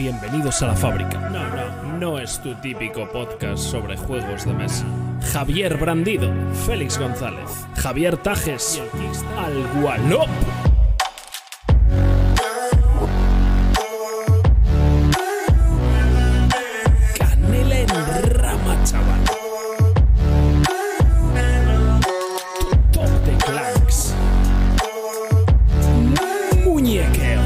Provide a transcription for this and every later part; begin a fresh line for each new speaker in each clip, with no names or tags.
Bienvenidos a la fábrica. No, no, no es tu típico podcast sobre juegos de mesa. Javier Brandido, Félix González, Javier Tajes, Al Gualop. Canela en rama, chaval. Top de Clanks. Muñequeo.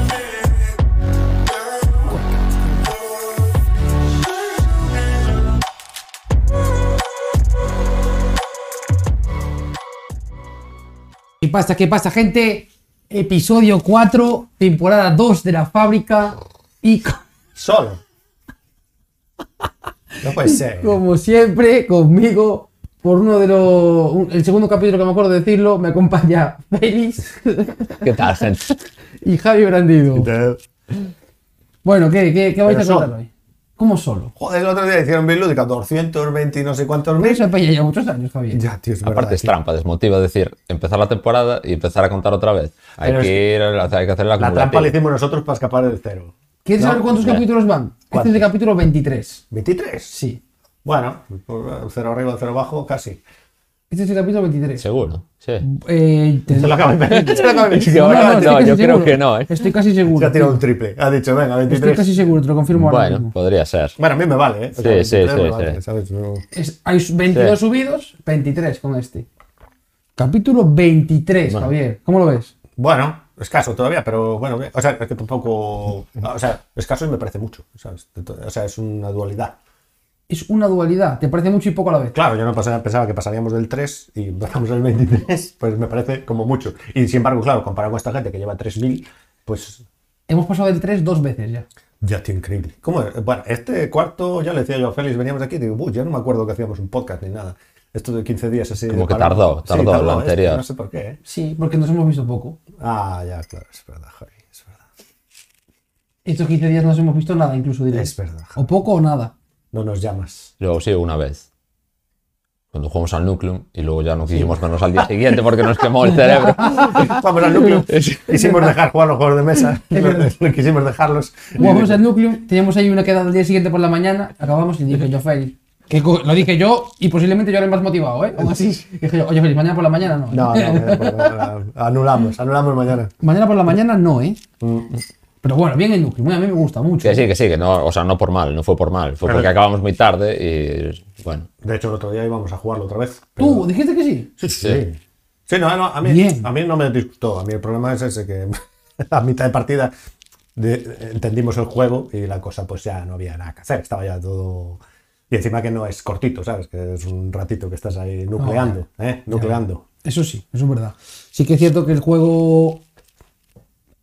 ¿Qué pasa? ¿Qué pasa, gente? Episodio 4, temporada 2 de la fábrica. Y co-
Solo. No puede ser.
como siempre, conmigo, por uno de los. un- el segundo capítulo que me acuerdo de decirlo, me acompaña Félix
¿Qué tal, gente?
y Javi Brandido.
Joder,
Bueno, ¿qué, qué, qué vais
Pero
a contar
solo.
hoy? ¿Cómo solo?
el otro día hicieron Bill Lúdica 220 y no sé cuántos
Pero
mil.
eso pilla ya muchos años, Javier.
Ya, tío, es verdad,
Aparte es
tío.
trampa, desmotiva decir empezar la temporada y empezar a contar otra vez. Hay,
Pero es
que, ir, a- hay que hacer la
La trampa la
acumulativa.
hicimos nosotros para escapar del cero.
¿Quieres
No,
saber cuántos
ya.
capítulos van? Este es el
¿Cuántos?
capítulo 23.
¿23?
Sí.
Bueno, por- cero arriba, cero abajo, casi.
Este es el capítulo 23.
Seguro, sí.
Eh, te-
Se lo acabo de inventar. Se lo acabo de
Es
inventar.
que ahora
estoy
no,
casi
yo creo
seguro.
que no, ¿eh?
Estoy casi
Se
seguro.
ha tirado
tío.
un triple. Ha dicho, venga,
Estoy
23.
casi seguro, te lo confirmo ahora
Bueno,
mismo.
podría ser.
Bueno, a mí me vale, ¿eh? O
Sí, sí,
23 me
sí,
vale,
sí.
¿sabes? No-
Es- hay 22
Sí.
subidos, 23 con este. Capítulo 23, Javier. ¿Cómo lo ves?
Bueno, escaso todavía, pero bueno, bien. o sea, es que tampoco. O sea, escaso me parece mucho. ¿sabes? O sea, es una dualidad.
Es una dualidad. ¿Te parece mucho y poco a la vez?
Claro, yo no pasaba- pensaba que pasaríamos del 3 y bajamos al 23, pues me parece como mucho. Y sin embargo, claro, comparado con esta gente que lleva 3.000, pues
Hemos pasado del 3 dos veces ya.
ya tiene increíble. ¿Cómo es? Bueno, este cuarto ya le decía yo a Félix, veníamos aquí y digo, "Buh, yo no me acuerdo que hacíamos un podcast ni nada. Esto de 15 días así.
Como
de
que
parado.
tardó, tardó lo
este,
anterior.
no sé por qué, ¿eh?
Sí, porque nos hemos visto poco.
Ah, ya, claro, es verdad, Javi, es verdad.
Estos 15 días no nos hemos visto nada, incluso diré.
Es verdad, Javi.
O poco o nada.
No nos llamas.
Luego sí, una vez. Cuando jugamos al Nucleum y luego ya no quisimos vernos al día siguiente porque nos quemó el cerebro.
Vamos al núcleo. Quisimos dejar jugar los juegos de mesa. Quisimos dejarlos.
Jugamos al núcleo, teníamos ahí una quedada al día siguiente por la mañana, acabamos y dije yo, Félix. Que co- lo dije yo y posiblemente yo era el más motivado, ¿eh? Aún así, dije yo, oye, Félix, mañana por la mañana no. ¿eh?
No, no, no, no, no, anulamos, anulamos mañana.
Mañana por la mañana no, ¿eh? Pero bueno, bien el núcleo, a mí me gusta mucho.
Que sí, que sí, que no, o sea, no por mal, no fue por mal, fue porque acabamos muy tarde y bueno.
De hecho, el otro día íbamos a jugarlo otra vez.
Tú, dijiste que Uh. sí.
Sí, sí. Sí, no, no, a, mí,
Bien.
a mí no me disgustó. A mí el problema es ese que a mitad de partida de- entendimos el juego y la cosa pues ya no había nada que hacer. Estaba ya todo... Y encima que no es cortito, ¿sabes? Que es un ratito que estás ahí nucleando, ¿eh? Nucleando.
Eso sí, eso es verdad. Sí que es cierto que el juego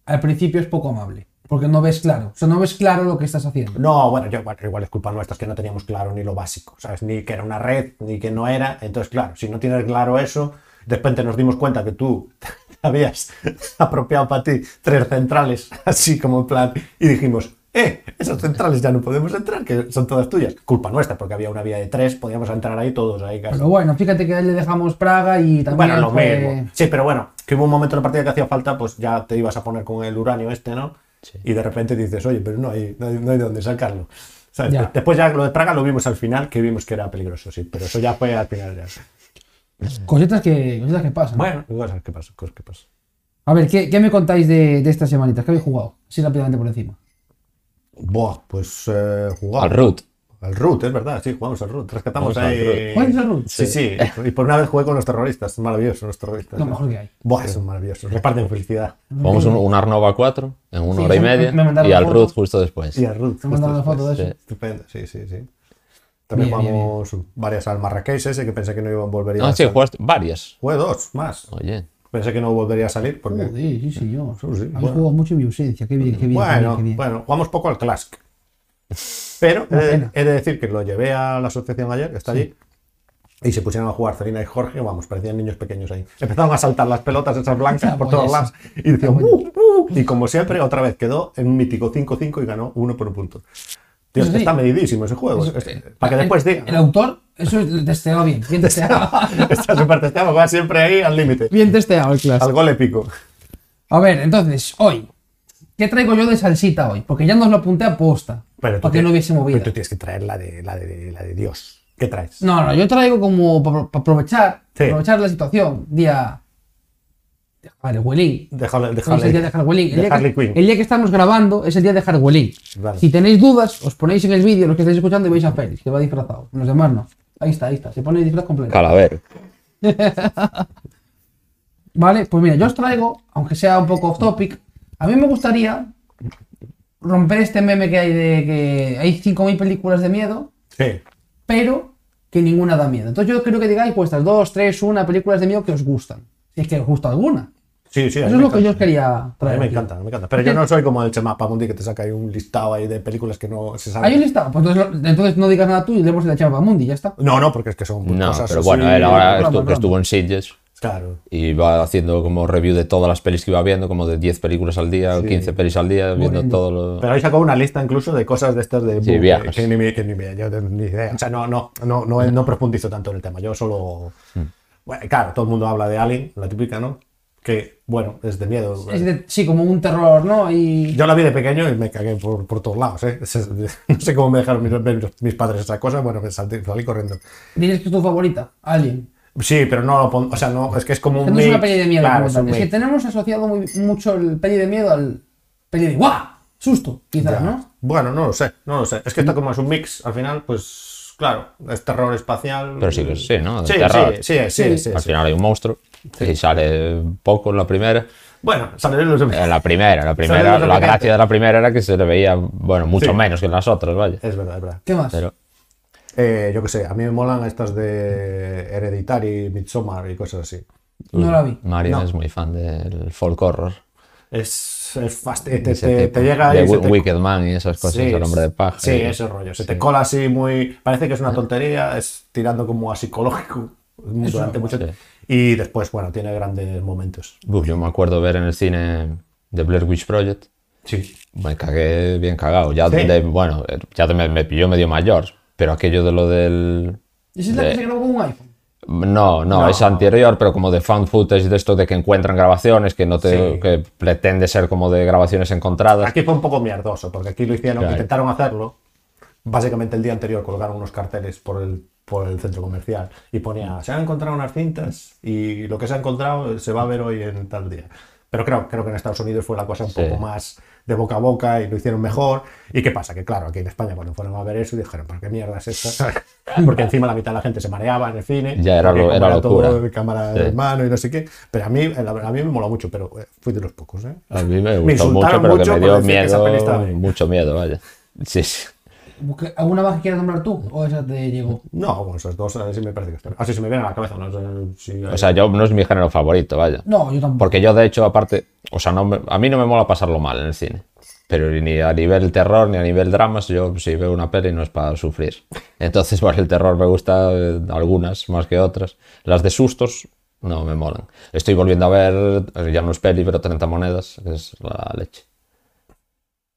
al principio es poco amable, porque no ves claro, o sea, no ves claro lo que estás haciendo.
No, bueno, yo, bueno, igual es culpa nuestra, es que no teníamos claro ni lo básico, ¿sabes? Ni que era una red, ni que no era. Entonces, claro, si no tienes claro eso, de repente nos dimos cuenta que tú te habías apropiado para ti tres centrales, así como en plan, y dijimos, ¡eh! Esas centrales ya no podemos entrar, que son todas tuyas. Culpa nuestra, porque había una vía de tres, podíamos entrar ahí todos, ahí casi.
Pero bueno, fíjate que a él le dejamos Praga y también
Bueno, lo
fue-
mismo. Sí, pero bueno, que hubo un momento en la partida que hacía falta, pues ya te ibas a poner con el uranio este, ¿no? Y de repente dices, oye, pero no hay, no hay, no hay de dónde sacarlo. O sea,
Ya.
Después ya lo de Praga lo vimos al final, que vimos que era peligroso, sí, pero eso ya fue al final. Ya.
Cositas que, cositas que pasan.
Bueno, cosas que pasan, cosas que pasan.
A ver, ¿qué, qué me contáis de, de estas semanitas? ¿Qué habéis jugado? Así rápidamente por encima.
Buah, pues eh, jugamos.
Al root.
Al root, es verdad, sí, jugamos al root. Rescatamos
Vamos al
ahí.
root.
¿Jugáis al root?
Sí, sí. Y por una vez jugué con los terroristas, maravilloso, los terroristas.
Lo mejor que hay.
Buah, son maravillosos, reparten felicidad.
Jugamos un, un Arnova 4 en una
Sí,
hora y
eso me-
media
me mandaron
y al
fotos.
root justo después.
Y al root.
Te he mandado una
justo
foto de
después.
eso.
Estupendo, sí, sí, sí. También
Bien, bien,
jugamos varias al Marrakech ese que pensé que no iba a volver
Ah,
a
sí,
salir.
jugaste varias.
Jugué dos más.
Oye.
Pensé que no volvería a salir porque.
Joder, sí, señor.
Sí, sí,
Habéis
bueno.
jugado mucho en mi ausencia. Qué bien, qué bien. qué bien,
bueno,
qué bien.
bueno, jugamos poco al Clask. Pero he de,
pena.
he de decir que lo llevé a la asociación ayer, que está allí. Y se pusieron a jugar Celina y Jorge, vamos, parecían niños pequeños ahí. Empezaron a saltar las pelotas esas blancas
Ah,
por
pues
todos
eso.
lados. Y decían, "Uh, uh". Y como siempre, otra vez quedó en un mítico 5-5 y ganó uno por un punto. Tío, es
Eso
que
sí.
está medidísimo ese juego. es- es- pues, este, para que
El-
después digan.
El autor, eso es testeado bien. Bien testeado.
Está súper testeado, va siempre ahí al límite.
bien testeado el clásico.
Al gol épico.
A ver, entonces, hoy ¿qué traigo yo de salsita hoy? Porque ya nos lo apunté a posta.
Pero
para que no hubiese movido.
Pero tú tienes que traer la de, la de, la de Dios. ¿Qué traes?
No, no, yo traigo como para aprovechar,
Sí.
aprovechar la situación. Día. Vale, Huelín.
Déjalo,
No,
déjalo
es el día
ahí.
de Harwelín. El,
De
día
Harley
que-
Quinn.
el día que estamos grabando es el día de Harwelín.
Vale.
Si tenéis dudas, os ponéis en el vídeo, los que estáis escuchando, y veis a Félix, que va disfrazado. Los demás no. Ahí está, ahí está. Se pone el disfraz completo.
Calavero.
Vale, pues mira, yo os traigo, aunque sea un poco off topic, a mí me gustaría romper este meme que hay de que hay 5.000 películas de miedo,
Sí.
pero que ninguna da miedo. Entonces yo creo que digáis vuestras dos, tres, una películas de miedo que os gustan. Si es que os gusta alguna.
Sí, sí,
Eso
a
es
mí me
lo que
encanta.
yo os quería
A
traer.
mí me
aquí.
encanta, me encanta. Pero yo no soy como el Chemapa Mundi que te saca ahí un listado ahí de películas que no se saben.
Hay un listado, pues entonces, lo- entonces no digas nada tú y leemos el de Chamba Mundi, ya está.
No, no, porque es que son
No,
cosas
pero
así-
bueno, él ahora
broma,
estu-
broma.
que estuvo en Sitges
Claro.
y va haciendo como review de todas las pelis que iba viendo, como de 10 películas al día, o 15 pelis al día, viendo todo lo...
Pero ahí sacó una lista incluso de cosas de estas de...
Sí,
que-
viajes.
que ni, me- que ni me- yo de- ni idea. O sea, no, no, no, no, no profundizo tanto en el tema. Yo solo...
Mm.
Bueno, claro, todo el mundo habla de Alien, la típica, ¿no? Que, bueno, es de miedo.
Es de- sí, como un terror, ¿no? Y
Yo la vi de pequeño y me cagué por, por todos lados, ¿eh? No sé cómo me dejaron mis, mis- mis padres esa cosa. Bueno, me salté- salí corriendo.
diréis que es tu favorita, Alien.
Sí, pero no lo pon- O sea, no, es que es como un
Que no es una
mix.
peli de miedo.
Claro,
como
es
tal.
un
es que
mix.
tenemos asociado muy, mucho el peli de miedo al peli de ¡guau! Susto, quizás,
Ya.
¿no?
Bueno, no Mm. lo sé, no lo sé. Es que está como es un mix, al final, pues claro, es terror espacial.
Pero sí que sí, ¿no?
Sí,
Terror.
sí, sí, sí, sí,
Al
sí.
final hay un monstruo y sale poco en la primera.
Bueno, sale los...
En Eh, la primera, la
Sale
primera,
los
la
replicantes.
gracia de la primera era que se le veía, bueno, mucho
Sí.
menos que en las otras, vaya.
Es verdad, es verdad.
¿Qué más?
Pero
Eh, yo qué sé, a mí me molan estas de Hereditary, Midsommar y cosas así.
no la vi.
Mario
No.
es muy fan del folk horror.
Es, es fast- te,
ese
te-
tipo,
te llega
de
y se
Wi-
te-
Wicked Man y esas cosas,
Sí,
el hombre de paja.
Sí,
y-
ese rollo. Se te cola así muy. Parece que es una tontería, es tirando como a psicológico durante mucho tiempo. Y después, bueno, tiene grandes momentos.
Buf, yo me acuerdo ver en el cine The Blair Witch Project.
Sí.
Me cagué bien cagado. Ya
Sí.
de- bueno, ya de- me, me pilló medio mayor, pero aquello de lo del...
¿Esa es la
de-
que se grabó con un iPhone?
No, no, es anterior, pero como de fan footage de esto de que encuentran grabaciones, que no te,
Sí.
que pretende ser como de grabaciones encontradas.
Aquí fue un poco mierdoso, porque aquí lo hicieron,
Claro.
intentaron hacerlo. Básicamente el día anterior colgaron unos carteles por el, por el centro comercial y ponía, se han encontrado unas cintas y lo que se ha encontrado eh, se va a ver hoy en tal día. Pero creo, creo que en Estados Unidos fue la cosa un
Sí.
poco más de boca a boca y lo hicieron mejor. ¿Y qué pasa? Que claro, aquí en España cuando fueron a ver eso dijeron, ¿pero qué mierda es esta? Porque encima la mitad de la gente se mareaba en el cine.
Ya era
porque
lo-
como
era locura.
todo de cámara
Sí.
de mano y no sé qué. Pero a mí, a mí me moló mucho, pero eh, fui de los pocos, ¿eh?
A mí me
Me
gustó mucho,
insultaron
pero que
mucho
me
por
dio
decir que esa peli estaba
miedo,
bien.
mucho miedo, vaya. Sí, sí.
Busque- ¿Alguna más que quieras nombrar tú? ¿O esa te llegó?
No, bueno, esas dos a ver si me parece que están. Ah, sí, se me viene a la cabeza. No sé si
O sea, yo no es mi género favorito, vaya.
No, yo tampoco.
Porque yo, de hecho, aparte, o sea, no me- a mí no me mola pasarlo mal en el cine. Pero ni a nivel terror, ni a nivel dramas, yo si veo una peli no es para sufrir. Entonces, vale, el terror me gusta eh, algunas más que otras. Las de sustos no me molan. Estoy volviendo a ver, eh, ya no es peli, pero 30 monedas, que es la leche.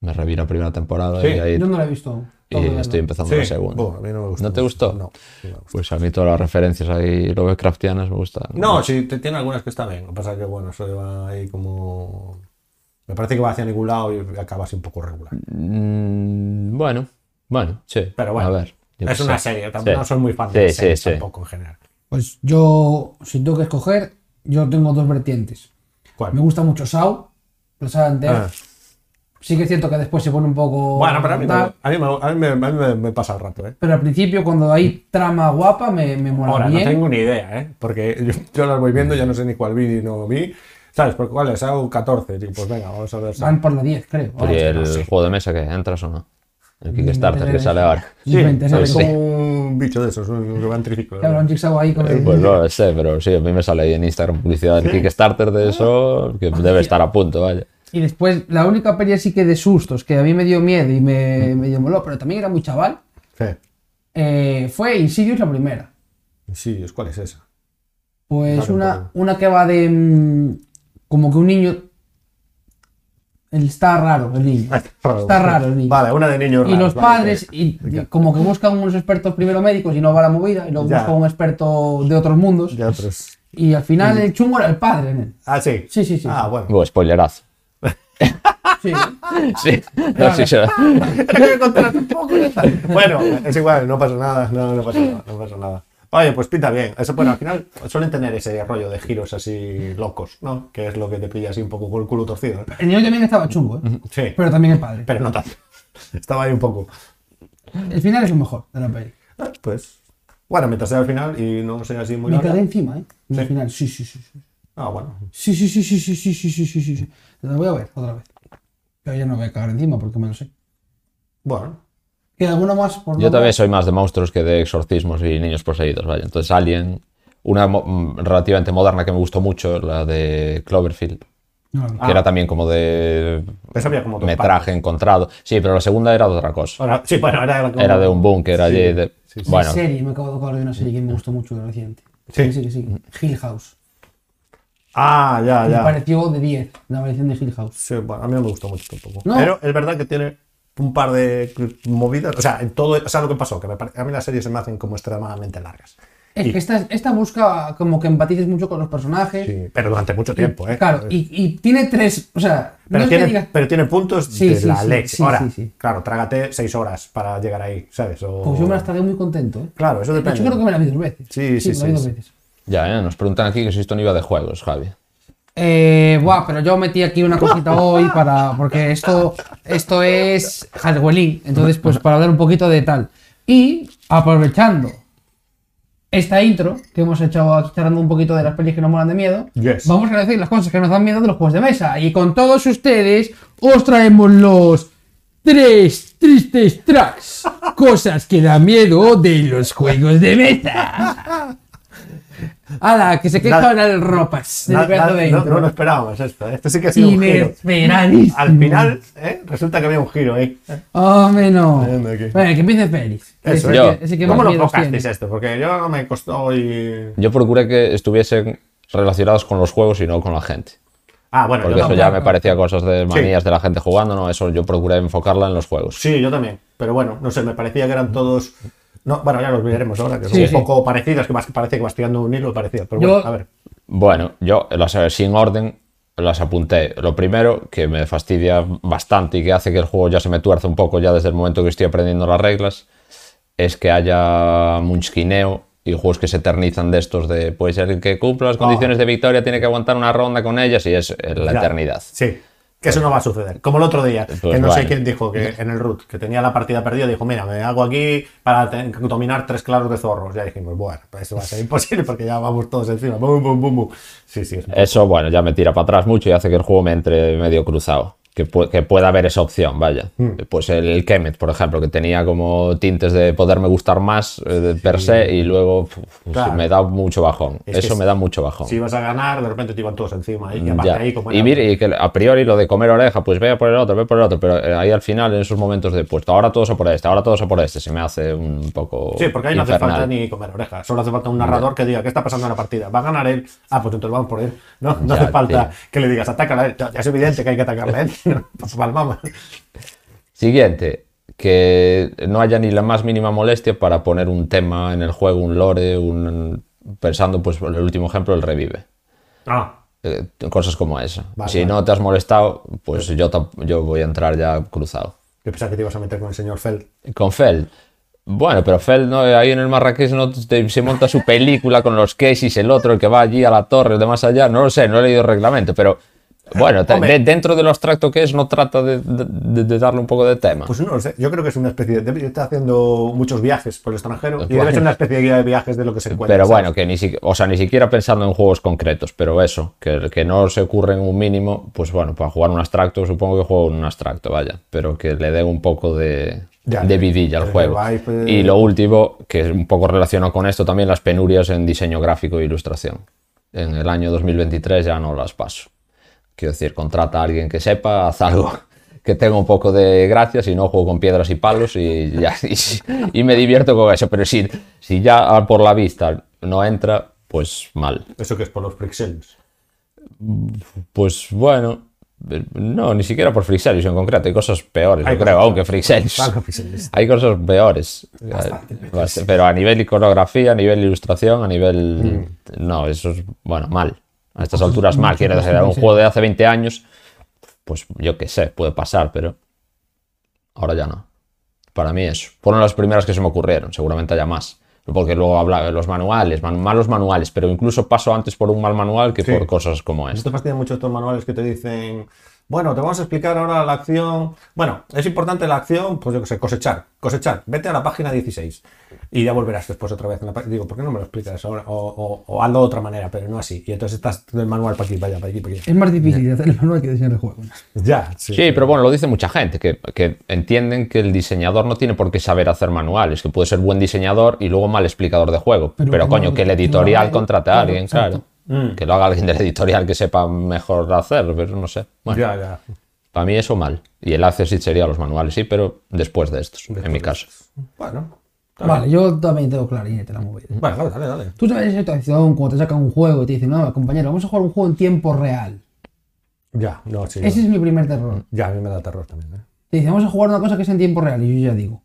Me reví la primera temporada
Sí.
y, ahí-
Yo no la he visto. aún.
y
Tengo que verla.
eh, estoy empezando la segunda.
Bueno, a mí no me gustó.
¿No te gustó?
No. no.
Pues a mí todas las referencias ahí Lovecraftianas me gustan.
No, sí, te- tiene algunas que está bien. Lo que pasa es que, bueno, eso va ahí como. Me parece que va hacia ningún lado y acaba así un poco regular.
Mm, bueno, bueno, sí.
Pero bueno,
a ver. yo
es
qué
una
sé.
serie. También
Sí.
no soy muy fan
Sí,
de
sí,
las series
sí.
tampoco en general.
Pues yo, si tengo que escoger, yo tengo dos vertientes.
¿Cuál?
Me gusta mucho Saw, la saga entera.
Ah.
Sí que es cierto que después se pone un poco...
Bueno, pero a mí, me-
tal,
a mí me, a mí me- a mí me- me pasa el rato, ¿eh?
Pero al principio, cuando hay trama guapa, me, me mola
Ahora,
bien.
no tengo ni idea, ¿eh? Porque yo, yo las voy viendo, ya no sé ni cuál vi ni no vi. ¿Sabes? Porque, vale, les hago 14. Digo, pues venga, vamos a ver.
Van por la 10, creo.
Pero ¿y el juego de mesa que entras o no? El Kickstarter que sale ahora.
Sí,
sale
Pues sí.
como un bicho de esos, un, que va en triciclo.
Que habrá un jigsaw ahí
Eh,
con el...
Pues no lo sé, pero sí, a mí me sale ahí en Instagram publicidad del Kickstarter de eso, que debe estar a punto, vaya.
Y después, la única peli así que de sustos, que a mí me dio miedo y me,
Mm.
me dio moló, pero también era muy chaval,
Sí.
eh, fue Insidious la primera.
Sí, ¿cuál es esa?
Pues
Claro,
una,
claro.
una que va de... mm, como que un niño... Él está raro, el niño. Está raro el niño.
Vale, una de niños
Y
raros,
los
Ah, vale,
padres,
sí.
y y como que buscan unos expertos primero médicos y no va la movida, y luego
Ya.
buscan un experto de otros mundos,
Ya, pero es-
y al final el chungo era el padre. ¿no?
Ah, sí.
Sí, sí, sí.
Ah, bueno.
Bueno, spoilerazo.
Sí.
Sí, no, sí, sí.
que contar un poco. ya está. Bueno, es igual, no pasa nada, no, no pasa nada, no pasa nada. Oye, pues pinta bien. Eso, bueno, al final suelen tener ese rollo de giros así locos, ¿no? Que es lo que te pilla así un poco con el culo torcido. ¿no?
El niño también estaba chungo, ¿eh?
Sí,
Pero también el padre.
pero no tanto. Estaba ahí un poco.
El final es lo mejor de la peli.
Ah, Pues, bueno, mientras sea al final y no sea así muy
Me quedé
larga.
encima, ¿eh? En el final. Sí, sí, sí. sí.
Ah, bueno.
Sí, sí, sí, sí, sí, sí, sí, sí, sí, sí, sí. La voy a ver otra vez. Pero ya no voy a cagar encima porque me lo sé.
Bueno.
¿Queda alguna más? Por
Yo
nombrar?
también soy más de monstruos que de exorcismos y niños poseídos, vaya. Entonces Alien, una mo- mm, relativamente moderna que me gustó mucho, la de Cloverfield,
No, no.
que era también como de
Pues había como dos
metraje encontrado. Sí, pero la segunda era de otra cosa.
Ahora- sí, bueno, era, como-
Era de un búnker allí. de- Bueno,
serie, me acabo de acordar de una serie que me gustó mucho de reciente.
Sí.
Que sí, que sí. Hill House.
Ah, ya,
Me
ya.
pareció de 10, la variación de Hill House.
Sí, bueno, a mí no me gustó mucho tampoco.
No.
Pero es verdad que tiene un par de movidas. O sea, en todo, o sea, lo que pasó, que me pare- a mí las series se me hacen como extremadamente largas.
Es que esta, esta busca como que empatices mucho con los personajes.
Sí, pero durante mucho tiempo, ¿eh?
Claro, y, y tiene tres. O sea, no
Pero,
es que
tiene,
digas.
pero tiene puntos
Sí,
de
sí,
la
sí,
leche.
sí,
Ahora,
sí, sí.
claro, trágate seis horas para llegar ahí, ¿sabes? O-
Pues yo me la tragué muy contento, ¿eh?
Claro, eso
De
depende.
hecho, creo que me la vi dos veces.
Sí, sí,
me la vi
sí,
dos
sí.
veces.
ya, ¿eh? nos preguntan aquí que si esto no iba de juegos, Javi.
Eh, buah, pero yo metí aquí una cosita hoy para. Porque esto, esto es Halloween. Entonces, pues para hablar un poquito de tal. Y aprovechando esta intro que hemos hecho aquí charlando un poquito de las pelis que nos molan de miedo,
Yes.
vamos a decir las cosas que nos dan miedo de los juegos de mesa. Y con todos ustedes os traemos los tres tristes tracks. Cosas que dan miedo de los juegos de mesa. Ala, que se quejan
Nada-
al ropas. del
Na- na-
pedazo de
no,
intro.
no lo esperábamos esto. Este sí que ha sido un giro.
Inesperadísimo.
Al final,
Mm.
¿eh? resulta que había un giro, ¿eh?
Hombre, no.
Anda aquí.
Ah, Bueno, que empiece Félix.
Eso, ¿eh?
Ese
yo.
que- ese que
¿Cómo
más
lo
miedos
enfocasteis
tiene.
esto? Porque yo no me costó y...
Yo procuré que estuviesen relacionados con los juegos y no con la gente.
Ah, bueno, yo
Porque eso
también.
ya me parecía cosas de manías de la gente jugando, no, eso yo procuré enfocarla en los juegos.
Sí, yo también. Pero bueno, no sé, me parecía que eran todos... No, bueno, ya los veremos ahora, que son
Sí,
un
sí.
poco parecidos, que vas- parece que vas tirando un hilo parecido. Pero
Yo-
bueno, a ver.
Bueno, yo las eh, sin orden las apunté. Lo primero, que me fastidia bastante y que hace que el juego ya se me tuerce un poco ya desde el momento que estoy aprendiendo las reglas, es que haya munchkineo y juegos que se eternizan de estos de, pues el que cumpla las condiciones de victoria tiene que aguantar una ronda con ellas y es eh, la
Ah. Ya.
eternidad. Pues
Sí, que eso no va a suceder. Como el otro día, que no sé
vale.
quién dijo que en el root, que tenía la partida perdida, dijo, mira, me hago aquí para te- dominar tres claros de zorros. Ya dijimos, bueno, pues eso va a ser imposible porque ya vamos todos encima. Bum, bum, bum, bum. Sí, sí. es un-
Eso, bueno, ya me tira para atrás mucho y hace que el juego me entre medio cruzado. Que, pu- que pueda haber esa opción, vaya.
Hmm.
Pues el, el Kemet, por ejemplo, que tenía como tintes de poderme gustar más eh, de per se y luego pf, pf,
Claro.
me da mucho bajón.
Es que
Eso
es-
me da mucho bajón.
Si ibas a ganar, de repente te iban todos encima. Y, y
Ya.
aparte ahí, como
Y
era-
mire, y que a priori lo de comer oreja, pues vea por el otro, ve por el otro, pero eh, ahí al final, en esos momentos de, pues ahora todos a por este, ahora todos a por este, se me hace un poco.
Sí, porque ahí no hace
infernal.
falta ni comer orejas. Solo hace falta un narrador que diga qué está pasando en la partida. ¿Va a ganar él? Ah, pues entonces vamos por él. No, no
Ya,
hace falta
tío.
que le digas, atácala a él. Ya, ya es evidente que hay que atacarle a él. Pues, palmamos.
Siguiente, que no haya ni la más mínima molestia para poner un tema en el juego, un lore, un pensando pues el último ejemplo, el revive.
Ah,
Eh, cosas como esa.
Vale,
si
vale.
no te has molestado, pues yo, tam- yo voy a entrar ya cruzado.
yo pensaba que te ibas a meter con el señor Feld.
Con Feld. Bueno, pero Feld no, Eh, ahí en el Marrakech no te- se monta su película con los Casey's, el otro, el que va allí a la torre, el de más allá. No lo sé, no he leído el reglamento, pero bueno, te-
Hombre.
de- dentro del abstracto que es, no trata de, de- de- de darle un poco de tema.
Pues no lo sé, yo creo que es una especie de... Debe estar haciendo muchos viajes por el extranjero y
Bueno.
debe ser una especie de guía de viajes de lo que se encuentra.
Pero
¿sabes?
bueno, que ni, si- o sea, ni siquiera pensando en juegos concretos, pero eso, que, que no se ocurre en un mínimo, pues bueno, para jugar un abstracto, supongo que juego un abstracto, vaya, pero que le dé un poco de,
Ya,
de vidilla al
de
juego.
vibe, eh.
Y lo último, que es un poco relacionado con esto también, las penurias en diseño gráfico e ilustración. En el año 2023 ya no las paso. Quiero decir, contrata a alguien que sepa, haz algo que tenga un poco de gracia, si no juego con piedras y palos y, ya- y- y me divierto con eso. Pero si, si ya por la vista no entra, pues mal.
Eso que es por los pixels.
Pues bueno, eh, no, ni siquiera por Frixelius en concreto, hay cosas peores,
Hay
yo creo,
cosas
aunque Frixelius.
Ah, los pixels.
Hay cosas peores. Bast- Pero a nivel iconografía, a nivel ilustración, a nivel. No, eso es. Bueno, mal. A estas alturas, mal. Quiero decir, un juego de hace 20 años. pues yo qué sé, puede pasar, pero ahora ya no. Para mí eso. Fueron las primeras que se me ocurrieron, seguramente haya más. Porque luego habla de los manuales, man- malos manuales, pero incluso paso antes por un mal manual que
Sí.
por cosas como
¿No
esta.
te fastidian mucho estos manuales que te dicen, bueno, te vamos a explicar ahora la acción. Bueno, es importante la acción, pues yo qué sé, cosechar, cosechar. Vete a la página 16 y ya volverás después otra vez. En la pá- Digo, ¿por qué no me lo explicas ahora? O, o- o hazlo de otra manera, pero no así. Y entonces estás todo el manual para aquí, para allá, para aquí, para allá.
Es más difícil de hacer el manual que diseñar el juego.
Ya, sí.
Sí, pero bueno, lo dice mucha gente, que, que entienden que el diseñador no tiene por qué saber hacer manuales, que puede ser buen diseñador y luego mal explicador de juego.
Pero
Pero,
que
coño,
no-
que el
que no
editorial
haga-
contrate
claro,
a alguien,
exacto.
claro. Que lo haga alguien del editorial que sepa mejor hacer, pero no sé. Bueno,
Ya, ya.
para mí eso mal. Y el access it sería los manuales, sí, pero después de estos, en mi caso.
Bueno, está bien.
Vale, yo también tengo clarinete la movida.
Vale, dale, dale, dale.
Tú sabes esa situación cuando te sacan un juego y te dicen, no, compañero, vamos a jugar un juego en tiempo real.
Ya, no, sí. Mm.
Ese es mi primer terror.
Ya, a mí me da terror también. ¿eh?
Te dicen, vamos a jugar una cosa que es en tiempo real. Y yo ya digo,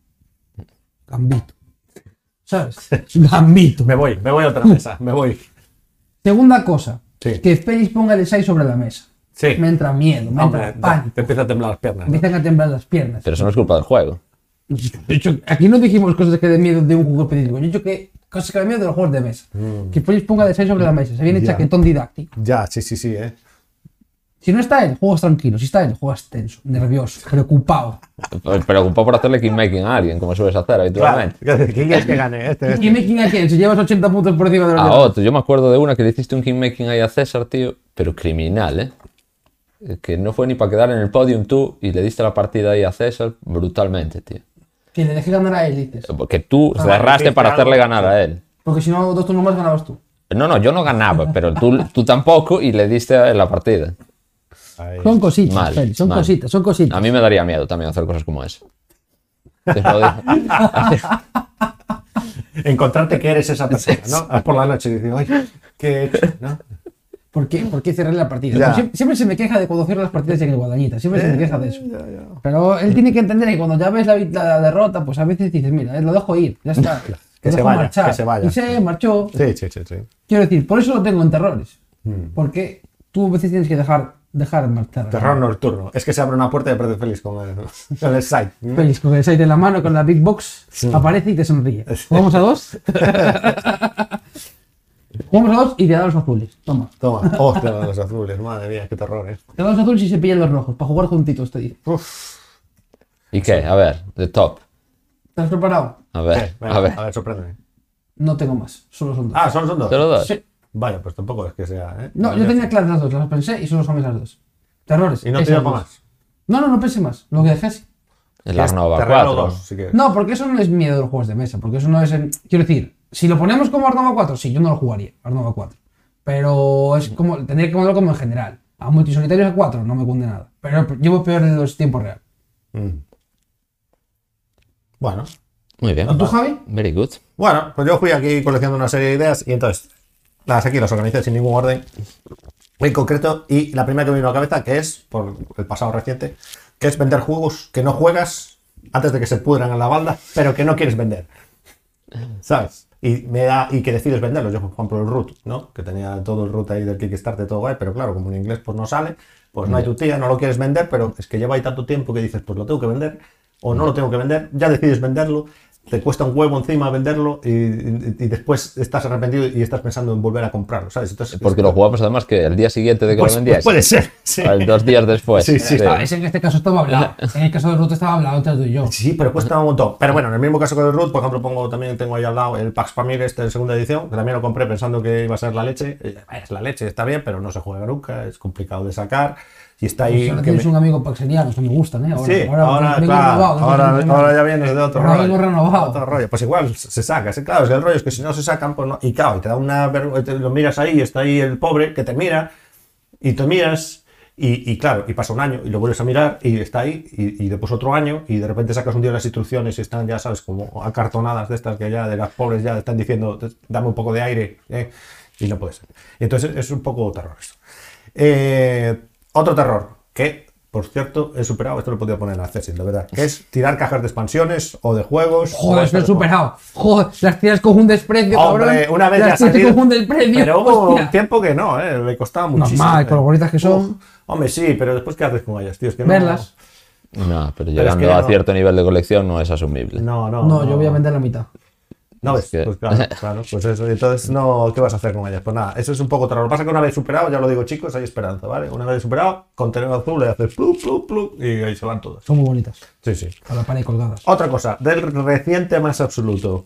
gambito. ¿Sabes? Gambito.
Me voy, me voy a otra mesa, me voy.
Segunda cosa,
Sí.
que Félix ponga el 6 sobre la mesa.
Sí.
Me entra miedo, me
Hombre,
entra
te-
pánico.
te empieza a temblar las piernas. ¿no?
Empiezan a temblar las piernas.
Pero eso no es culpa del juego.
De hecho, aquí no dijimos cosas que den miedo de un juego específico. Yo he dicho que cosas que den miedo de los juegos de mesa.
Mm.
Que Félix ponga el 6 sobre la mesa. Se viene
Ya.
chaquetón didáctico.
Ya, sí, sí, sí, ¿eh?
Si no está él, juegas tranquilo. Si está él, juegas tenso, nervioso, preocupado.
Preocupado por hacerle kingmaking a alguien, como sueles hacer
Claro.
habitualmente.
¿Quién quieres que gane? Este, este.
¿Y making a quién? Si llevas 80 puntos por encima de los
A
demás.
Ah, otro, yo me acuerdo de una que le hiciste un kingmaking ahí a César, tío, pero criminal, ¿eh? Eh, Que no fue ni para quedar en el podium tú y le diste la partida ahí a César brutalmente, tío.
Que le dejes ganar a él, dices.
Que tú cerraste
hiciste
para
algo.
hacerle ganar a él.
Porque si no, dos turnos más ganabas tú.
No, no, yo no ganaba, pero tú, tú tampoco y le diste a él la partida.
Ahí.
Son cositas,
Mal,
Feli, son
mal.
cositas, son cositas.
A mí me daría miedo también hacer cosas como esa. Te lo digo.
Encontrarte que eres esa persona, ¿no? Ah, Por la noche y dices, ay, ¿qué he hecho? ¿No?
¿Por qué, por qué cerré la partida?
Ya. Eh,
Pues siempre, siempre se me queja de cuando cierro las partidas en el Guadañita, siempre se me queja de eso. Pero él tiene que entender que cuando ya ves la, vi- la derrota, pues a veces dices, mira, eh, lo dejo ir, ya está. lo
Que se
dejo
vaya, que se vaya.
Y se marchó.
Sí, sí, sí, sí.
Quiero decir, por eso lo tengo en terrores.
Mm.
Porque tú a veces tienes que dejar, dejar marchar.
Terror nocturno. Es que se abre una puerta y aparece feliz con el, con el site. ¿no?
Félix, con el 6 en la mano, con la big box, aparece y te sonríe. ¿Jugamos a dos? Jugamos a dos y te da los azules. Toma.
Toma, hostia, los azules, madre mía, qué terror, ¿eh?
Te da los azules y se pillan los rojos, para jugar juntitos, te dice.
¿Y qué? A ver, de top.
¿Estás preparado?
A ver,
Eh, Venga,
a ver.
a ver, sorpréndeme.
No tengo más, solo son dos.
Ah, solo son dos.
¿Te lo doy?
Sí.
Vaya, pues tampoco es que sea, ¿eh?
No, yo tenía claras las dos, las pensé y solo son esas dos. Terrores.
Y no te
esas
dio para
dos.
más.
No, no, no pensé más, lo que dejé así.
El Arnova
Te
4.
regalo dos, si quieres.
No, porque eso no es miedo de los juegos de mesa, porque eso no es... en- Quiero decir, si lo ponemos como Arnova 4, sí, yo no lo jugaría, Arnova 4. Pero es como, tendría que ponerlo como en general. A multisolitarios a 4 no me cunde nada, pero llevo peor en los tiempos real.
Mm. Bueno,
Muy bien.
¿Tú, Javi?
Very good.
Bueno, pues yo fui aquí coleccionando una serie de ideas y entonces las aquí las organicé sin ningún orden en concreto y la primera que me vino a la cabeza, que es, por el pasado reciente, que es vender juegos que no juegas antes de que se pudran en la balda, pero que no quieres vender. ¿Sabes? Y, me da, y que decides venderlos. Yo, por ejemplo, el root, ¿no? Que tenía todo el root ahí del Kickstarter, todo guay, pero claro, como en inglés pues no sale, pues no hay tu tía, no lo quieres vender, pero es que lleva ahí tanto tiempo que dices, pues lo tengo que vender o no lo tengo que vender, ya decides venderlo, te cuesta un huevo encima venderlo y, y- y después estás arrepentido y estás pensando en volver a comprarlo, ¿sabes? Entonces,
Porque lo jugamos además que el día siguiente de que
pues,
lo
pues
vendías.
puede ser, sí.
Al- Dos días después.
Sí, sí.
Ah, ese en este caso estaba hablado. En el caso de Ruto estaba hablado entre tú y yo.
Sí, pero cuesta un montón. Pero bueno, en el mismo caso que el Root, por ejemplo, pongo también tengo ahí al lado el Pax Pamir, este de segunda edición, que también lo compré pensando que iba a ser la leche. Eh, Es la leche, está bien, pero no se juega nunca, es complicado de sacar. Y está ahí.
Pues ahora
que
tienes
me-
un amigo paxeniano, que me gustan, ¿eh? Ahora,
Sí, ahora, claro,
renovado, ¿no?
ahora,
Paxeniano.
ahora ya vienes de otro
Ahora
rollo.
vengo renovado.
Otro rollo. Pues igual se saca. sí, claro, es que el rollo es que si no se sacan, pues no. Y claro, y te da una vergüenza, te lo miras ahí, y está ahí el pobre que te mira, y te miras, y, y claro, y pasa un año, y lo vuelves a mirar, y está ahí, y, y después otro año, y de repente sacas un día las instrucciones y están, ya sabes, como acartonadas de estas que ya de las pobres ya están diciendo, dame un poco de aire, ¿eh? y no puede ser. Entonces es un poco terror esto. Eh, otro terror, que Por cierto, he superado, esto lo podía poner en Accessing, de verdad. que es tirar cajas de expansiones o de juegos.
Joder, lo he superado. Joder, las tiras con un desprecio,
Hombre,
cabrón.
una vez ya
las tiras
salido.
con un desprecio.
Pero hubo
hostia.
un tiempo que no, eh, le costaba muchísimo.
Normal, con lo bonitas que son.
Uf, hombre, sí, pero después, ¿qué haces con ellas, tío? Es que no-
Verlas.
No, pero
es
llegando
que
a
no.
cierto nivel de colección no es asumible.
No, no.
No, yo voy a vender la mitad.
No ves,
que-
pues claro, claro, pues eso. y Entonces, no, ¿qué vas a hacer con ellas? Pues nada, eso es un poco raro. Lo que pasa es que una vez superado, ya lo digo chicos, hay esperanza, ¿vale? Una vez superado, contenedor azul, le haces plup, plup, plup, y ahí se van todas.
Son muy bonitas.
Sí, sí.
A la pared colgadas.
Otra cosa, del reciente más absoluto.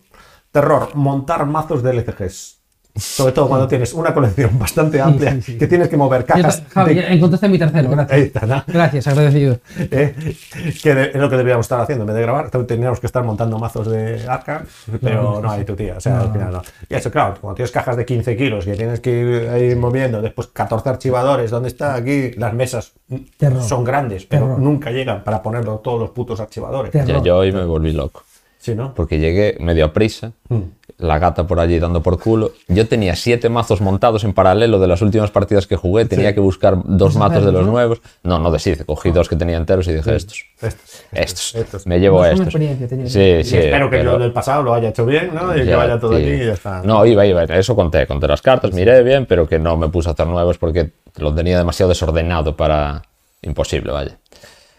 Terror, montar mazos de LCGs. Sobre todo cuando tienes una colección bastante amplia,
sí, sí.
que tienes que mover
Ya
cajas.
está, Javi, eh.
de-
ya encontraste mi tercero, gracias.
Ahí está, ¿no?
Gracias, agradecido.
Eh, que de- es lo que deberíamos estar haciendo en vez de grabar. Tendríamos que estar montando mazos de arca, pero no hay tu tía. O sea, al final no. Y eso, claro, cuando tienes cajas de 15 kilos que tienes que ir ahí moviendo, después 14 archivadores, ¿dónde está aquí? Las mesas mm,
Terror.
son grandes, pero
Terror.
nunca llegan para ponerlo todos los putos archivadores.
Terror.
Ya yo hoy me volví loco.
Sí, ¿no? pues,
Porque llegué medio a prisa,
Mm.
la gata por allí dando por culo. Yo tenía siete mazos montados en paralelo de las últimas partidas que jugué, tenía que buscar dos mazos de los nuevos. No, no deshice, cogí dos que tenía enteros y dije estos.
Estos.
Estos.
Ah. Estos.
Me llevo
No
a
es una
estos.
experiencia, tenía que
Sí, sí.
Y espero que
pero-
lo del pasado lo haya hecho bien, ¿no? Y que
Ya,
vaya todo
tío.
aquí y ya está.
No, iba, iba, eso conté, conté las cartas, miré bien, pero que no me puse a hacer nuevos porque lo tenía demasiado desordenado para... Imposible, vaya.
Ah.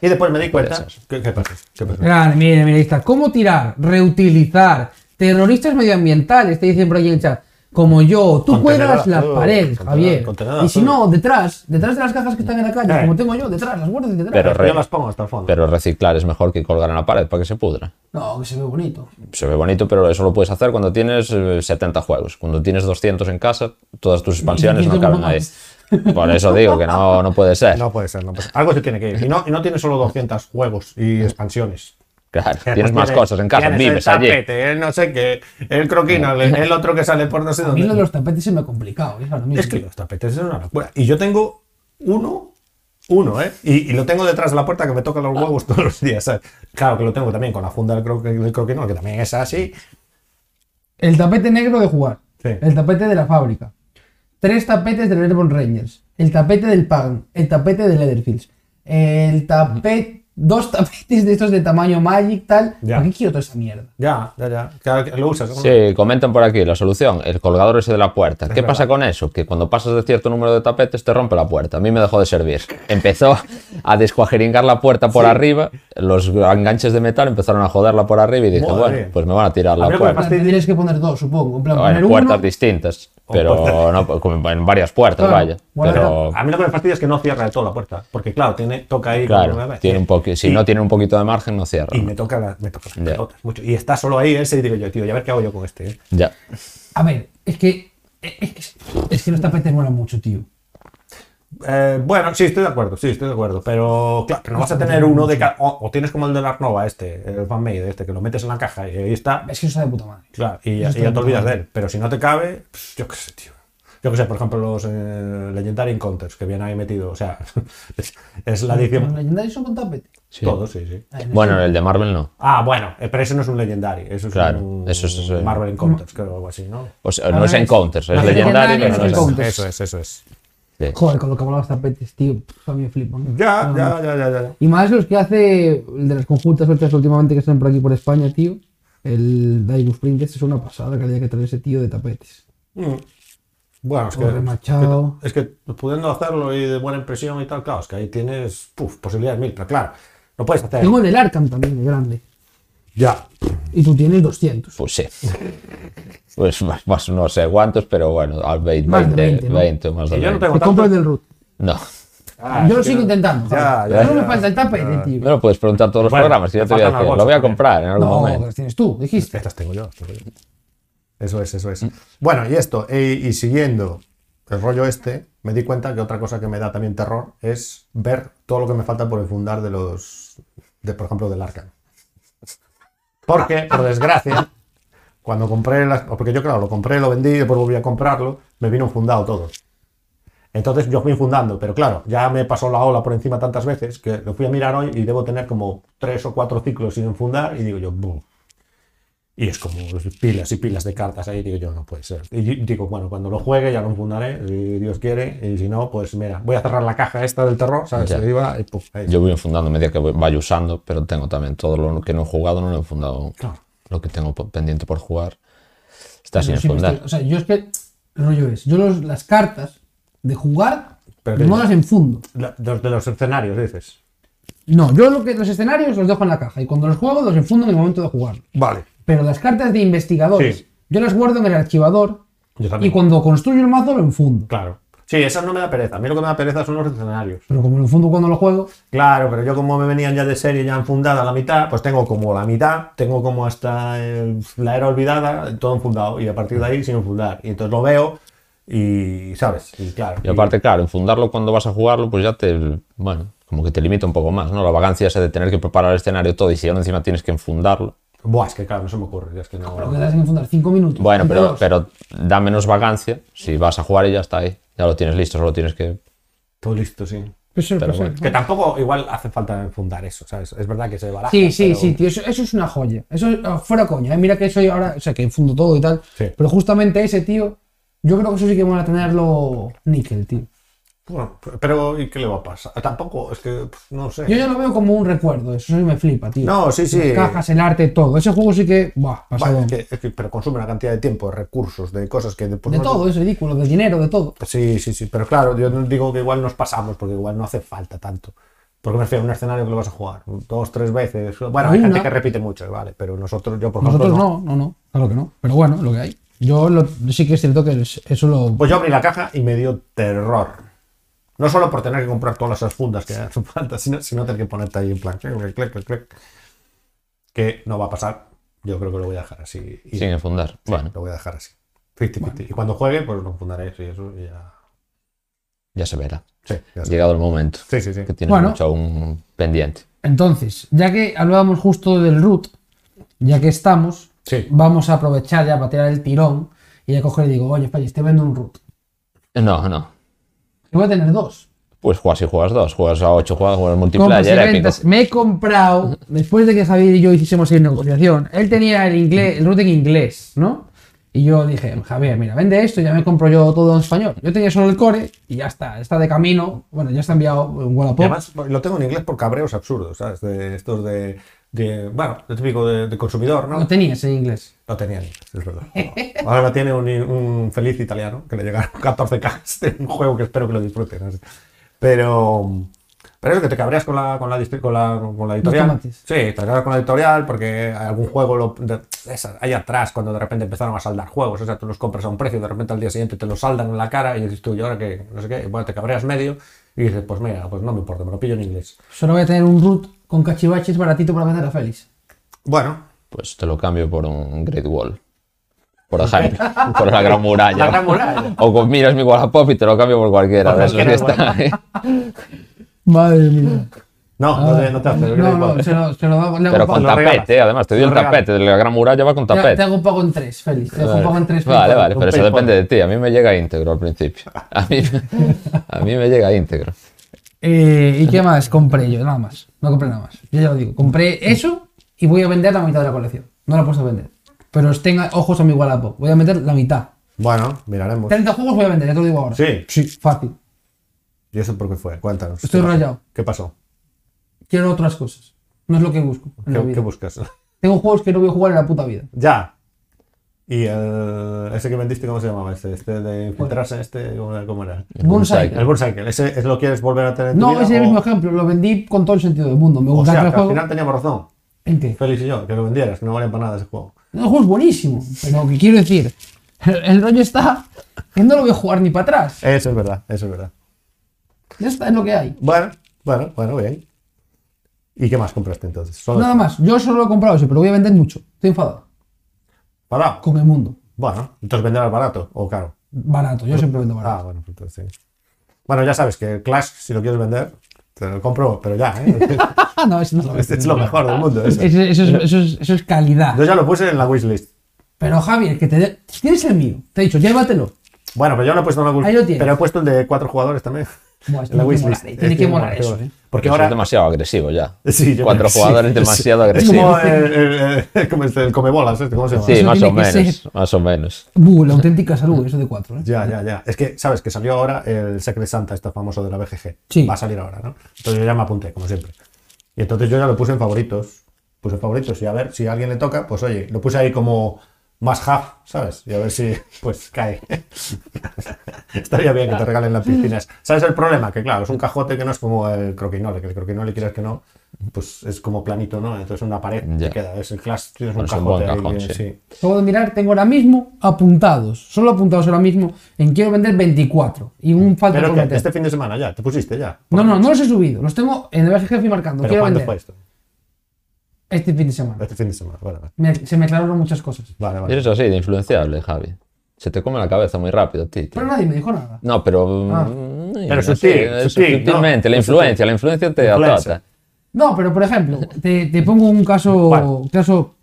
Y después me di cuenta. ¿Qué, qué pasa? ¿Qué pasa?
Claro, mire, mire, ahí está. ¿Cómo tirar? Reutilizar. Terroristas medioambientales, te dicen por aquí en el chat. Como yo, tú
Contenedor
cuelgas las
azul,
paredes,
contenedor-
Javier.
contenedor
Y si
azul.
no, detrás, detrás de las cajas que están en la calle,
Eh.
como tengo yo, detrás, las guardas y detrás.
Pero- re-
Yo las pongo hasta el fondo.
Pero reciclar es mejor que colgar en la pared para que se pudra.
No, que se ve bonito.
Se ve bonito, pero eso lo puedes hacer cuando tienes eh, 70 juegos. Cuando tienes 200 en casa, todas tus expansiones no
500
caben ahí.
más.
Por eso digo que no, no puede ser.
No puede ser, no puede ser. Algo se tiene que ir. Y no, y no tienes solo 200 juegos y expansiones.
Claro,
Que
tienes
no
más
tiene-
cosas en casa,
tienes
vives
el
allí.
tapete, El no sé qué, el croquino, el, el otro que sale por no sé
A mí lo de
dónde.
los tapetes se me ha complicado. ¿eh? Ahora mismo.
Es que los tapetes es una locura. Y yo tengo uno, uno, ¿eh? Y, y lo tengo detrás de la puerta que me toca los huevos todos los días, ¿sabes? Claro que lo tengo también con la funda del, cro- del croquino, que también es así.
El tapete negro de jugar.
Sí.
El tapete de la fábrica. Tres tapetes del Airborne Rangers. El tapete del Pagan. El tapete del Leatherfields. El tapete. Dos tapetes de estos de tamaño Magic, tal.
Ya.
¿Para qué quiero toda esa mierda?
Ya, ya, ya. Claro que lo usas. ¿no?
Sí, comentan por aquí la solución, el colgador ese de la puerta. ¿Qué pasa con eso? Que cuando pasas de cierto número de tapetes te rompe la puerta. A mí me dejó de servir. Empezó a descuajeringar la puerta por arriba, los enganches de metal empezaron a joderla por arriba y dije,
Madre
bueno,
mía.
pues me van a tirar
A
la
mí lo que me
puerta.
pasa-
Bueno, Tendrías que poner dos, supongo. En plan,
O
poner
en
uno.
puertas distintas, pero no, pues, como en varias puertas,
Claro,
vaya.
bueno,
Pero
A mí lo que me fastidia es que no cierra de todo la puerta. Porque, claro, tiene, toca ahí. como
claro,
una-
tiene un poqui- si
Y-
no tiene un poquito de margen no cierra.
Y me toca, la- me toca las
Ya.
pelotas mucho. Y está solo ahí ese y digo yo, tío, ya ver qué hago yo con este. ¿eh?
Ya.
A ver, es que. Es que, es que los tapetes molan mucho, tío.
Eh, bueno, sí, estoy de acuerdo, sí, estoy de acuerdo. Pero claro, que no vas a tener uno de cada. O, o tienes como el de la Arnova, este, el fanmade, este, que lo metes en la caja y ahí está.
Es que eso está de puta madre.
Claro, y ya,
Eso
y ya
está
te olvidas de
mal.
él. Pero si no te cabe, pues, yo qué sé, tío. Yo qué sé, por ejemplo, los eh, Legendary Encounters que vienen ahí metidos. O sea, es, es la
¿Los
edición.
legendarios son con tapete?
Todo, sí, sí.
Ay, no
Bueno, el de Marvel no.
Ah, bueno, eh, pero ese no es un Legendary. Eso es
Claro,
un
eso es- eso es-
Marvel Encounters, creo, o algo así, ¿no?
O sea, no es Encounters, es
No,
legendario,
legendario,
pero no es
Encounters.
Eso es, eso es.
Sí.
sé. Joder, con lo que molan los tapetes, tío. pff, A mí me flipan.
Ya,
Ah.
ya, ya, ya, ya.
Y más los que hace el de las conjuntas sueltas últimamente que están por aquí por España, tío. El Daigus Princess es una pasada la calidad que trae ese tío de tapetes.
Mm. Bueno, es que,
Corre Machado.
es que pudiendo hacerlo y de buena impresión y tal, claro, es que ahí tienes puf, posibilidades mil, pero claro, no puedes hacer.
Tengo el del Arkham también, el grande.
Ya,
Y tú tienes 200.
Pues sí. Pues más, más no sé cuántos, pero bueno, al vei- 20,
Más de
20,
20, ¿no?
más de
que yo no
20.
tengo
Te compro el
tanto.
del Root.
No,
Ah,
Yo lo
es que
sigo
no-
intentando.
Ya,
joder.
ya,
no
ya, Ah.
me falta el tapete, tío.
me lo puedes preguntar todos los
Bueno,
programas, que yo
te
te voy a
faltan las
decir,
bolsas
lo voy a
también.
comprar en algún
No,
momento.
las tienes tú, dijiste.
Estas tengo yo. Mm. tengo yo. Eso es, eso es. Bueno, y esto, e- y siguiendo el rollo este, me di cuenta que otra cosa que me da también terror es ver todo lo que me falta por enfundar de los, de, por ejemplo, del Arkham. Porque, por desgracia, cuando compré las. o Porque yo, claro, lo compré, lo vendí, después volví a comprarlo, me vino fundado todo. Entonces yo fui fundando, pero claro, ya me pasó la ola por encima tantas veces que lo fui a mirar hoy y debo tener como tres o cuatro ciclos sin fundar y digo yo, "Bu". Y es como pilas y pilas de cartas ahí, digo yo, no puede ser. Y yo digo, bueno, cuando lo juegue ya lo enfundaré, si Dios quiere, y si no, pues mira, voy a cerrar la caja esta del terror, ¿sabes?
Ya.
Ahí va, y puf, ahí.
Yo voy enfundando a medida que voy- vaya usando, pero tengo también todo lo que no he jugado, no lo he enfundado. aún.
Claro.
Lo que tengo po- pendiente por jugar está sin
Yo siempre
enfundar.
estoy- o sea, yo es que el rollo es, yo los- las cartas de jugar
Pero que-
no las enfundo.
La- de, los- de los escenarios, dices.
No, yo lo que los escenarios los dejo en la caja y cuando los juego los enfundo en el momento de jugar.
Vale.
Pero las cartas de investigadores,
Sí.
yo las guardo en el archivador
Yo
y
también.
cuando construyo el mazo lo enfundo.
Claro. Sí, esas no me da pereza. A mí lo que me da pereza son los escenarios.
Pero como lo enfundo cuando lo juego,
Claro, pero yo como me venían ya de serie ya enfundada la mitad, pues tengo como la mitad, tengo como hasta el- la era olvidada, todo enfundado y a partir de ahí sin enfundar. Y entonces lo veo y, ¿sabes? Y claro.
Y aparte, claro, enfundarlo cuando vas a jugarlo, pues ya te. Bueno, como que te limita un poco más, ¿no? La vagancia esa de tener que preparar el escenario todo y si ahora encima tienes que enfundarlo.
Buah, es que claro, no se me ocurre. Es que no.
lo quedas en enfundar 5 minutos.
Bueno,
cinco,
pero,
dos.
pero da menos vagancia si vas a jugar y ya está ahí. Ya lo tienes listo, solo tienes que.
Todo listo, sí.
Puede ser, puede ser.
Que tampoco igual hace falta enfundar eso, ¿sabes? Es verdad que se baraja.
Sí, sí,
pero-
sí, tío, eso, eso es una joya. Eso ah, fuera coña. ¿eh? Mira que soy ahora, o sea, que fundo todo y tal.
Sí.
Pero justamente ese, tío, yo creo que eso sí que van a tenerlo níquel, tío.
Bueno, pero ¿y qué le va a pasar? Tampoco, es que pff, no sé.
Yo ya lo veo como un recuerdo, eso sí me flipa, tío.
No, sí, sí.
Las cajas, el arte, todo. Ese juego sí que, buah, pasado.
Vale, es que- es que- pero consume una cantidad de tiempo, de recursos, de cosas que después
de
no-
todo, es ridículo, de dinero, de todo.
Sí, sí, sí. Pero claro, yo no digo que igual nos pasamos, porque igual no hace falta tanto. Porque me refiero a un escenario que lo vas a jugar dos, tres veces. Bueno, hay
Una.
gente que repite mucho, vale, pero nosotros, yo por
Nosotros
ejemplo.
no, no, no, claro que no. Pero bueno, lo que hay. Yo lo- sí que es cierto que es- eso lo.
Pues yo abrí la caja y me dio terror. No solo por tener que comprar todas esas fundas que hacen falta, sino, sino tener que ponerte ahí en plan. clic, clic, clic, clic, clic. Que no va a pasar. Yo creo que lo voy a dejar así. Y
Sin enfundar. Bueno,
Lo voy a dejar así. 50-50. Y cuando juegue, pues lo fundaré y eso y ya.
ya se verá.
Sí, ya está.
Llegado el momento.
Sí, sí, sí.
Que tienes
Bueno.
mucho aún pendiente.
Entonces, ya que hablábamos justo del root, ya que estamos,
Sí.
vamos a aprovechar ya para tirar el tirón y ya coger y digo, oye, Falle, te vendo un root.
No, no.
Que voy a tener dos.
Pues juegas y juegas dos. Juegas a ocho, juegas, juegas
Compras y
multiplayer, épico.
ventas. Me he comprado, después de que Javier y yo hicimos ahí negociación, él tenía el, inglés, el root en inglés, ¿no? Y yo dije, Javier, mira, vende esto y ya me compro yo todo en español. Yo tenía solo el core y ya está, está de camino. Bueno, ya está enviado en
Y
Wallapop.
además lo tengo en inglés por cabreos absurdos, ¿sabes? De estos de. de- bueno, lo típico de, de consumidor,
Lo
¿no?
tenías en inglés.
No tenía ni, es verdad. No. Ahora la tiene un, un feliz italiano que le llegaron 14 k de un juego que espero que lo disfruten. así. Pero. Pero eso que te cabreas con la, con la, distri- con la, con la editorial.
tomates.
Sí, te cabreas con la editorial porque algún juego lo, de- esa- ahí atrás, cuando de repente empezaron a saldar juegos, o sea, tú los compras a un precio y de repente al día siguiente te los saldan en la cara y dices tú, ¿y ahora qué? No sé qué. Bueno, te cabreas medio y dices, pues mira, pues no me importa, me lo pillo en inglés.
Solo voy a tener un root con cachivaches baratito para vender a Félix.
Bueno,
Pues te lo cambio por un Great Wall. Por ejemplo, por la Gran Muralla.
La Gran Muralla.
O con miras mi Wallapop y te lo cambio por cualquiera.
Por
de esos que
cualquiera,
está ahí.
Madre mía.
no, no te, no te haces.
No, no, se lo, se lo hago. le hago
Pero
pago.
con
lo regalas.
tapete, eh, además. Te doy
Lo
el
regalas.
tapete. De la Gran Muralla va con
Te,
tapete.
te hago un pago en tres, Félix. Te hago un pago en tres.
Vale,
Félix.
vale,
un
pero eso
PayPal.
depende de ti. A mí me llega íntegro al principio. A mí, a mí me llega íntegro.
Eh, ¿Y qué más? Compré yo, nada más. No compré nada más. Yo ya lo digo. Compré eso y voy a vender la mitad de la colección. No la he puesto a vender. Pero os tenga ojos a mi Wallapop. Voy a meter la mitad.
Bueno, miraremos.
30 juegos voy a vender, ya te lo digo ahora.
Sí.
Sí, fácil.
¿Y eso por qué fue? Cuéntanos.
Estoy
¿Qué pasó?
rayado.
¿Qué pasó?
Quiero otras cosas. No es lo que busco. en la
¿Qué,
vida.
qué buscas?
Tengo juegos que no voy a jugar en la puta vida.
ya. ¿Y el, ese que vendiste, cómo se llamaba? Este, este de infiltrarse, este, ¿cómo era? ¿Cómo era?
Bonsai.
El Bull Cycle. ¿Ese es lo quieres volver a tener en tu
No,
vida,
es el
o-
mismo ejemplo. Lo vendí con todo el sentido del mundo. Me
O
gusta
sea,
el
que al
juego.
final teníamos razón.
¿En qué?
Félix y yo, que lo vendieras, que no valía para nada ese juego.
No, El juego es buenísimo, pero que quiero decir, el, el rollo está que no lo voy a jugar ni para atrás.
Eso es verdad, eso es verdad.
Ya está, es lo que hay.
Bueno, bueno, bueno, bien. ¿Y qué más compraste entonces? Solo
Nada más, yo solo he comprado eso, pero voy a vender mucho. Estoy enfadado
¿Barato?
con el mundo.
Bueno, entonces venderás barato o caro.
Barato, yo siempre vendo barato.
Ah, bueno, pues entonces sí. Bueno, ya sabes que Clash, si lo quieres vender, te lo compro, pero ya, ¿eh?
Ah, no, eso no lo
Este es lo mejor del mundo. eso.
Eso, eso es, eso es- eso es calidad.
Yo ya lo puse en la wishlist.
Pero Javier, que te de- tienes el mío. Te he dicho, llévatelo.
Bueno, pero yo no he puesto en la
Ahí lo
wishlist.
tienes.
Pero he puesto el de cuatro jugadores también.
Buah,
en la
tiene que
wishlist.
molar, eh, tiene
Este
que molar eso,
mola.
eh.
Porque
Eso
ahora.
es demasiado agresivo ya.
Sí, yo
Cuatro
creo que sí.
jugadores demasiado
Sí. Es
agresivos.
como el, el- el- ¿cómo es? El comebolas, este, ¿cómo se llama?
Sí,
Eso
más o
tiene que
menos.
ser.
Más o menos.
Uh, la auténtica salud, eso de cuatro. ¿eh?
Ya, ya, ya. Es que, ¿sabes? Que salió ahora el Secret Santa, este famoso de la BGG.
Sí.
Va a salir ahora, ¿no? Entonces yo ya me apunté, como siempre. Y entonces yo ya lo puse en favoritos. Puse en favoritos y a ver si a alguien le toca, pues oye, lo puse ahí como más half, ¿sabes? Y a ver si, pues, cae. Estaría bien que te regalen las piscinas. ¿Sabes el problema? Que claro, es un cajote que no es como el croquinole, que el croquinole quieras que no, pues es como planito, ¿no? Entonces una pared te
Ya.
queda. Es el class, tienes un
Bueno, es un
cajote
buen
ahí,
cajón,
eh,
sí.
Acabo de mirar, tengo ahora mismo apuntados, solo apuntados ahora mismo en quiero vender 24 y un falta
Pero
por
que
meter.
este fin de semana ya, te pusiste ya.
No, no, no los he subido, los tengo en el BGG fui marcando,
¿Pero
quiero
cuándo
vender
fue esto?
este fin de semana.
Este fin de semana, vale, vale.
Me- se me aclararon muchas cosas,
Vale, vale.
Eres así de influenciable, Javi. Se te come la cabeza muy rápido, tío.
pero nadie me dijo nada.
No, pero.
Ah.
mm,
Pero
no
sutil,
sé, es
sutil,
sutilmente,
¿no?
la
Es
influencia, la influencia te
Influencia.
ataca.
No, pero por ejemplo, te, te pongo un caso,
¿Cuál?
caso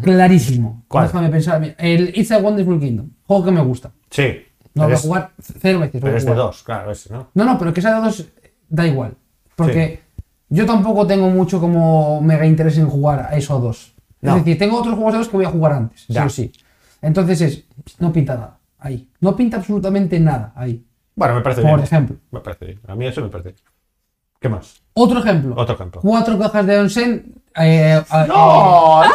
clarísimo.
¿Cuál?
Déjame pensar. mira, El It's a Wonderful Kingdom, juego que me gusta.
Sí.
No
pero
voy a
es,
jugar cero veces. voy
pero
a
es de
jugar.
dos, claro, ese, ¿no?
No, no, pero que esa de dos da igual. Porque yo tampoco tengo mucho como mega interés en jugar a eso a dos.
No.
Es decir, tengo otros juegos a dos que voy a jugar antes,
Ya.
sí o sí. Entonces es, no pinta nada ahí. No pinta absolutamente nada ahí.
Bueno, me parece
Por
bien.
ejemplo.
Me parece bien. A mí eso me parece bien. ¿Qué más?
Otro ejemplo.
Otro ejemplo.
Cuatro cajas de onsen. eh, a-
¡No!
eh,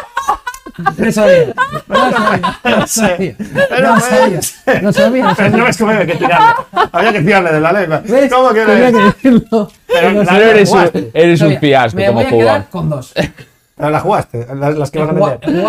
no sabía. No sabía. No sabía. No sabía. No sabía. No
Pero no
sabía.
ves que me había que tirarle. Había que tirarle de la lengua.
¿Ves?
¿Cómo que
Tenía
le-
decirlo.
Pero
No
la-
sabía.
Pero Ah, eres
Jugaste.
un, eres un
Sabía.
fiasco
Me
como
voy a quedar
jugar.
con dos.
Pero la jugaste, las, las que
He
vas a
jugado,
meter.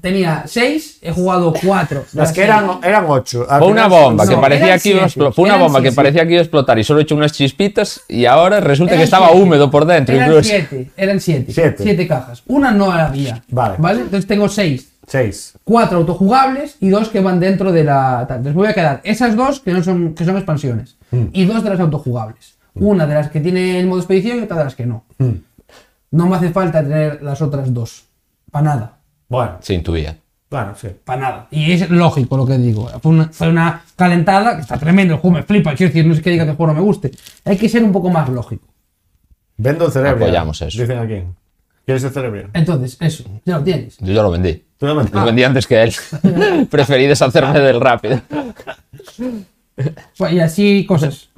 tenía 6, he jugado 4.
Las que eran, eran ocho. Al
Fue una
final-
bomba
no,
que parecía
eran
que iba a
siete,
explo- fue una
eran
bomba que
siete.
parecía que iba a explotar y solo he hecho unas chispitas y ahora resulta que estaba húmedo por dentro
Eran
incluso.
7, eran 7.
Siete.
7 cajas. Una no la había.
Vale.
Entonces tengo 6.
Seis.
4 autojugables y 2 que van dentro de la tal. Entonces voy a quedar esas 2 que, no son, que son expansiones.
Mm.
Y 2 de las autojugables. Una de las que tiene el modo expedición y otra de las que no.
Mm.
No me hace falta tener las otras 2. Para nada.
Bueno,
Se intuía.
bueno, sí.
Para nada. Y es lógico lo que digo. Fue una, fue una calentada que está tremendo. El juego me flipa. Quiero decir, no es que diga que el juego no me guste. Hay que ser un poco más lógico.
Vendo el cerebro.
Apoyamos eso.
Dicen aquí. ¿Quieres el cerebro?
Entonces, eso, ya lo tienes.
Yo ya lo vendí.
Tú dame el
Lo
Ah.
cerebro.
vendí antes que él. Preferí deshacerme del rápido.
Pues, Y así cosas.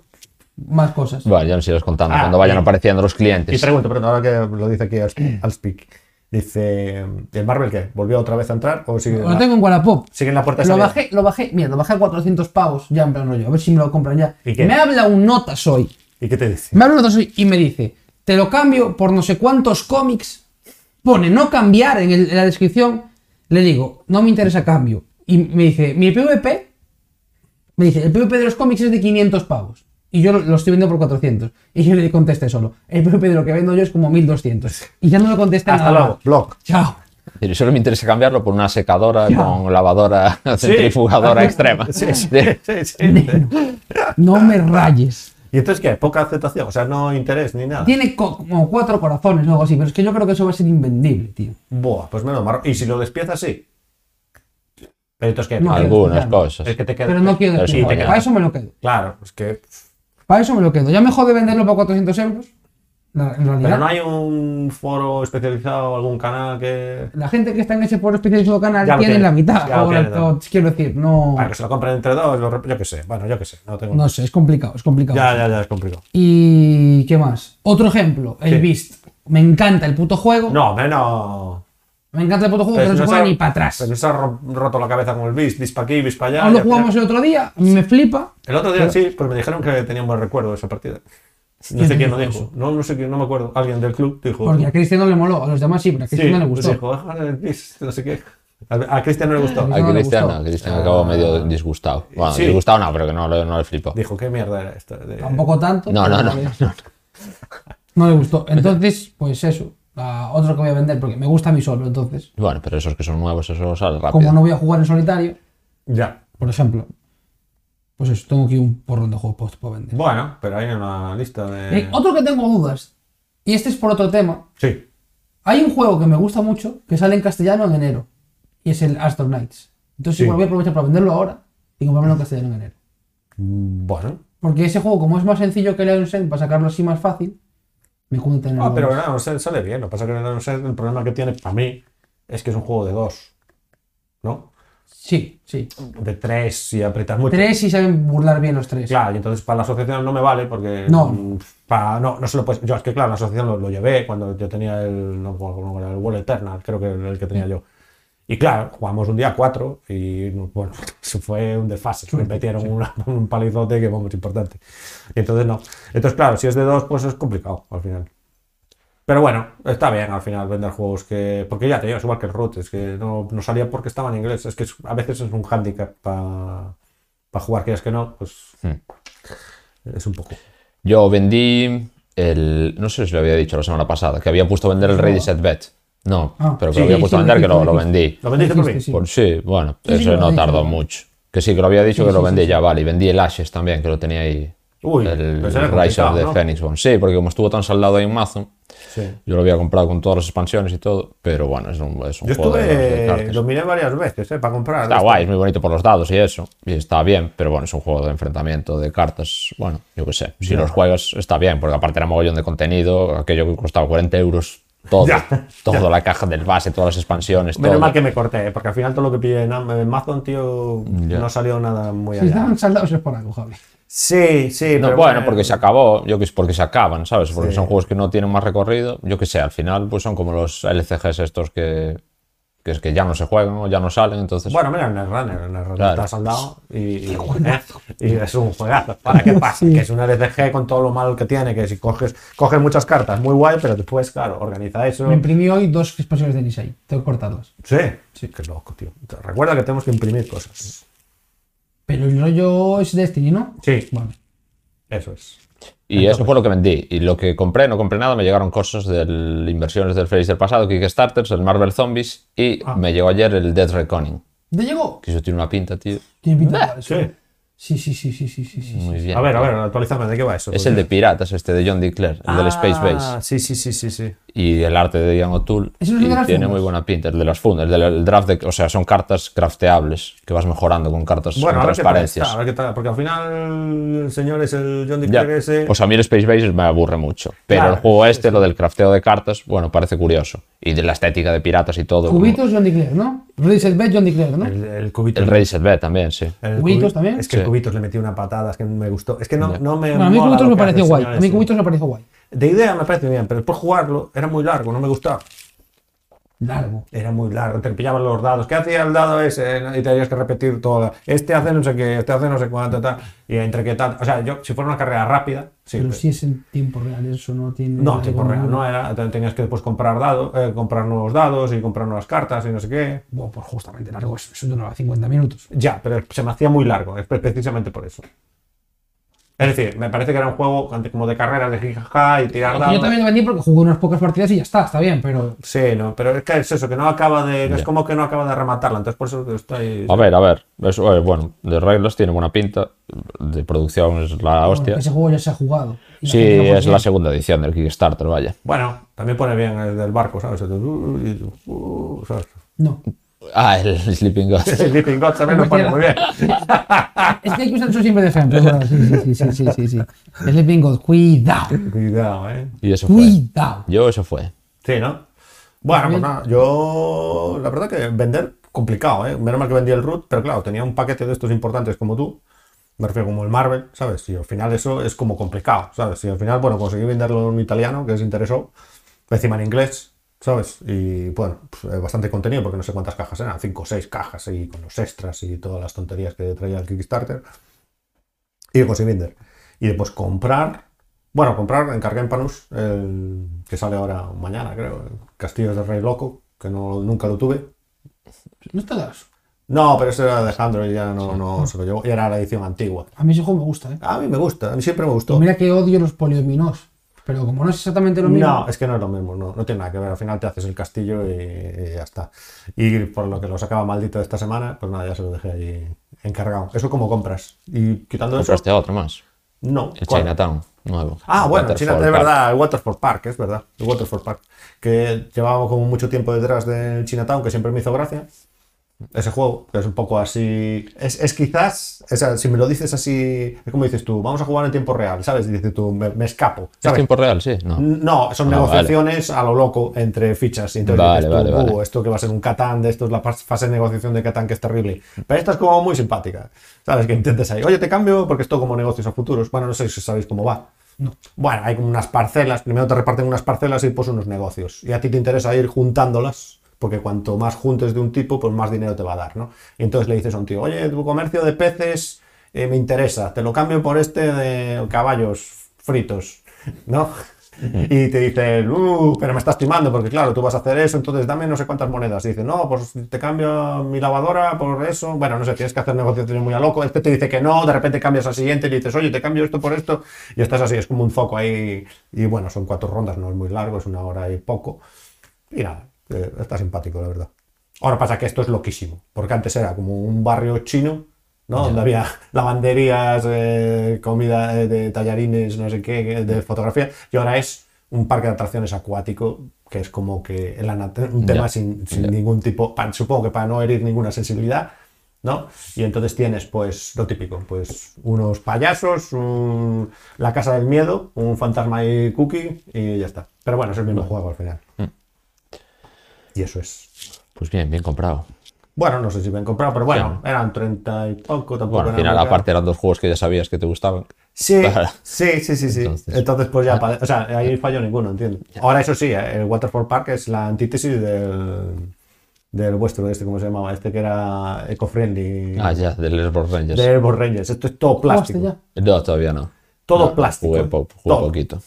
Más cosas.
Bueno, ya nos irás contando
Ah,
cuando vayan
y-
apareciendo los
Y
clientes.
pregunto, pero ahora que lo dice aquí Al- Alspeak, dice, ¿el Marvel qué? ¿Volvió otra vez a entrar o sigue, en
Lo
la-
tengo en Wallapop.
sigue en la puerta de
Lo
salida?
bajé, lo bajé, mira, lo bajé a 400 pavos, ya en plan rollo, a ver si me lo compran ya.
¿Y qué?
Me habla un notas hoy,
¿Y qué te dice?
me habla un notas hoy y me dice, te lo cambio por no sé cuántos cómics, pone no cambiar en, el- en la descripción, le digo, no me interesa cambio. Y me dice, mi PVP, me dice, el PVP de los cómics es de 500 pavos. Y yo lo, lo estoy vendiendo por 400. Y yo le contesté solo, el PVP de lo que vendo yo es como 1200. Y ya no le contesté
Hasta
nada más.
luego, blog.
Chao.
Y solo me interesa cambiarlo por una secadora
Ya.
con lavadora centrifugadora extrema.
Sí, sí.
No me rayes.
¿Y entonces qué? ¿Poca aceptación? O sea, no interés ni nada.
Tiene co- como cuatro corazones o algo así, pero es que yo creo que eso va a ser invendible, tío.
Buah, pues menos marrón. ¿Y si lo despiezas, sí? Pero entonces qué?
No,
Algunas
Claro.
cosas.
es que te queda...
Pero no quiero
Pero sí,
decirlo.
te queda.
Para eso me lo quedo.
Claro, es que...
Para eso me lo quedo. Ya me jode venderlo por 400 euros. la- En realidad,
Pero no hay un foro especializado, algún canal que...
la gente que está en ese por especializado canal
Ya lo
tiene,
tiene.
la mitad.
Ya lo
ahora,
tiene,
o- quiero decir, no,
Para que se lo compren entre dos, lo rep- yo qué sé. pues Bueno, yo qué sé, no tengo...
no sé, es complicado, es complicado.
Ya, ya, ya, es complicado.
Y qué más. Otro ejemplo, el
Sí.
Beast. Me encanta el puto juego.
No, menos...
Me encanta el puto juego, pero no se
nos
juega
ha-
ni para atrás.
Pero nos ha ro- roto la cabeza con el bis, bis para aquí, bis para allá.
Aún
y
lo
al final-
Ah, jugamos el otro día, me flipa.
El otro día sí, pues me dijeron que tenía un buen recuerdo de esa partida. No
¿Quién
sé
te
quién lo
dijo
dijo. No, no sé quién, no me acuerdo. Alguien del club dijo.
Porque a Cristian no le moló, a los demás sí, pero a
sí,
Cristian no le
pues
gustó.
dijo, "Ah, el bis", no sé qué. A, a Cristian no le gustó.
A
no le
Cristian,
gustó. Ah.
no, Cristian acabó medio disgustado. Bueno,
Sí.
disgustado no, pero que no, le- no le flipó.
Dijo, ¿qué mierda era esto? De-
Tampoco tanto.
No, no,
pero
no,
vale. No le gustó. Entonces, pues eso. a otro que voy a vender porque me gusta mi solo. Entonces,
Bueno, pero esos que son nuevos, eso sale
como
rápido.
no voy a jugar en solitario,
Ya.
por ejemplo, pues eso, tengo aquí un porrón de juegos puestos para vender.
Bueno, pero hay una lista de.
Eh, otro que tengo dudas, y este es por otro tema.
Sí.
Hay un juego que me gusta mucho que sale en castellano en enero y es el Astro Knights. Entonces,
Sí.
igual voy a aprovechar para venderlo ahora y comprármelo en castellano en enero.
Mm, Bueno.
Porque ese juego, como es más sencillo que el Iron Sen, para sacarlo así más fácil, Me cuento tener
Ah, pero
huevos.
el Nano Cell sale bien. Lo que pasa es que el Nano Cell, el problema que tiene para mí es que es un juego de dos. ¿No?
Sí, sí.
De tres y aprietas mucho.
Tres y saben burlar bien los tres.
Claro, y entonces para la asociación no me vale porque.
No.
mm, Para, no, no se lo puedes. Yo, es que claro, la asociación lo, lo llevé cuando yo tenía el. No, me acuerdo cómo era, el World Eternal, creo que era el que tenía yo. Y claro, jugamos un día cuatro y bueno, se fue un desfase. Me metieron una- un palizote que, vamos, importante. Y entonces no. Entonces, claro, si es de dos, pues es complicado al final. Pero bueno, está bien al final vender juegos que. Porque ya te digo, es igual que el Root, es que no, no salía porque estaba en inglés. Es que es- a veces es un hándicap para jugar, quieras que no, pues
Hmm.
es un poco.
Yo vendí el. No sé si lo había dicho la semana pasada, que había puesto a vender el Ready Set Bet. No,
Ah,
pero que
sí,
lo había
sí,
puesto a
lo
vender, que
dijiste,
lo,
lo
lo
dijiste.
vendí.
¿Lo vendiste por mí?
Sí.
Por Pues sí, bueno,
Sí, sí,
eso
lo
no
dije.
tardó mucho. Que sí, que lo había dicho que
sí,
lo
sí,
vendí
sí.
ya, vale. Y vendí el Ashes también, que lo tenía ahí.
Uy,
el
pues era
Rise
complicado,
of the
¿no?
Phoenix One. Sí, porque como estuvo tan saldado ahí en mazo,
Sí.
yo lo había comprado con todas las expansiones y todo. Pero bueno, es un, es un
Yo
juego de- de
estuve.
cartas.
Lo miré varias veces, ¿eh? Para comprar.
Está guay, es muy bonito por los dados y eso. Y está bien, pero bueno, es un juego de enfrentamiento de cartas. Bueno, yo qué sé. Si los juegas, está bien, porque aparte era mogollón de contenido, aquello que costaba 40 euros, todo.
Ya,
toda la caja del base, todas las expansiones,
Menos
todo.
mal que me corté, ¿eh? porque al final todo lo que pillé en Am- en Amazon, tío, no salió nada muy
Si
allá.
estaban saldados es por algo, Javi.
Sí, sí,
No,
pero
bueno, porque se acabó, yo que sé, porque se acaban, ¿sabes? Porque son juegos que no tienen más recorrido. Yo que sé, al final pues son como los LCGs estos que, que es que ya no se juegan, ¿no? ya no salen, entonces...
Bueno, mira, Netrunner, el Netrunner
Claro.
está saldado y, y, ¿eh? y es un juegazo. ¿Para qué pasa? Que es una LCG con todo lo malo que tiene, que si coges, coges muchas cartas, muy guay, pero después, claro, organiza eso.
Me imprimí hoy dos expansiones de Nisei. Tengo que cortarlas.
Sí, sí, qué loco, tío. Recuerda que tenemos que imprimir cosas.
Pero el rollo es Destiny, ¿no?
Sí,
Vale.
eso es.
Y eso fue lo que vendí. Y lo que compré, no compré nada, me llegaron cosas de inversiones del Feliz del pasado, Kickstarters, el Marvel Zombies y
Ah.
me llegó ayer el Death Reckoning.
¿Te llegó?
Que eso tiene una pinta, tío.
Tiene pinta de jugar eso.
Eh, Sí.
Sí, sí, sí, sí, sí, sí, sí.
Muy bien.
A ver, a ver, Ah, actualízame, ¿de qué va eso?
Es el de piratas, este de John D. Claire, el del Space Base.
Sí, sí, sí, sí, sí.
Y el arte de Ian O'Toole.
¿Ese es el
y
de las
tiene
fundas?
muy buena pinta, el de las fundas, el del el draft. De, o sea, son cartas crafteables que vas mejorando con cartas
Bueno, a
con
ver qué tal
transparencias.
está, a ver qué tal, porque al final el señor es el John Dick
Ya.
Clegg ese.
O sea, a mí el Space Base me aburre mucho. Pero
Claro,
el juego este, lo del crafteo de cartas, bueno, parece curioso. Y de la estética de piratas y todo. como-
Cubitos, John Declare, ¿no? Reset Bet, John Declare, ¿no?
el, el cubito.
El Reset B también, sí.
el
Cubitos
cubi-
también.
Es que el cubitos le metí una patada, es que me gustó. Es que no, no me.
Bueno, a mí
mola
Cubitos me
lo que hace
pareció
el
guay.
señor
A mí
ese.
Cubitos me pareció guay.
De idea me parece bien, pero después jugarlo era muy largo, no me gustaba.
Largo.
Era muy largo, te pillaban los dados. ¿Qué hacía el dado ese? Y tenías que repetir todo. la- Este hace no sé qué, este hace no sé cuánto, tal. Y entre qué tal. O sea, yo, si fuera una carrera rápida, sí.
Pero
pero-
si es en tiempo real, eso no tiene.
No,
nada
tiempo
con-
real no era. te- Tenías que después comprar, dado, eh, comprar nuevos dados y comprar nuevas cartas y no sé qué.
Buah, pues justamente largo, eso, eso duraba 50 minutos.
Ya, pero se me hacía muy largo, es pre- precisamente por eso. Es decir, me parece que era un juego ante- como de carreras de jijaja y tirar
Aunque
dados.
yo también lo vendí porque jugué unas pocas partidas y ya está, está bien, pero.
Sí, no, pero es que es eso, que no acaba de. Es como que no acaba de rematarla, entonces por eso que estoy.
A ver, a ver. Eso, eh, bueno, de reglas tiene buena pinta. De producción es la hostia.
Ese juego ya se ha jugado. Y la
sí,
gente lo juega
es la
bien.
segunda edición del Kickstarter, vaya.
Bueno, también pone bien el del barco, ¿sabes? El de- uh, y- uh, ¿sabes?
No.
Ah, el Sleeping Ghost.
El Sleeping Gods también lo pone muy bien.
Es que hay que usar eso siempre de ejemplo. es verdad. Sí, sí, sí, sí, sí, sí, sí. Es el bingo. Cuidado.
Cuidado, ¿eh?
Y eso fue.
Cuidado.
Yo eso fue.
Sí, ¿no? Bueno, pues nada, yo la verdad que vender complicado, ¿eh? Menos mal que vendí el root, pero claro, tenía un paquete de estos importantes como tú, me refiero como el Marvel, ¿sabes? Y al final eso es como complicado, ¿sabes? Y al final, bueno, conseguí venderlo a un italiano que les interesó, encima en inglés, ¿sabes? Y bueno, pues, eh, bastante contenido porque no sé cuántas cajas eran, cinco o seis cajas y con los extras y todas las tonterías que traía el Kickstarter. Y conseguí vender. Y después comprar. Bueno, comprar, encargué en Panus, el que sale ahora mañana, creo. el Castillos del Rey Loco, que no, nunca lo tuve.
No está das.
No, pero ese era de Alejandro y ya no, no se lo llevó. Y era la edición antigua.
A mí ese juego me gusta, ¿eh?
A mí me gusta, a mí siempre me
Y
gustó.
mira que odio los poliominos. Pero como no es exactamente lo mismo.
No, es que no es lo mismo, no, no tiene nada que ver. Al final te haces el castillo y, y ya está. Y por lo que lo sacaba maldito esta semana, pues nada, ya se lo dejé allí encargado. Eso como compras. Y quitando
Compraste otro más.
eso, no.
El
¿cuál?
Chinatown, nuevo.
Ah, bueno,
Waterfall
China, es
Park.
verdad, el Waterford Park, es verdad, el Waterford Park, que llevaba como mucho tiempo detrás del Chinatown, que siempre me hizo gracia, Ese juego que es un poco así. Es, es quizás, o sea, si me lo dices así, es como dices tú, vamos a jugar en tiempo real, ¿sabes? Y dices tú, me, me escapo.
¿Es
¿sabes? Mm.
tiempo real? Sí, no.
No, son
Ah,
negociaciones a lo loco entre fichas. Y entonces
Vale,
dices tú,
vale, vale.
"Uh, esto que va a ser un Catán, de esto es la pas- fase de negociación de Catán que es terrible. Pero esta es como muy simpática. ¿Sabes? Que intentes ahí, oye, te cambio porque esto como negocios a futuros. Bueno, no sé si sabéis cómo va. Bueno, hay como unas parcelas. Primero te reparten unas parcelas y pues unos negocios. Y a ti te interesa ir juntándolas. Porque cuanto más juntes de un tipo, pues más dinero te va a dar, ¿no? Y entonces le dices a un tío, oye, tu comercio de peces eh, me interesa, te lo cambio por este de caballos fritos, ¿no? Y te dice, "Uh, pero me estás timando, porque claro, tú vas a hacer eso, entonces dame no sé cuántas monedas. Y dice, no, pues te cambio mi lavadora por eso. Bueno, no sé, tienes que hacer negociaciones muy a loco. Este te dice que no, de repente cambias al siguiente y le dices, oye, te cambio esto por esto. Y estás así, es como un foco ahí. Y bueno, son cuatro rondas, no es muy largo, es una hora y poco. Y nada, eh, está simpático, la verdad. Ahora pasa que esto es loquísimo, porque antes era como un barrio chino, ¿no? Donde había lavanderías, eh, comida eh, de tallarines, no sé qué, que- de fotografía, y ahora es un parque de atracciones acuático, que es como que el anate- un tema
Ya.
sin, sin ningún tipo, pa- supongo que para no herir ninguna sensibilidad, ¿no? Y entonces tienes, pues, lo típico, pues, unos payasos, un- la casa del miedo, un fantasma y cookie, y ya está. Pero bueno, es el mismo juego al final. Y eso es.
Pues bien, bien comprado.
Bueno, no sé si me han comprado, pero bueno, eran 30 y poco, tampoco.
Bueno, al
era
final,
muy caro.
aparte eran dos juegos que ya sabías que te gustaban.
Sí,
Claro.
sí, sí, sí. sí. Entonces,
Entonces-
pues ya, pa- o sea, ahí falló ninguno, entiendo. Ahora, eso sí, eh, el Waterford Park es la antítesis del, del vuestro, este, ¿cómo se llamaba? Este que era eco-friendly,
Ah, ya, del Lesbos Rangers.
de Airborne Rangers. Esto es todo plástico.
Hostia,
No, todavía no.
Todo
No, no,
plástico.
Jugué, po- jugué
Todo.
poquito.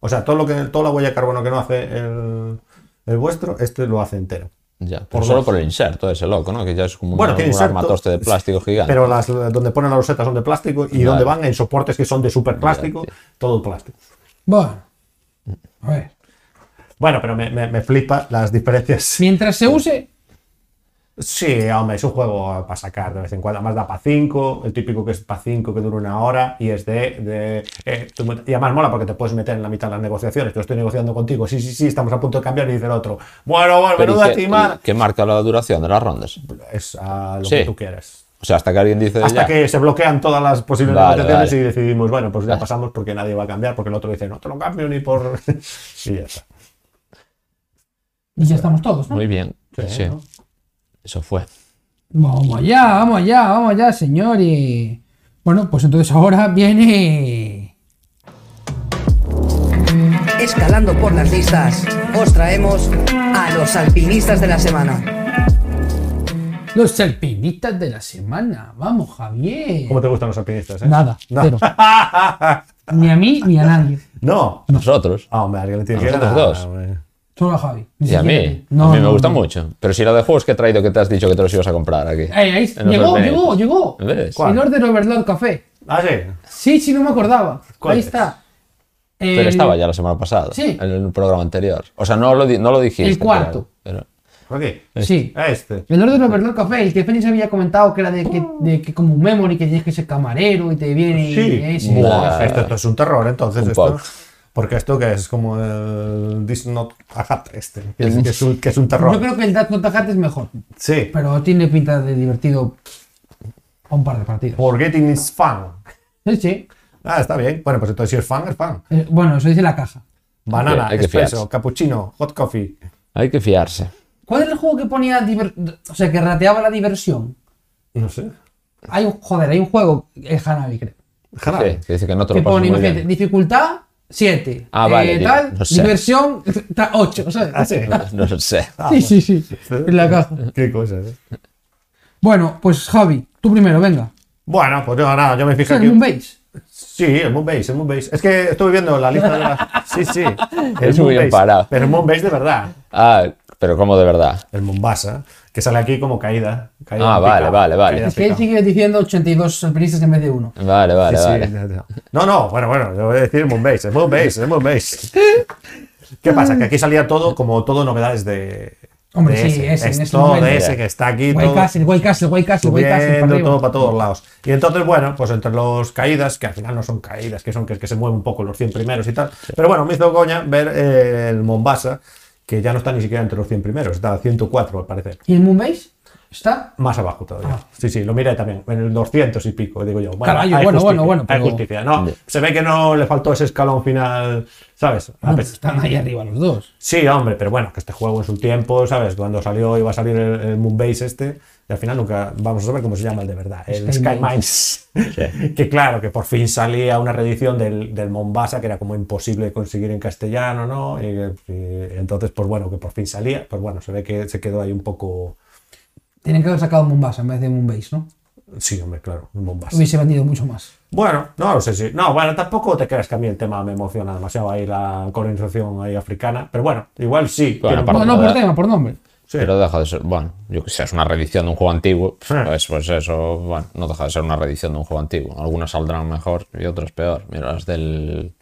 O sea, todo lo que, toda la huella de carbono que no hace el, el vuestro, este lo hace entero.
Ya, pero solo por el inserto ese loco, ¿no? Que ya es como un-
Bueno,
un,
tiene inserto,
armatoste de plástico gigante.
Pero las, donde ponen las rosetas son de plástico y donde van en soportes que son de super plástico, todo plástico.
Bueno. A ver.
Bueno, pero me, me, me flipa las diferencias.
Mientras se use,
Sí, hombre, es un juego para sacar de vez en cuando. Además da para 5, el típico que es para 5 que dura una hora y es de... de eh, tú- y además mola porque te puedes meter en la mitad de las negociaciones. Yo estoy negociando contigo, sí, sí, sí, estamos a punto de cambiar y dice el otro. Bueno, bueno,
Pero ¿y
menuda
qué-
timada.
y ¿Qué marca la duración de las rondas?
Es a lo
Sí.
que tú quieras.
O sea, hasta que alguien dice
Hasta
ya.
que se bloquean todas las posibles
Vale,
negociaciones
vale.
y decidimos, bueno, pues ya pasamos porque nadie va a cambiar, porque el otro dice, no te lo cambio ni por... y ya está.
y ya estamos todos, ¿no?
Muy bien. pues Sí,
¿no?
eso fue.
Vamos allá, vamos allá, vamos allá, señores. Bueno, pues entonces ahora viene.
Escalando por las listas, os traemos a los alpinistas de la semana.
Los alpinistas de la semana. Vamos, Javier.
¿Cómo te gustan los alpinistas? eh?
Nada,
No.
cero. Ni a mí ni a nadie.
no.
Nosotros.
Ah, hombre, alguien le tiene
A
que
nosotros
ganar,
dos.
hombre.
Solo a Javi. ni
Y a
siquiera
mí.
No,
a mí me
no,
gusta
no.
mucho. Pero si era de juegos que he traído que te has dicho que te los ibas a comprar aquí.
Ahí, ahí.
En los
Llegó,
alpinistas.
llegó, llegó.
¿Ves?
¿Cuál?
El Order Overlord Café.
Ah, sí.
Sí, sí, no me acordaba.
¿Cuál
ahí
es?
está.
Pero
El-
estaba ya la semana pasada.
Sí.
En el programa anterior. O sea, no lo, di- no lo dijiste.
El cuarto.
pero-
¿Por aquí?
Sí.
Este.
El Order Overlord Café, el que Félix había comentado que era de que, de que como un memory, que tienes que ser camarero y te viene.
Sí.
ese.
Buah, Este, esto, esto es un terror, entonces.
Un
esto,
poco.
porque esto que es como el This Not a Hat este, que es, que es un, que es un
Yo
terror.
creo que el Death Note Tajante es mejor,
Sí.
pero tiene pinta de divertido a un par de partidos.
Forgetting is fun.
Sí, sí.
Ah, está bien. Bueno, pues entonces si es fan, es fan.
Eh, Bueno, eso dice la caja.
Banana,
hay que
espresso,
fiarse.
cappuccino, hot coffee.
Hay que fiarse.
¿Cuál era el juego que ponía. diver- O sea, que rateaba la diversión?
No sé.
Hay un, joder, hay un juego, el Hanabi, creo.
Jarabe.
Sí, que dice que no te
Que
lo pasas
pone,
muy
imagínate,
bien.
dificultad 7.
Ah, vale, digo,
tal,
no sé.
diversión 8, ¿sabes?
Ah, sí.
No lo sé.
sí, sí, sí. En la caja.
Qué cosas. eh.
Bueno, pues Javi, tú primero, venga.
Bueno, pues yo nada, yo me fijé
¿Estás
aquí.
en un base?
Sí, el Moonbase, el Moonbase. Es que estuve viendo la lista de la... Sí, sí. El
Es muy bien
Moonbase.
parado.
Pero el Moonbase de verdad.
Ah, pero como de verdad.
El Mombasa, que sale aquí como caída. caída
Ah,
en picado,
vale, vale, vale.
caída en
Es que él
picado.
sigue diciendo 82 alpinistas en vez de uno.
Vale, vale,
Sí, sí,
vale.
ya, ya. No, no, bueno, bueno, yo voy a decir Moonbase, es Moonbase, es Moonbase. ¿Qué pasa? Que aquí salía todo, como todo novedades de.
Hombre,
de
sí,
ese.
ese, en
Es
ese
todo
momento.
de ese que está aquí.
White
todo
Castle, White Castle, White Castle, White Castle. para
subiendo
arriba.
todo para todos lados. Y entonces, bueno, pues entre los caídas, que al final no son caídas, que son que, que se mueven un poco los 100 primeros y tal. Pero bueno, me hizo coña ver eh, el Mombasa, que ya no está ni siquiera entre los 100 primeros, está a 104 al parecer.
¿Y el Moonbase? ¿Está?
Más abajo todavía. Sí, sí, lo miré también, en el 200 y pico, digo yo. Bueno,
Ah. Caballo,
hay
bueno,
justicia,
bueno, bueno,
Hay
pero-
justicia, ¿no? Se ve que no le faltó ese escalón final, ¿sabes? A
No,
Pues
pesar-
están ahí arriba los dos.
Sí, hombre, pero bueno, que este juego en su tiempo, ¿sabes? Cuando salió iba a salir el, el Moonbase este, y al final nunca vamos a saber cómo se llama el de verdad, el
Sky
Sky Mines. que claro, que por fin salía una reedición del, del Mombasa, que era como imposible conseguir en castellano, ¿no? Y, eh, entonces, pues bueno, que por fin salía, pues bueno, se ve que se quedó ahí un poco...
Tienen que haber sacado Mombasa en vez de Moonbase, ¿no?
Sí, hombre, claro, un Mombasa.
Hubiese vendido mucho más.
Bueno, no lo sé si. No, bueno, tampoco te creas que a mí el tema me emociona demasiado ahí la colonización ahí africana, pero bueno, igual sí.
Bueno,
tiene-
No,
Aparte
no por
de-
tema, por nombre.
Sí.
Pero deja de ser, bueno, yo que sé, es una reedición de un juego antiguo,
Ah.
pues, pues eso, bueno, no deja de ser una reedición de un juego antiguo. Algunas saldrán mejor y otras peor. Mira, las del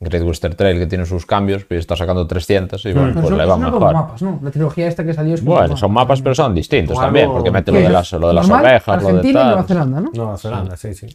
Great Western Trail que tiene sus cambios, pero está sacando 300 y bueno,
Pero
pues
son-
le va
son
mejor.
como mapas, ¿no? La trilogía esta que salió es como
Bueno,
mapas.
son mapas, pero son distintos
O
también,
algo-
porque mete
Que
lo de
es
las, lo de las
normal,
ovejas, lo de
Argentina y Nueva
tal. pues-
Zelanda, ¿no?
Nueva
Ah.
Zelanda, sí, sí.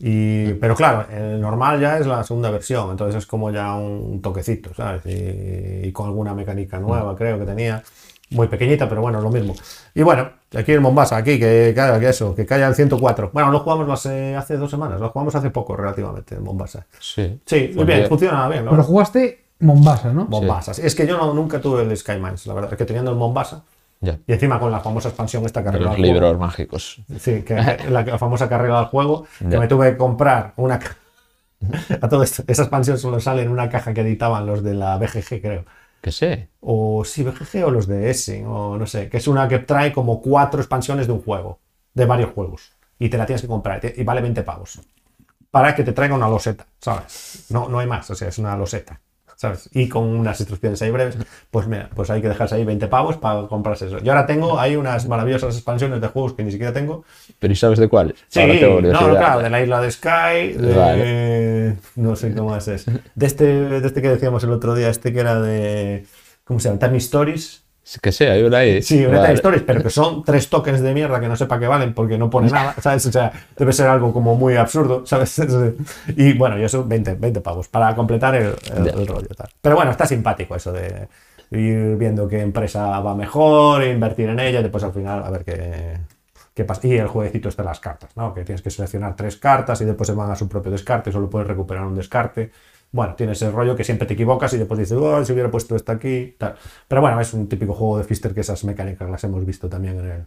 Y, pero claro, el normal ya es la segunda versión, entonces es como ya un toquecito, ¿sabes? Y, y con alguna mecánica nueva, creo que tenía. Muy pequeñita, pero bueno, es lo mismo. Y bueno, aquí el Mombasa, aquí, que, caiga que eso, que caiga el 104. Bueno, lo jugamos hace, hace dos semanas, lo jugamos hace poco relativamente, el Mombasa.
Sí,
Sí, muy
Pues
bien,
bien.
funciona bien, ¿no?
Pero jugaste Mombasa, ¿no?
Mombasa. Es que yo no- nunca tuve el Skymines, la verdad, es que teniendo el Mombasa.
ya.
Y encima con la famosa expansión esta
De
carrera.
los libros mágicos.
Sí, que, la, la famosa carrera del juego, que
Ya.
me tuve que comprar una ca- A todo esto, esa expansión solo sale en una caja que editaban los de la BGG, creo.
Que sé.
O sí, BGG o los de Essen, o no sé. Que es una que trae como cuatro expansiones de un juego, de varios juegos. Y te la tienes que comprar, y te- y vale 20 pavos. Para que te traiga una loseta, ¿sabes? No, no hay más, o sea, es una loseta, ¿sabes? Y con unas instrucciones ahí breves, pues mira, pues hay que dejarse ahí 20 pavos para comprarse eso. Yo ahora tengo, hay unas maravillosas expansiones de juegos que ni siquiera tengo,
Pero ¿y sabes de cuál?
Sí,
Ahora tengo
no, no,
curiosidad.
claro, de la isla de Sky, de- no sé qué más es. De este, de este que decíamos el otro día, este que era de. ¿Cómo se llama? Time Stories.
Que sé, hay una ahí.
Sí, una
Vale.
Time Stories, pero que son tres tokens de mierda que no sepa que valen porque no pone nada, ¿sabes? O sea, debe ser algo como muy absurdo, ¿sabes? Y bueno, y eso, 20, 20 pavos para completar el, el- el rollo. Tal. Pero bueno, está simpático eso de ir viendo qué empresa va mejor, invertir en ella, y después al final a ver qué, qué pasa. Y el jueguecito está las cartas, ¿no? Que tienes que seleccionar tres cartas y después se van a su propio descarte, solo puedes recuperar un descarte. Bueno, tienes el rollo que siempre te equivocas y después dices, oh, si hubiera puesto esta aquí, tal. Pero bueno, es un típico juego de Fister que esas mecánicas las hemos visto también en el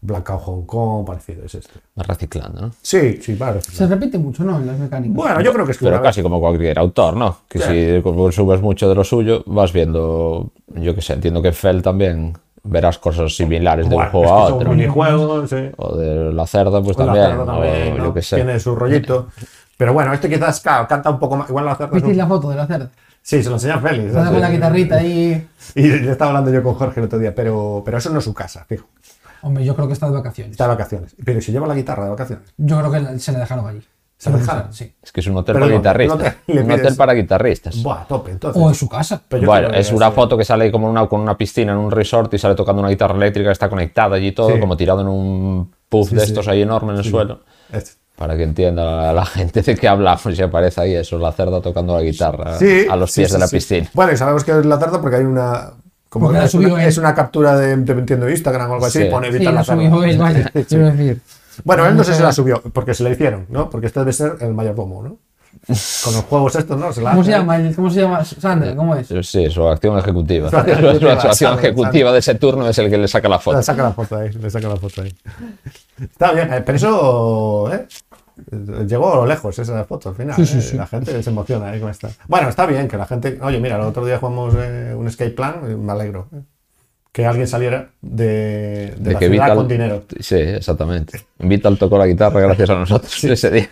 Blackout Hong Kong, parecido es este.
Reciclando, ¿no?
Sí, sí, vale.
Se repite mucho, ¿no? En las mecánicas.
Bueno, yo creo que es que
Pero
una vez-
casi como cualquier autor, ¿no? Que si consumes mucho de lo suyo, vas viendo, yo que sé, entiendo que Fell también verás cosas similares de
Bueno,
un juego
es que
a
son
otro.
minijuegos, sí.
O de la cerda, pues
Pues la
también.
cerda
o
también, ¿no?
yo que sé.
Tiene su rollito. Pero bueno, este quizás, claro, canta un poco más. Igual la cerda. es un-
¿Visteis la foto de la cerda?
Sí, se lo enseña Félix.
La con la
Sí.
guitarrita ahí.
Y le estaba hablando yo con Jorge el otro día, pero, pero eso no es su casa, fijo.
Hombre, yo creo que está de vacaciones.
Está de vacaciones. Pero si lleva la guitarra de vacaciones.
Yo creo que la- se la dejaron allí.
¿Se la dejaron?
Sí.
Es que es un hotel
Perdón,
para
un hotel,
guitarristas.
le
Un
pides-
hotel para guitarristas.
Buah, a tope, entonces.
O en su casa.
Pero yo
Bueno,
creo que
es
debe
una
ser-
foto que sale como una, con una piscina en un resort y sale tocando una guitarra eléctrica, está conectada allí todo,
Sí.
como tirado en un puff
Sí,
de
sí.
estos ahí enorme en el suelo.
Este.
Para que entienda la, la gente de qué hablamos y aparece ahí eso, la cerda tocando la guitarra
Sí,
a los
sí,
pies
sí,
de la
sí.
piscina.
Bueno, y sabemos que es la tarta porque hay una. Como
Porque la
es,
subió
una,
él.
es una captura de, de entiendo, Instagram o algo así,
Sí.
y pone
Sí,
evitar
la
la tarta.
subió él, vaya. Quiero decir.
Bueno, él no sé si la subió, porque se la hicieron, ¿no? Porque este debe ser el mayordomo, ¿no? Con los juegos estos, ¿no? Se la
¿Cómo se
hacen.
llama? el- ¿Cómo se llama?
Eh,
Sandra, ¿cómo es?
Sí, su acción ejecutiva.
Su acción ejecutiva,
Su acción
sabe,
ejecutiva de ese turno es el que le saca la
Le
foto.
saca la foto ahí, le saca la foto ahí. Está bien, eh, pero eso, ¿eh? Llegó lejos esa foto al final.
Sí, sí,
¿eh?
sí.
La gente se emociona ahí con esta. Bueno, está bien que la gente. Oye, mira, el otro día jugamos eh, un escape plan, eh, me alegro. ¿eh? Que alguien saliera de, de la ciudad
Vital-
con dinero.
Sí, exactamente. Vital tocó la guitarra gracias a nosotros ese día.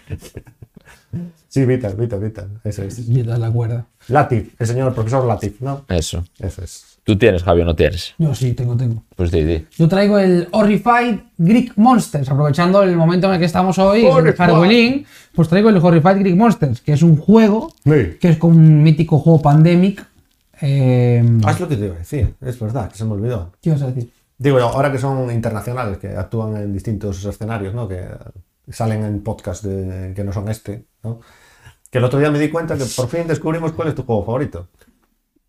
Sí, Vital, Vital, Vital. Eso es.
Y da la cuerda.
Latif, el señor profesor Latif, ¿no?
Eso.
Eso es.
¿Tú tienes, Javi, o no tienes?
Yo sí, tengo, tengo.
Pues di, di.
Yo traigo el Horrified Greek Monsters, aprovechando el momento en el que estamos hoy, en
Horrified.
Halloween, pues traigo el Horrified Greek Monsters, que es un juego,
Sí.
que es como un mítico juego Pandemic. eh,
Ah, es lo que te iba a decir, es verdad, que se me olvidó.
¿Qué ibas a decir?
Digo, yo, ahora que son internacionales, que actúan en distintos escenarios, ¿no? Que salen en podcasts de- que no son este, ¿no? Que el otro día me di cuenta que por fin descubrimos cuál es tu juego favorito.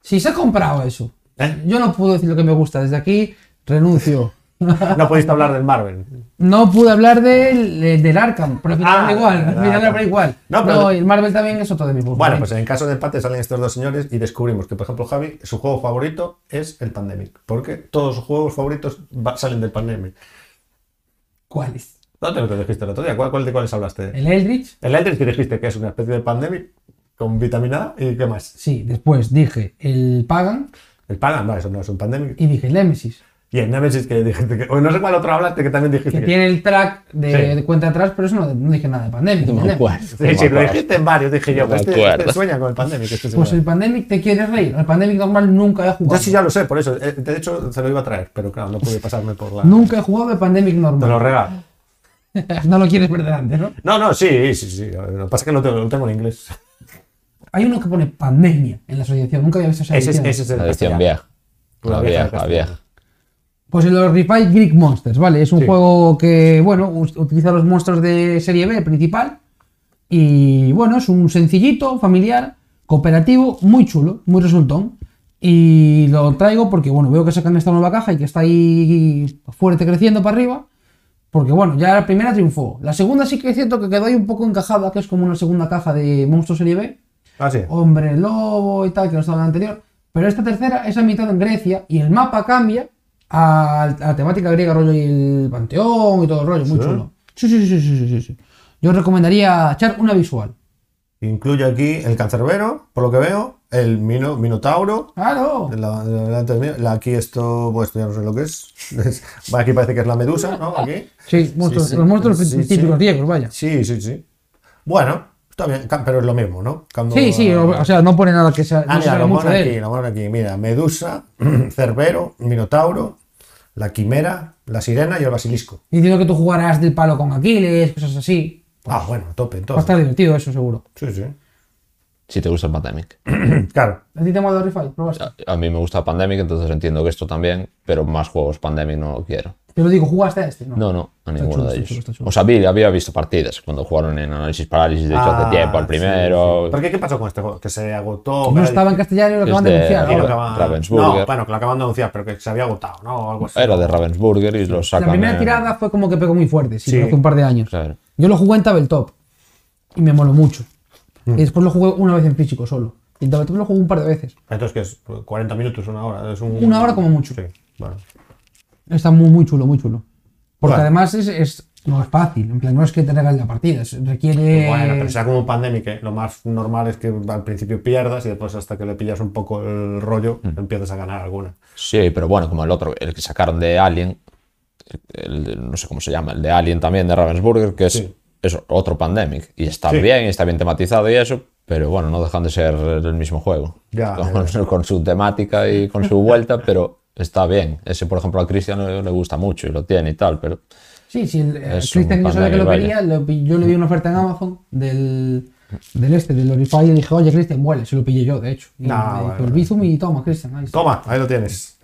Si se ha comprado eso,
¿Eh?
yo no puedo decir lo que me gusta. Desde aquí renuncio.
No pudiste hablar del Marvel.
No pude hablar del, del Arkham, pero al final
Ah,
era igual. Al
del
final
Arkham.
era igual.
No,
No,
pero-
y el Marvel también es otro de mis
Bueno, pues
favoritos.
en caso de empate salen estos dos señores y descubrimos que, por ejemplo, Javi, su juego favorito es el Pandemic. Porque todos sus juegos favoritos va- salen del Pandemic.
¿Cuáles?
¿Dónde lo que dijiste el otro día? ¿Cuál, cuál, ¿De cuáles hablaste?
El Eldritch.
El Eldritch que dijiste que es una especie de Pandemic con vitamina A y qué más.
Sí, después dije el Pagan
El Pagan, no, eso no es un Pandemic.
y dije el Nemesis.
Y el Nemesis que dijiste que... O no sé cuál otro hablaste que también dijiste
Que
que...
tiene el track de,
Sí.
de cuenta atrás, pero eso no, no dije nada de Pandemic.
No
el
me
Nemesis.
acuerdo.
Sí, sí, lo
No me acuerdo.
dijiste en varios, dije yo.
No me
este,
acuerdo.
este sueña con el Pandemic. Este
Pues
señor.
el Pandemic te quieres reír. Al Pandemic normal nunca he
Yo
jugado.
sí ya lo sé, por eso. eh, De hecho, se lo iba a traer, pero claro, no pude pasarme por la...
Nunca he jugado el Pandemic
Te lo
normal.
regalo.
No lo quieres ver delante, ¿no?
No, no, sí, sí, sí. Lo que pasa es que lo tengo, lo tengo en inglés.
Hay uno que pone pandemia en la asociación. Nunca había visto esa
Ese es,
edición.
ese es el
La edición
castellano.
vieja.
La
La
vieja,
vieja, la
castellana.
vieja.
Pues el Refight Greek Monsters, ¿vale? Es un
Sí.
juego que, bueno, us- utiliza los monstruos de serie B principal. Y bueno, es un sencillito, familiar, cooperativo, muy chulo, muy resultón. Y lo traigo porque, bueno, veo que sacan esta nueva caja y que está ahí fuerte creciendo para arriba. Porque, bueno, ya la primera triunfó. La segunda sí que es cierto que quedó ahí un poco encajada, que es como una segunda caja de monstruos serie B.
Ah, sí.
Hombre Lobo y tal, que no estaba en la anterior. Pero esta tercera es ambientada en Grecia y el mapa cambia a, a la temática griega, rollo y el panteón y todo el rollo, muy chulo. Sí, sí, sí, sí, sí, sí, sí. Yo os recomendaría echar una visual.
Incluye aquí el cancerbero, por lo que veo, el mino, minotauro.
¡Claro!
La, la- la- la- aquí esto, pues ya no sé lo que es. Es- va, Aquí parece que es la medusa, ¿no? Aquí.
Sí, monstruos-
sí,
los monstruos
sí,
típicos
sí.
griegos, vaya.
Sí, sí, sí. Bueno, está bien, ca- pero es lo mismo, ¿no? Cuando-
Sí, sí, o, o sea, no pone nada que sea.
Ah,
no se
mira,
sabe
lo
mucho
ponen
de
aquí,
él.
lo ponen aquí. Mira, medusa, cerbero, minotauro, la quimera, la sirena y el basilisco.
Diciendo que tú jugarás del palo con Aquiles, cosas así.
Ah, bueno, a tope,
Va a
entonces.
estar divertido, eso seguro.
Sí, sí.
Si te gusta el Pandemic.
Claro.
¿A ti te mola el Refight? Probas.
Ah.
A- A mí me gusta Pandemic, entonces entiendo que esto también, pero más juegos Pandemic no lo quiero.
Te lo digo, jugaste a este, ¿no?
No, no, a ninguno
chulo,
de
está
ellos.
chulo, está chulo.
O sea, vi- había visto partidas cuando jugaron en Análisis Parálisis, de hecho,
Ah,
hace tiempo, al
sí,
primero.
sí. ¿Por qué qué pasó con este juego? Que se agotó.
No
que-
estaba en castellano y lo
Es
acaban de
de-
anunciar.
que lo
ahora.
acaban-
Ravensburger.
No, bueno, que lo acaban de anunciar, pero que se había agotado, ¿no? O algo así.
Era de Ravensburger y lo sacan.
La primera
en-
tirada fue como que pegó muy fuerte, sí,
Sí.
pero hace un par de años.
Claro.
Yo lo jugué en Tabletop y me moló mucho.
Mm.
Y después lo jugué una vez en físico solo. Y en Tabletop lo jugué un par de veces.
Entonces, que es 40 minutos, una hora. Es un-
Una hora como mucho.
Sí, bueno.
Está muy, muy chulo, muy chulo. Porque
Bueno.
además es, es- no es fácil, en plan, no es que te regalen la partida, es- requiere...
Pues Bueno, pero sea como un pandemic, ¿eh? lo más normal es que al principio pierdas y después hasta que le pillas un poco el rollo,
Mm.
empiezas a ganar alguna.
Sí, pero bueno, como el otro, el que sacaron de Alien, el, el- no sé cómo se llama, el de Alien también de Ravensburger, que es,
Sí.
es otro Pandemic. Y está
Sí.
bien, y está bien tematizado y eso, pero bueno, no dejan de ser el mismo juego.
Ya,
con, con su temática y con su vuelta, pero está bien. Ese, por ejemplo, a Cristian le, le gusta mucho y lo tiene y tal, pero
Sí, sí, el- eh,
Es
Cristian
un
yo sabía que lo
pandemia,
quería, lo pi- yo le di una oferta en Amazon del, del este, del Orify, y le dije, oye, Cristian, vuelve, se lo pillé yo, de hecho. Y
No,
me dijo,
vale,
el
vale.
Bizum y toma, Cristian, ahí está.
Toma, ahí lo tienes.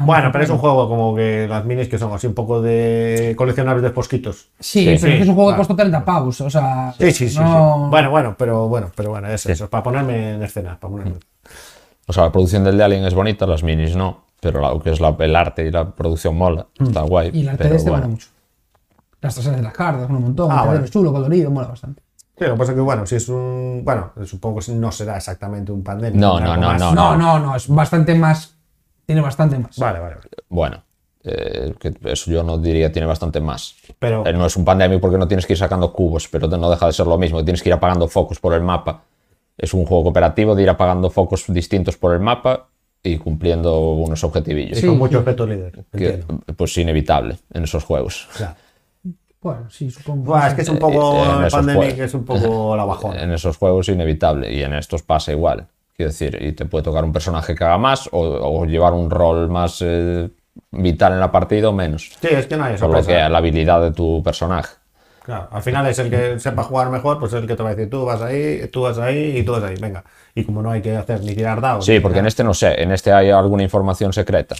Vamos
Bueno,
a
pero es un
jugarlo.
juego como que las minis que son así un poco de coleccionables de posquitos.
Sí,
Sí,
pero
sí,
es que es un juego
claro.
que costó 30 pavos, o sea...
Sí, sí, sí,
no-
sí. Bueno, bueno, pero bueno, pero bueno, es eso, para ponerme en escena, para
Mm.
ponerme.
O sea, la producción del de Alien es bonita, las minis no, pero lo que es la- el arte y la producción mola, está
Mm.
guay.
Y el arte
pero
de este
bueno.
mola mucho. Las tasas de las cartas, un montón,
Ah,
un tablero
vale.
chulo, colorido, mola bastante.
Sí, lo que pasa es que bueno, si es un. Bueno, supongo que no será exactamente un pandemia.
No,
será
no,
algo
no,
más.
Ah,
No,
no,
no, no, es bastante más. Tiene bastante más.
Vale, vale. vale.
Bueno, eh, que eso yo no diría tiene bastante más.
Pero-
Eh, no es un pandemic porque no tienes que ir sacando cubos, pero no deja de ser lo mismo. Tienes que ir apagando focos por el mapa. Es un juego cooperativo de ir apagando focos distintos por el mapa y cumpliendo unos objetivillos.
Y con mucho respeto líder.
Que,
Entiendo.
pues inevitable en esos juegos.
Ya.
Bueno, sí, supongo.
Buah, es que es un poco.
Eh, en
el
esos
pandemic
juegos.
es un poco la bajón.
En esos juegos inevitable y en estos pasa igual. Quiero decir, y te puede tocar un personaje que haga más o, o llevar un rol más eh, vital en la partida o menos.
Sí, es que no hay
Por lo que a
sorpresa.
la habilidad de tu personaje.
Claro, al final es el que sepa jugar mejor, pues es el que te va a decir tú vas ahí, tú vas ahí y tú vas ahí. Venga. Y como no hay que hacer ni tirar dados.
Sí,
ni
porque en
nada.
este no sé, en este hay alguna información secreta.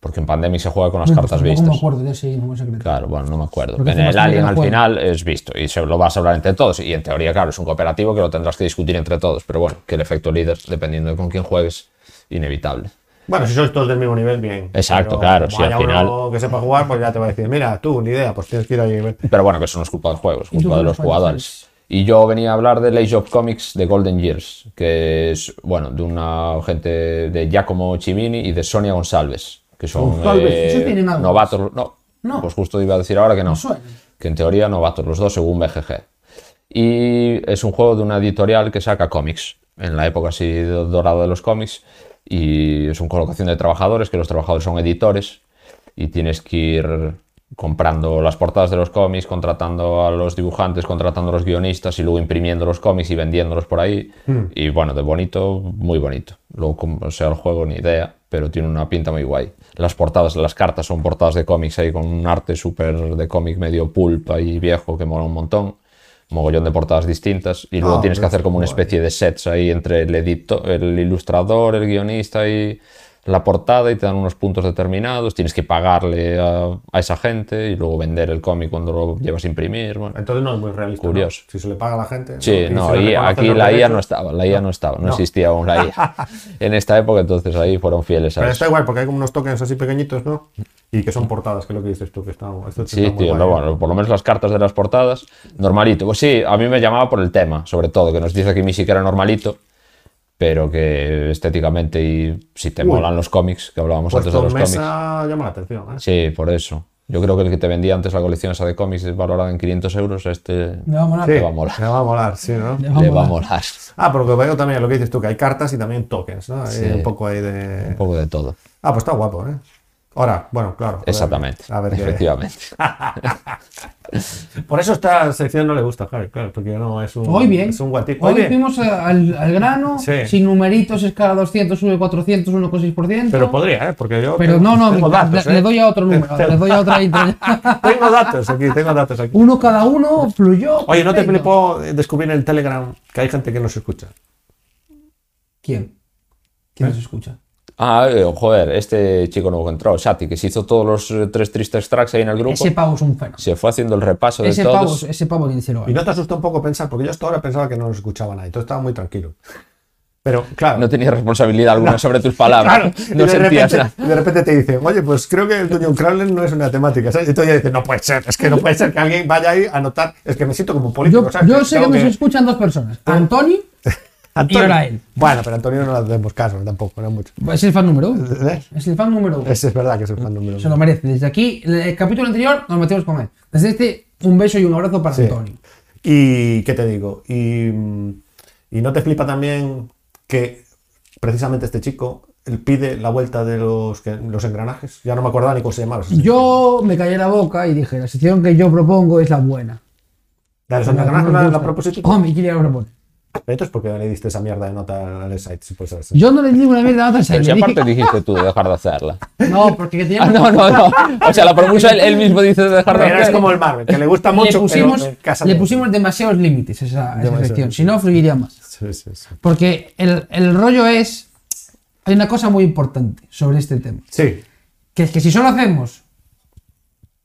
Porque en Pandemic se juega con las
Bueno, pues
cartas
tampoco
vistas.
me acuerdo de ese no me secreto.
Claro, bueno, no me acuerdo.
Porque
en
hace
el
bastante que
Alien
no
al
juego.
final es visto y se lo vas a hablar entre todos. Y en teoría, claro, es un cooperativo que lo tendrás que discutir entre todos. Pero bueno, que el efecto líder, dependiendo de con quién juegues, inevitable.
Bueno, si sois todos del mismo nivel, bien.
Exacto, claro,
como
si al
haya uno
final-
que sepa jugar, pues ya te va a decir, mira, tú, ni idea, pues tienes que ir ahí.
Pero bueno, que eso no es culpa del juego, es
¿Y tú
culpa
qué nos
de los
cuentas,
jugadores. Y yo venía a hablar de Age of Comics de Golden Years, que es, bueno, de una gente de Giacomo Cimini y de Sonia González, que son eh,
González, ¿esos tienen algo?
novatos. No,
No.
pues justo iba a decir ahora que no.
suena.
Que en teoría novatos, los dos según BGG. Y es un juego de una editorial que saca cómics, en la época así do- dorada de los cómics, y es una colocación de trabajadores, que los trabajadores son editores, y tienes que ir comprando las portadas de los cómics, contratando a los dibujantes, contratando a los guionistas y luego imprimiendo los cómics y vendiéndolos por ahí. Y bueno, de bonito, muy bonito. Luego, cómo sea el juego, ni idea, pero tiene una pinta muy guay. Las portadas, las cartas son portadas de cómics ahí con un arte súper de cómic medio pulpa y viejo que mola un montón. Mogollón de portadas distintas y luego
Ah,
tienes que
hombre,
hacer como una especie de sets ahí entre el, edito- el ilustrador, el guionista y la portada y te dan unos puntos determinados. Tienes que pagarle a, a esa gente y luego vender el cómic cuando lo llevas a imprimir. bueno.
Entonces no es muy realista. ¿no?
Curioso.
Si se le paga a la gente.
Sí,
Y
no,
se le
y
reconocen
aquí
los
la IA
derechos.
no estaba, la IA no estaba, no,
no.
existía aún la IA en esta época, entonces ahí fueron fieles a
Pero está
eso.
igual, porque hay como unos tokens así pequeñitos, ¿no? Y que son portadas, que es lo que dices tú, que está. esto
Sí,
está muy
tío,
guay,
no,
¿eh?
bueno, por lo menos las cartas de las portadas, normalito. Pues sí, a mí me llamaba por el tema, sobre todo, que nos dice que Missy que era normalito, pero que estéticamente y si te
Uy.
molan los cómics, que hablábamos
Puesto
antes de los
en
cómics.
mesa llama la atención, ¿eh?
Sí, por eso. Yo creo que el que te vendía antes la colección esa de cómics valorada en 500 euros, este
Me va a molar.
Sí,
Te va a molar.
Te va a molar, sí, ¿no?
Le va a
le va a
molar.
molar.
Ah, pero lo que veo también es lo que dices tú, que hay cartas y también tokens, ¿no? Hay un poco ahí de.
Un poco de todo.
Ah, pues está guapo, ¿eh? Ahora, bueno, claro. a ver-
Exactamente.
A ver, qué-
efectivamente.
Por eso esta sección no le gusta, Javi, claro, porque no es un.
Hoy bien.
Es un guatito.
Hoy
Hoy bien.
fuimos al, al grano,
Sí.
sin numeritos, escala 200, sube 400, 1,6%.
Pero podría, ¿eh? Porque yo.
Pero no, no,
tengo
le-
datos,
le,
¿eh?
doy a otro número, le doy a otra intro.
Tengo datos aquí, tengo datos aquí.
Uno cada uno fluyó.
Oye, ¿no te
perfecto.
flipó descubrir en el Telegram que hay gente que nos escucha?
¿Quién?
¿Eh?
¿Quién nos escucha?
Ah, eh, joder, este chico nuevo que entró, Sati, que se hizo todos los eh, tres tristes tracks ahí en el grupo.
Ese pavo es un fenómeno.
Se fue haciendo el repaso de
Ese pavo,
todos.
ese pavo tiene cero
Y
horas.
no te asustó un poco pensar, porque yo hasta ahora pensaba que no nos escuchaba nadie, entonces estaba muy tranquilo. Pero, claro.
No tenía responsabilidad alguna sobre tus palabras.
Claro, y
no
de,
sentías
repente,
nada.
de repente te dicen, oye, pues creo que el Dungeon Crawler no es una temática, ¿sabes? Y tú ya dices, no puede ser, es que no puede ser que alguien vaya ahí a anotar, es que Ah. me siento como un político,
Yo,
¿sabes?
yo sé que
tengo
nos escuchan dos personas. Antoni,
Antonio-
y ahora él.
Bueno, pero a Antonio no le hacemos caso tampoco, no mucho.
pues, es el fan número uno.
¿Eh?
Es el fan número uno.
Ese es verdad que es el fan número
Se
uno.
lo merece. Desde aquí, el capítulo anterior, nos metimos con él. Desde este, un beso y un abrazo para
Sí.
Antoni.
Y qué te digo, y, mm, y no te flipa también que precisamente este chico él pide la vuelta de los, que- los engranajes. Ya no me acordaba ni cómo se llamaba. ese chico.
Yo me callé la boca y dije, la sección que yo propongo es la buena.
La de los
La que
engranajes
nos
la, la
gusta.
propositiva.
Oh, mi querida lo propone.
Esto es porque le diste esa mierda de nota al site, si puede ser.
Yo no le digo una mierda a otra
Pero si
serie.
aparte dijiste tú de dejar de hacerla.
No, porque tenía...
Ah, no, no, no. O sea, la propuso él, él mismo dice de dejar de
Pero es
hacerla.
como el Marvel, que le gusta mucho.
le pusimos,
pero, eh, casa
le
de-
pusimos demasiados límites a esa, a esa
Demasiado.
sección, si no fluiría más.
Sí, sí, sí.
Porque el, el rollo es, hay una cosa muy importante sobre este tema,
Sí,
que es que si solo hacemos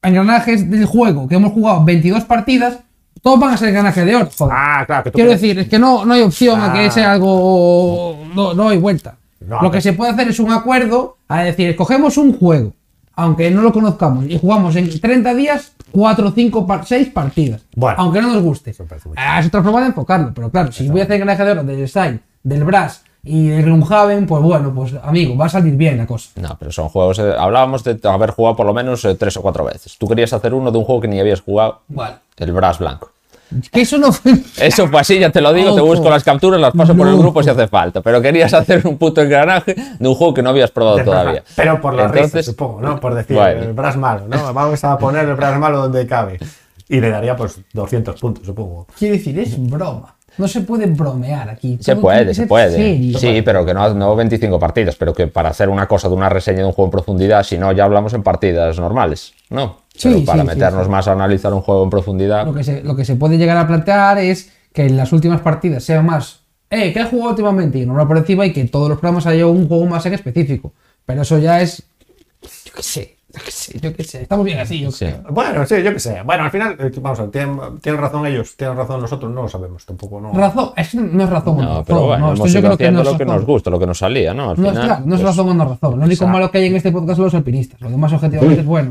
engranajes del juego, que hemos jugado 22 partidas, todos van a ser engranajes de oro. joder.
Ah, claro, que tú
Quiero
quieres-
decir, es que no, no hay opción a que
Ah.
sea algo, no, no hay vuelta.
No, a
lo que
ver.
se puede hacer es un acuerdo a decir, escogemos un juego, aunque no lo conozcamos, y jugamos en 30 días 4, 5, 6 partidas.
Bueno.
aunque no nos guste.
Eso me parece muy
Ah, es otra forma de enfocarlo, pero claro, si voy a hacer granja de oro del Stein, del Brass y del Gloomhaven, pues bueno, pues amigo, va a salir bien la cosa.
No, pero son juegos. eh, hablábamos de haber jugado por lo menos eh, tres o cuatro veces. Tú querías hacer uno de un juego que ni habías jugado,
Vale.
el Brass Blanco.
Que eso no fue...
Eso fue así, ya te lo digo, te
Loco.
busco las capturas, las paso por el
Loco.
grupo si hace falta. Pero querías hacer un puto engranaje de un juego que no habías probado
de-
todavía.
Pero por la
Entonces,
risa, supongo, ¿no? Por decir,
Bueno.
el brass malo, ¿no? Vamos a poner el brass malo donde cabe. Y le daría, pues, 200 puntos, supongo.
Quiero decir, es broma. No se puede bromear aquí.
Se
Todo tiene
puede,
que
se
ser
puede.
serio.
Sí, pero que no, no 25 partidas, pero que para hacer una cosa de una reseña de un juego en profundidad, si no, ya hablamos en partidas normales, ¿no?
Sí,
pero
sí,
para
sí,
meternos
sí.
más a analizar un juego en profundidad,
Lo que, se, lo que se puede llegar a plantear es que en las últimas partidas sea más, eh, ¿qué has jugado últimamente? Y no lo por encima y que en todos los programas haya un juego más en específico. Pero eso ya es, yo qué sé, Yo qué sé, yo qué sé. Estamos bien así, yo
Sí.
creo.
Bueno, sí, yo qué sé. Bueno, al final, eh, vamos a ver, tienen, tienen razón ellos, tienen razón nosotros, no lo sabemos tampoco. No.
Razón, es, no es razón o no
No,
razón.
pero bueno,
no, esto
hemos
yo
ido
creo que no
haciendo
es
lo que nos
razón.
gusta, lo que nos salía, ¿no? Al
No es,
final,
claro, no es
pues,
razón o no razón. Lo único
exacto.
malo que hay en este podcast son los alpinistas. Lo demás objetivamente es bueno.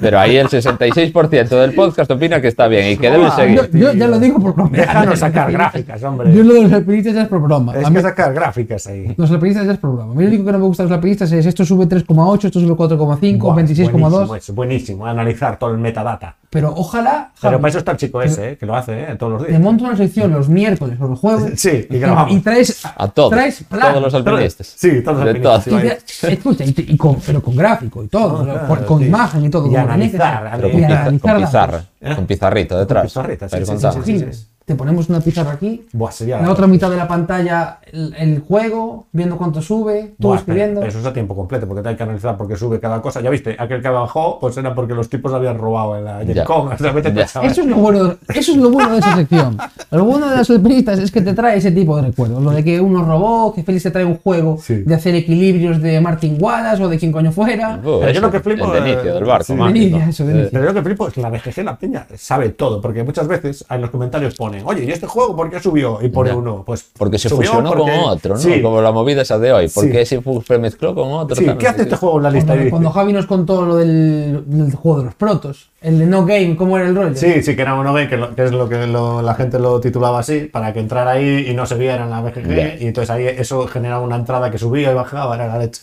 Pero ahí el 66% del podcast opina que está bien y que debe
Ah,
seguir.
Yo, yo ya
tío.
lo digo por broma.
Déjanos sacar gráficas, hombre.
Yo lo de los alpinistas ya es por broma.
Es
A mí-
que sacar gráficas ahí.
Los alpinistas ya es por broma. A mí lo único que no me gusta de los alpinistas es esto sube 3,8, esto sube 4,5,
Buah, buenísimo
26,2.
eso, buenísimo, analizar todo el metadata.
Pero ojalá,
Pero
Javi,
para eso está el chico ese, eh, que lo hace eh, todos los
te
días.
monto una sección los miércoles o los jueves.
Sí, y grabamos.
Y traes,
A todos.
traes plan.
todos los alpinistas.
Sí, todos los
De
alpinistas,
todos.
sí,
Y te- escucha, y te- y con- pero con gráfico y todo,
Ah,
o sea,
claro,
con, con
sí.
imagen y todo.
Y
como
analizar,
manejas,
analizar.
Pero
y
con, pizar- con
analizar datos.
pizarra, con pizarrito detrás.
¿Eh? pizarrita, sí,
para ir
sí, sí, sí,
contando.
sí.
Imagínate, Te ponemos una pizarra aquí,
Buah, sería
en la otra mitad de la pantalla el, el juego, viendo cuánto sube, tú
Buah, pero-
escribiendo.
pero Eso es a tiempo completo, porque te hay que analizar porque sube cada cosa. Ya viste, aquel que bajó, pues era porque los tipos habían robado en la
Ya.
Gen-Con. O sea, vete tú a
Ya.
saber.
Eso es, lo bueno, de- eso es lo bueno de esa sección. Lo bueno de las alpinistas es que te trae ese tipo de recuerdos. Lo de que uno robó, que Félix te trae un juego
Sí.
de hacer equilibrios de Martin Wallace o de quien coño fuera.
Pero
Oh,
yo
ese,
lo que flipo,
El de Nicio,
eh,
del barco,
sí.
mágico.
Vení, ya, eso, vení.
Eh,
Pero yo lo que flipo es que la BGG, la peña, sabe todo, porque muchas veces en los comentarios ponen, oye, ¿y este juego por qué subió? Y pone
Ya.
uno, pues.
Porque se
subió
fusionó
porque-
con otro, ¿no?
Sí,
Como la movida esa de hoy.
Sí.
Porque se fu- se mezcló con otro.
sí,
tal,
¿qué
no
hace
sé
este juego en la lista?
Cuando,
Y dice,
cuando Javi nos contó lo del, del juego de los protos, el de No Game, cómo era el rollo.
Sí, sí, que era uno B, que, lo- que es lo que lo- la gente lo titulaba así, para que entrara ahí y no se viera en la BGG.
Ya.
Y entonces ahí eso generaba una entrada que subía y bajaba, era la leche.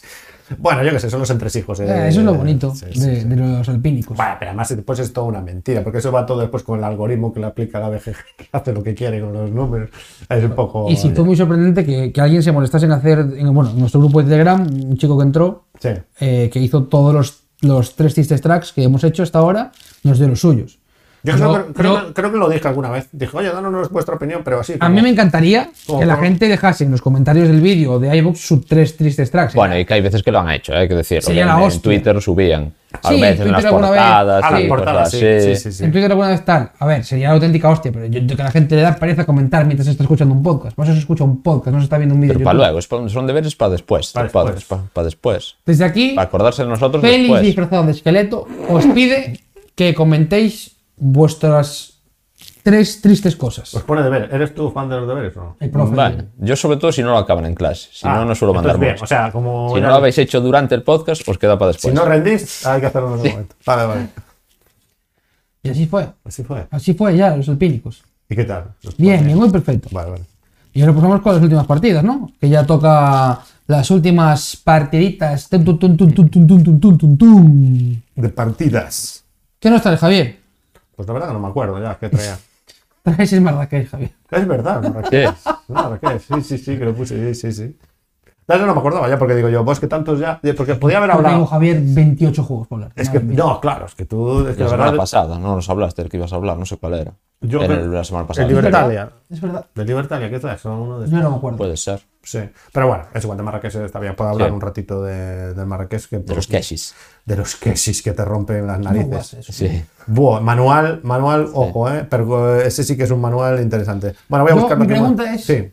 Bueno, yo qué sé, son los entresijos. eh,
Eh, eso es lo bonito
sí,
de,
sí, sí.
de los alpínicos.
Bueno, pero además después es toda una mentira, porque eso va todo después con el algoritmo que le aplica la BGG, que hace lo que quiere con los números. Es un poco.
Y sí, fue muy sorprendente que, que alguien se molestase en hacer, en- bueno, en nuestro grupo de Telegram, un chico que entró,
Sí.
eh, que hizo todos los, los tres tristes tracks que hemos hecho hasta ahora, nos dio los suyos.
Yo
No,
creo, que- creo
no.
que, creo que lo dije alguna vez. Dije, oye, danos vuestra opinión, pero así.
A
como-
mí me encantaría
Como
que la
por-
gente dejase en los comentarios del vídeo de iVoox sus tres tristes tracks.
Bueno, y que hay veces que lo han hecho, ¿eh? hay que decirlo.
Sería
que
la
en- en
hostia.
Twitter subían. A
Sí,
veces en
Twitter
las
alguna vez.
portadas.
A las
y
portadas,
cosas
sí. Sí,
pues así.
sí, sí.
En Twitter alguna vez tal. A ver, sería auténtica hostia, pero yo, yo que a la gente le da pereza comentar mientras está escuchando un podcast. Por eso se escucha un podcast, no se está viendo un vídeo.
Pero
de
para
YouTube.
luego, es pa- son deberes para después.
Para
Para
después.
después. Para, después.
Desde aquí,
Para acordarse de nosotros
Félix
después.
disfrazado de esqueleto os pide que comentéis vuestras tres tristes cosas.
Os pone deber. ¿Eres tú fan de los deberes o no?
El profe.
Vale. Yo sobre todo si no lo acaban en clase. Si
Ah,
no, no suelo mandar
entonces bien,
mucho.
O sea, como.
si
era-
no lo habéis hecho durante el podcast, os queda para
Si
después.
no rendís, hay que hacerlo en otro momento. Vale, vale.
Y así fue.
Así fue.
Así fue ya, los alpínicos.
¿Y qué tal? Los
Bien,
cuatro.
bien, muy perfecto.
Vale, vale.
Y ahora pasamos con las últimas partidas, ¿no? Que ya toca las últimas partiditas. Tum, tum, tum, tum, tum, tum, tum, tum, tum, tum, tum.
De partidas.
¿Qué nos trae Javier?
Pues la verdad que no me acuerdo ya, que traía.
Traes el Marrakech, Javier.
Es verdad, Marrakech.
Sí.
Marrakech, sí, sí, sí, que lo puse, sí, sí, sí. Claro, no me acordaba ya, porque digo yo, vos que tantos ya. Porque podía haber
Yo Tengo
hablado.
Javier 28 juegos por hablar.
Es que,
Madre mía.
no, claro, es que tú, es que
La
la
semana
verdad.
pasada, no nos hablaste del que ibas a hablar, no sé cuál era.
Yo
Era
creo-
el de la semana
El
pasada.
Libertalia.
Es verdad.
De Libertalia, ¿qué traes? Son uno de
Yo no me acuerdo.
Puede ser.
Sí. Pero bueno, es igual de Marrakech está bien. Puedo hablar
Sí.
un ratito de, del Marrakech. Que,
De los quesis.
De los quesis que te rompen las narices.
guas, eso.
Sí.
Buah, manual, manual, ojo, eh. Pero eh, ese sí que es un manual interesante. Bueno, voy a
Yo,
buscar
mi
lo que
pregunta
más-
es
Sí.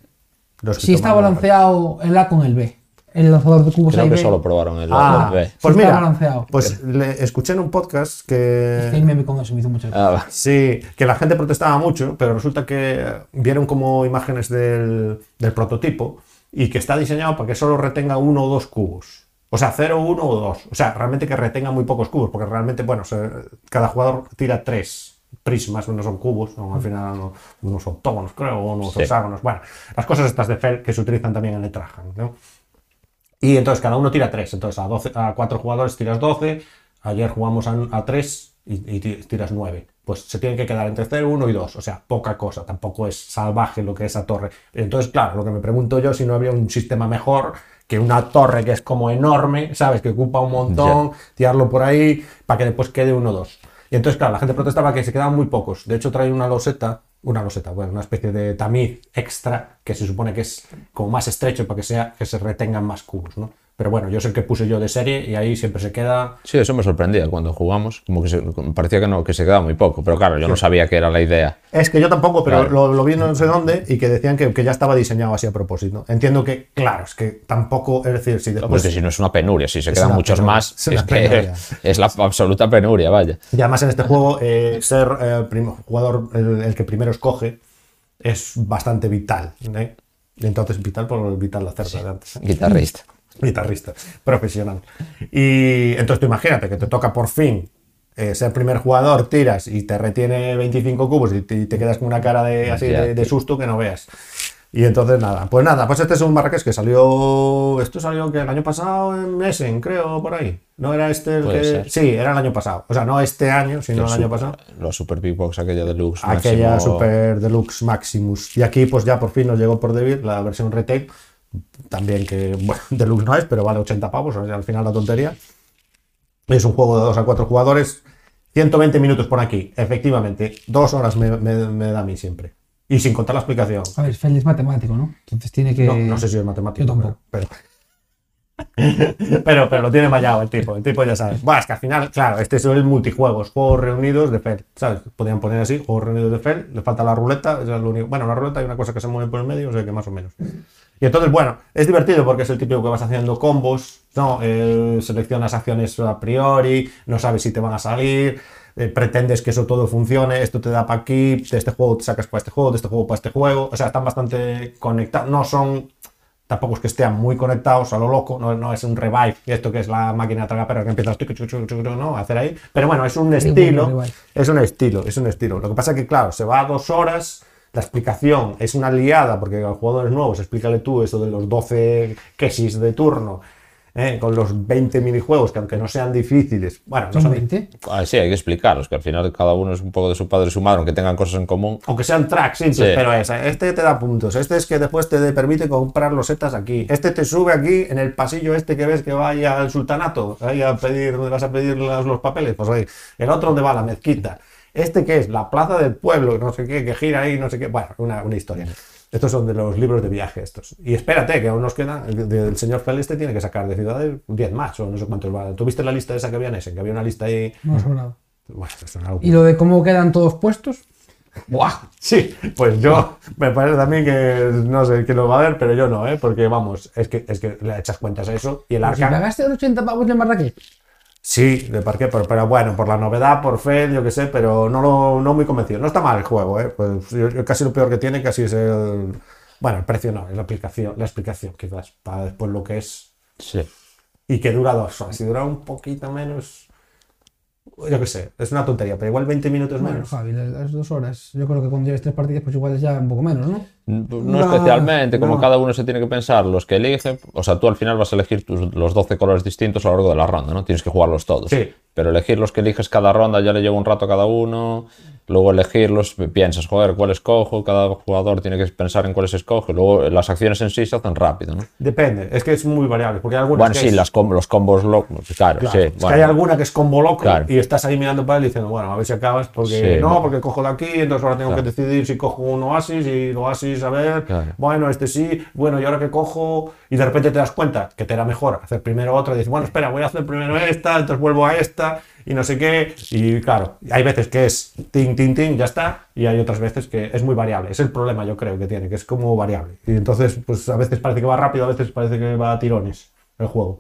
Los que
si está
toman-
balanceado el A con el B. El lanzador de cubos A y
Creo que
B.
solo probaron el
Ah,
el B.
pues
Sí, está
mira,
balanceado.
pues le escuché en un podcast
Es que el
que
meme con eso me hizo mucha gracia.
Ah, va.
sí, que la gente protestaba mucho, pero resulta que vieron como imágenes del, del prototipo y que está diseñado para que solo retenga uno o dos cubos. O sea, 0, 1 o 2. O sea, realmente que retenga muy pocos cubos, porque realmente, bueno, se- cada jugador tira tres prismas, no son cubos, son al final uno- unos octógonos, creo, o unos
Sí.
hexágonos. Bueno, las cosas estas de Fel que se utilizan también en el Trajan, ¿no? Y entonces cada uno tira 3. Entonces a, 12, a 4 jugadores tiras 12. Ayer jugamos a, a 3 y, y ti- tiras 9. Pues se tienen que quedar entre 0, 1 y 2. O sea, poca cosa. Tampoco es salvaje lo que es esa torre. Entonces, claro, lo que me pregunto yo si no habría un sistema mejor que una torre que es como enorme, ¿sabes? Que ocupa un montón, tirarlo por ahí para que después quede 1 o 2. Y entonces, claro, la gente protestaba que se quedaban muy pocos. De hecho, trae una loseta una loseta, bueno, una especie de tamiz extra que se supone que es como más estrecho para que sea que se retengan más cubos, ¿no? Pero bueno, yo es el que puse yo de serie y ahí siempre se queda.
Sí, eso me sorprendía cuando jugamos. Como que se- como parecía que no, que se quedaba muy poco. Pero claro, yo no sabía que era la idea.
Es que yo tampoco, pero
Claro.
lo, lo vi no sé dónde y que decían que, que ya estaba diseñado así a propósito. Entiendo que, claro, es que tampoco, es decir, si después.
Porque si no es una penuria, si se
es
quedan
una
muchos
penuria,
más,
es una
es, que
penuria.
es la absoluta penuria, vaya.
Y además en este juego, eh, ser eh, prim- jugador el, el que primero escoge es bastante vital. ¿eh? Entonces, vital por vital la cerda de antes. ¿eh?
Guitarrista.
Guitarrista, profesional. Y entonces tú imagínate que te toca por fin eh, ser primer jugador, tiras y te retiene 25 cubos y te, y te quedas con una cara de, así
Ya,
de, de
tío.
susto que no veas. Y entonces nada, pues nada, pues este es un Marrakech que salió, esto salió que el año pasado en Essen, creo, por ahí. No era este el
Puede
que...
ser.
Sí, era el año pasado. O sea, no este año, sino el
Los
año
super-
pasado.
Los Super Big Box, aquella deluxe.
Mm. Aquella
máximo-
Super Deluxe Maximus. Y aquí, pues ya por fin nos llegó por David la versión retail. También que, bueno, Deluxe no es, pero vale 80 pavos, o sea, al final la tontería. Es un juego de 2 a 4 jugadores. 120 minutos por aquí, efectivamente. Dos horas me, me- me da a mí siempre. Y sin contar la explicación.
A ver, Feli es matemático, ¿no? Entonces tiene que.
No, no sé si es matemático.
yo tampoco.
Pero, pero, pero, pero lo tiene mallado el tipo. El tipo ya sabe. Buah, es que al final, claro, este es el multijuegos. Juegos reunidos de Fel. ¿Sabes? Podrían poner así, juegos reunidos de Fel. Le falta la ruleta. eso es lo único. Bueno, la ruleta hay una cosa que se mueve por el medio, o sea que más o menos. Y entonces, bueno, es divertido porque es el típico que vas haciendo combos, ¿no? Eh, seleccionas acciones a priori, no sabes si te van a salir, eh, pretendes que eso todo funcione, esto te da para aquí, de este juego te sacas para este juego, de este juego para este juego. O sea, están bastante conectados, no son tampoco es que estén muy conectados a lo loco, no, no es un revive, esto que es la máquina tragapera que empiezas tucu, tucu, tucu, ¿no? a hacer ahí, pero bueno, es un estilo,
revive.
es un estilo, es un estilo. Lo que pasa que, claro, se va a dos horas, la explicación es una liada, porque a los jugadores nuevos, explícale tú eso de los 12 quesis de turno, ¿eh? con los 20 minijuegos, que aunque no sean difíciles, bueno, no
¿Son
son
20?
Ah, sí, hay que explicaros que al final cada uno es un poco de su padre y su madre, aunque tengan cosas en común.
Aunque sean tracks simples,
Sí.
pero esa. Este te da puntos. Este es que después te de- permite comprar los setas aquí. Este te sube aquí en el pasillo este que ves que va ahí al sultanato. Ahí a pedir, donde vas a pedir las- los papeles. Pues ahí. El otro donde va la mezquita. Este que es la plaza del pueblo, no sé qué, que gira ahí, no sé qué. Bueno, una, una historia. Estos son de los libros de viaje estos. Y espérate, que aún nos quedan, el- del señor Félix te tiene que sacar de ciudades 10 más o no sé cuántos va. ¿Tuviste la lista esa que había en ese? Que había una lista ahí...
No, sobrado.
Bueno, es una locura.
¿Y lo de cómo quedan todos puestos? ¡Buah!
Sí, pues yo me parece también que no sé quién lo va a ver, pero yo no, ¿eh? porque vamos, es que, es que le echas cuentas a eso y el
Pero Si
arca.
pagaste 80 pavos en Marrakech.
Sí, de parque, pero, pero bueno, por la novedad, por fe, yo qué sé, pero no, lo, no muy convencido. No está mal el juego, ¿eh? pues yo- yo casi lo peor que tiene casi es el. Bueno, el precio no, es la aplicación, la explicación quizás, para después lo que es
Sí.
y que dura dos horas. Si dura un poquito menos, yo qué sé, es una tontería, pero igual 20 minutos
Bueno,
menos.
Javi, las- las dos horas. Yo creo que cuando lleves tres partidas, pues igual es ya un poco menos, ¿no?
No, especialmente, como cada uno se tiene que pensar, los que elige, o sea, tú al final vas a elegir tus- los 12 colores distintos a lo largo de la ronda, ¿no? Tienes que jugarlos todos.
Sí.
Pero elegir los que eliges cada ronda ya le lleva un rato a cada uno, luego elegirlos, piensas, joder, cuál escojo, cada jugador tiene que pensar en cuáles escoge, luego eh, las acciones en sí se hacen rápido, ¿no?
Depende, es que es muy variable, porque hay algunos
Bueno,
que
sí,
es-
las com- los combos locos, claro,
Claro,
sí.
es que
bueno.
hay alguna que es combo loco
Claro.
y estás ahí mirando para él diciendo, bueno, a ver si acabas, porque
Sí,
no,
bueno.
porque cojo de aquí, entonces ahora tengo que decidir si cojo un oasis y el oasis, a ver,
Claro.
bueno, este sí, bueno, y ahora que cojo, y de repente te das cuenta que te era mejor hacer primero otra, y dices, bueno, espera, voy a hacer primero esta, entonces vuelvo a esta, y no sé qué, y claro, hay veces que es ting, ting, ting, ya está, y hay otras veces que es muy variable, es el problema yo creo que tiene, que es como variable, y entonces pues a veces parece que va rápido, a veces parece que va a tirones el juego.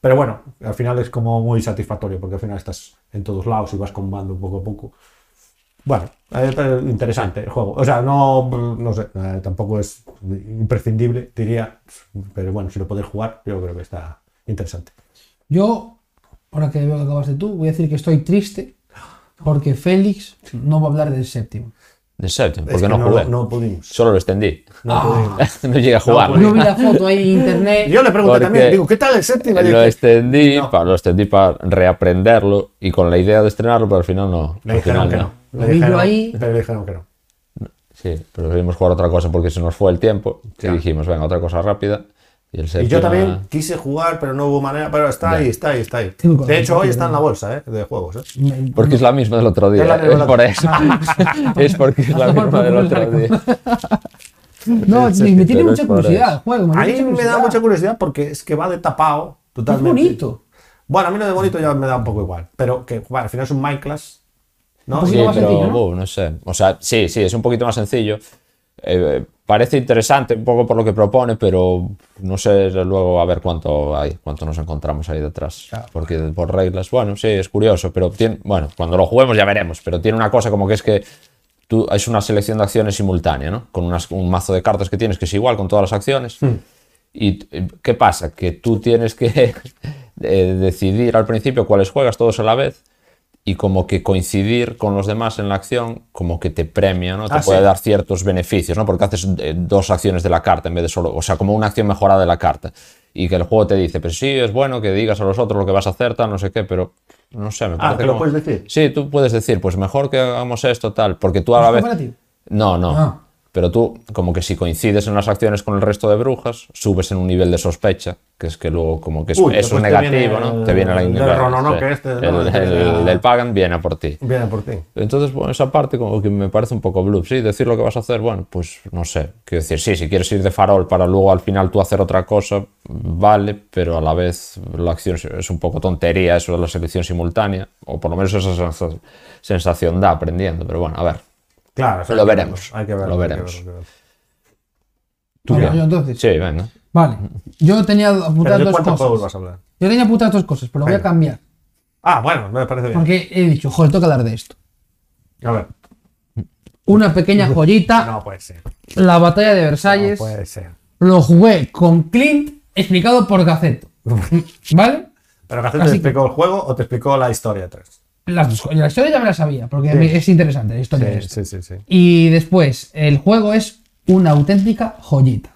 Pero bueno, al final es como muy satisfactorio porque al final estás en todos lados y vas combando poco a poco. Bueno, eh, pero interesante el juego. O sea, no, no sé, eh, tampoco es imprescindible, diría. Pero bueno, si lo podéis jugar, yo creo que está interesante.
Yo, ahora que veo que acabaste tú, voy a decir que estoy triste porque Félix no va a hablar del séptimo.
En
Es
serio, porque
que
no jugué.
No, no pudimos.
Solo lo extendí.
no pudimos.
no llegué a jugar.
pude.
Yo vi la foto ahí en internet.
Yo le pregunté
Porque
también, digo, ¿qué tal el séptimo? Y
Lo
dije,
extendí, pa- lo extendí para reaprenderlo y con la idea de estrenarlo, pero al final no.
le
al final
dijeron que no.
no.
Le
Lo vi yo
dijeron-
ahí.
pero le dijeron que no.
Sí, pero queríamos jugar otra cosa porque se nos fue el tiempo
Ya.
y dijimos, venga, otra cosa rápida. Y, el
Y yo
séptima-
también quise jugar, pero no hubo manera. Pero está ahí, está ahí, está ahí.
Tengo que-
De hecho, hoy está en la bolsa eh, de juegos. eh.
Me-
Porque es la misma del otro día.
Es la
Es,
misma del
por
otro-
eso. es porque es la
Hasta por
misma del
culo el
otro día.
No,
Sí,
me,
sí,
me tiene
pero
mucha
es por
curiosidad el
eso.
juego.
A
tiene
mí me da mucha curiosidad porque es que va de tapado totalmente.
bonito.
Bueno, a mí lo de bonito ya me da un poco igual, pero que bueno, al final es un Minecraft, ¿no?
Un
Sí,
poquito más
pero
sencillo, ¿no?
buh, no sé. O sea, sí, sí, es un poquito más sencillo. Eh, parece interesante un poco por lo que propone, pero no sé luego a ver cuánto hay, cuánto nos encontramos ahí detrás. Porque por reglas, bueno, sí, es curioso, pero tiene, bueno, cuando lo juguemos ya veremos, pero tiene una cosa como que es que tú es una selección de acciones simultánea, ¿no? Con unas- un mazo de cartas que tienes que es igual con todas las acciones.
Hmm.
¿Y t- qué pasa? Que tú tienes que eh, decidir al principio cuáles juegas todos a la vez y como que coincidir con los demás en la acción, como que te premia, ¿no? Te
Ah,
puede
sí.
dar ciertos beneficios, ¿no? Porque haces eh, dos acciones de la carta en vez de solo, o sea, como una acción mejorada de la carta. Y que el juego te dice, pero sí, es bueno que digas a los otros lo que vas a hacer, tal, no sé qué, pero no sé, me parece
que Ah, lo
como-
puedes decir.
Sí, tú puedes decir, pues mejor que hagamos esto, tal, porque tú a la
¿Es
vez...
cooperativo?
No, no.
Ah.
Pero tú, como que si coincides en las acciones con el resto de brujas, subes en un nivel de sospecha, que es que luego como que es,
Uy,
eso es
pues te
negativo,
viene
¿no?
el-
Te viene la
del
ignorancia.
Ronono que este, ¿no?
El,
Te viene
el
la-
del Pagan viene a por ti.
Viene por ti.
Entonces, bueno, esa parte como que me parece un poco bluff. Sí, decir lo que vas a hacer, bueno, pues no sé. Quiero decir, sí, si quieres ir de farol para luego al final tú hacer otra cosa, vale, pero a la vez la acción es un poco tontería, eso de la selección simultánea, o por lo menos esa sensa- sensación da aprendiendo. Pero bueno, a ver.
Claro, o sea,
Lo
hay que
veremos,
verlo, Hay que verlo,
lo
hay que
veremos.
verlo, hay que verlo.
¿Tú
qué?
yo entonces?
Sí, venga.
Vale. Yo tenía
Pero
apuntadas
¿de
dos
cuántos juegos
cosas.
vas a hablar?
Yo tenía apuntadas dos cosas, pero voy a
Venga.
cambiar.
Ah, bueno, me parece bien.
Porque he dicho, joder, tengo que hablar de esto.
A ver.
Una pequeña joyita,
No puede ser.
la batalla de
No
Versalles.
puede ser.
Lo jugué con Clint, explicado por Gaceto. ¿Vale?
¿Pero Gacel te
Así que-
explicó el juego o te explicó la historia atrás?
Las dos- la historia ya me la sabía, porque
Sí.
es interesante la historia. de
Sí,
esto.
sí, sí, sí.
Y después, el juego es una auténtica joyita.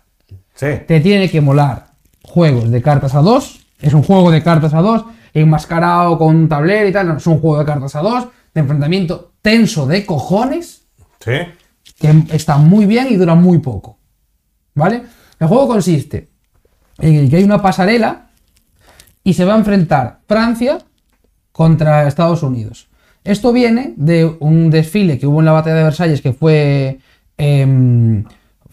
Sí.
Te tiene que molar juegos de cartas a dos. Es un juego de cartas a dos, enmascarado con un tablero y tal. No, es un juego de cartas a dos, de enfrentamiento tenso de cojones,
Sí.
que está muy bien y dura muy poco. ¿Vale? El juego consiste en que hay una pasarela y se va a enfrentar Francia contra Estados Unidos. Esto viene de un desfile que hubo en la batalla de Versalles que fue, em,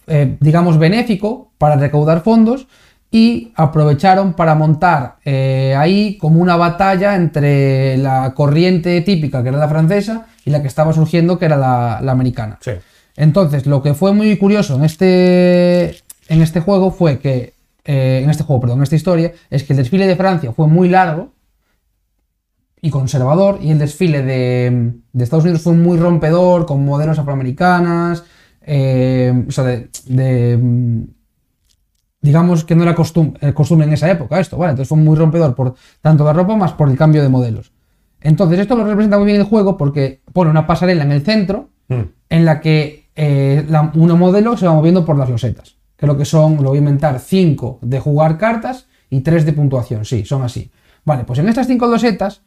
eh, digamos, benéfico para recaudar fondos y aprovecharon para montar eh, ahí como una batalla entre la corriente típica que era la francesa y la que estaba surgiendo que era la, la americana.
Sí.
Entonces, lo que fue muy curioso en este, en este juego fue que, eh, en este juego, perdón, en esta historia, es que el desfile de Francia fue muy largo y conservador, y el desfile de, de Estados Unidos fue muy rompedor, con modelos afroamericanas, eh, o sea, de, de, mm, digamos que no era costum- eh, costumbre en esa época esto, ¿vale? Entonces fue muy rompedor por tanto la ropa más por el cambio de modelos. Entonces esto lo representa muy bien el juego porque pone una pasarela en el centro
Mm.
en la que eh, la- una modelo se va moviendo por las losetas. Creo que son, lo voy a inventar, 5 de jugar cartas y 3 de puntuación. Sí, son así. Vale, pues en estas 5 losetas,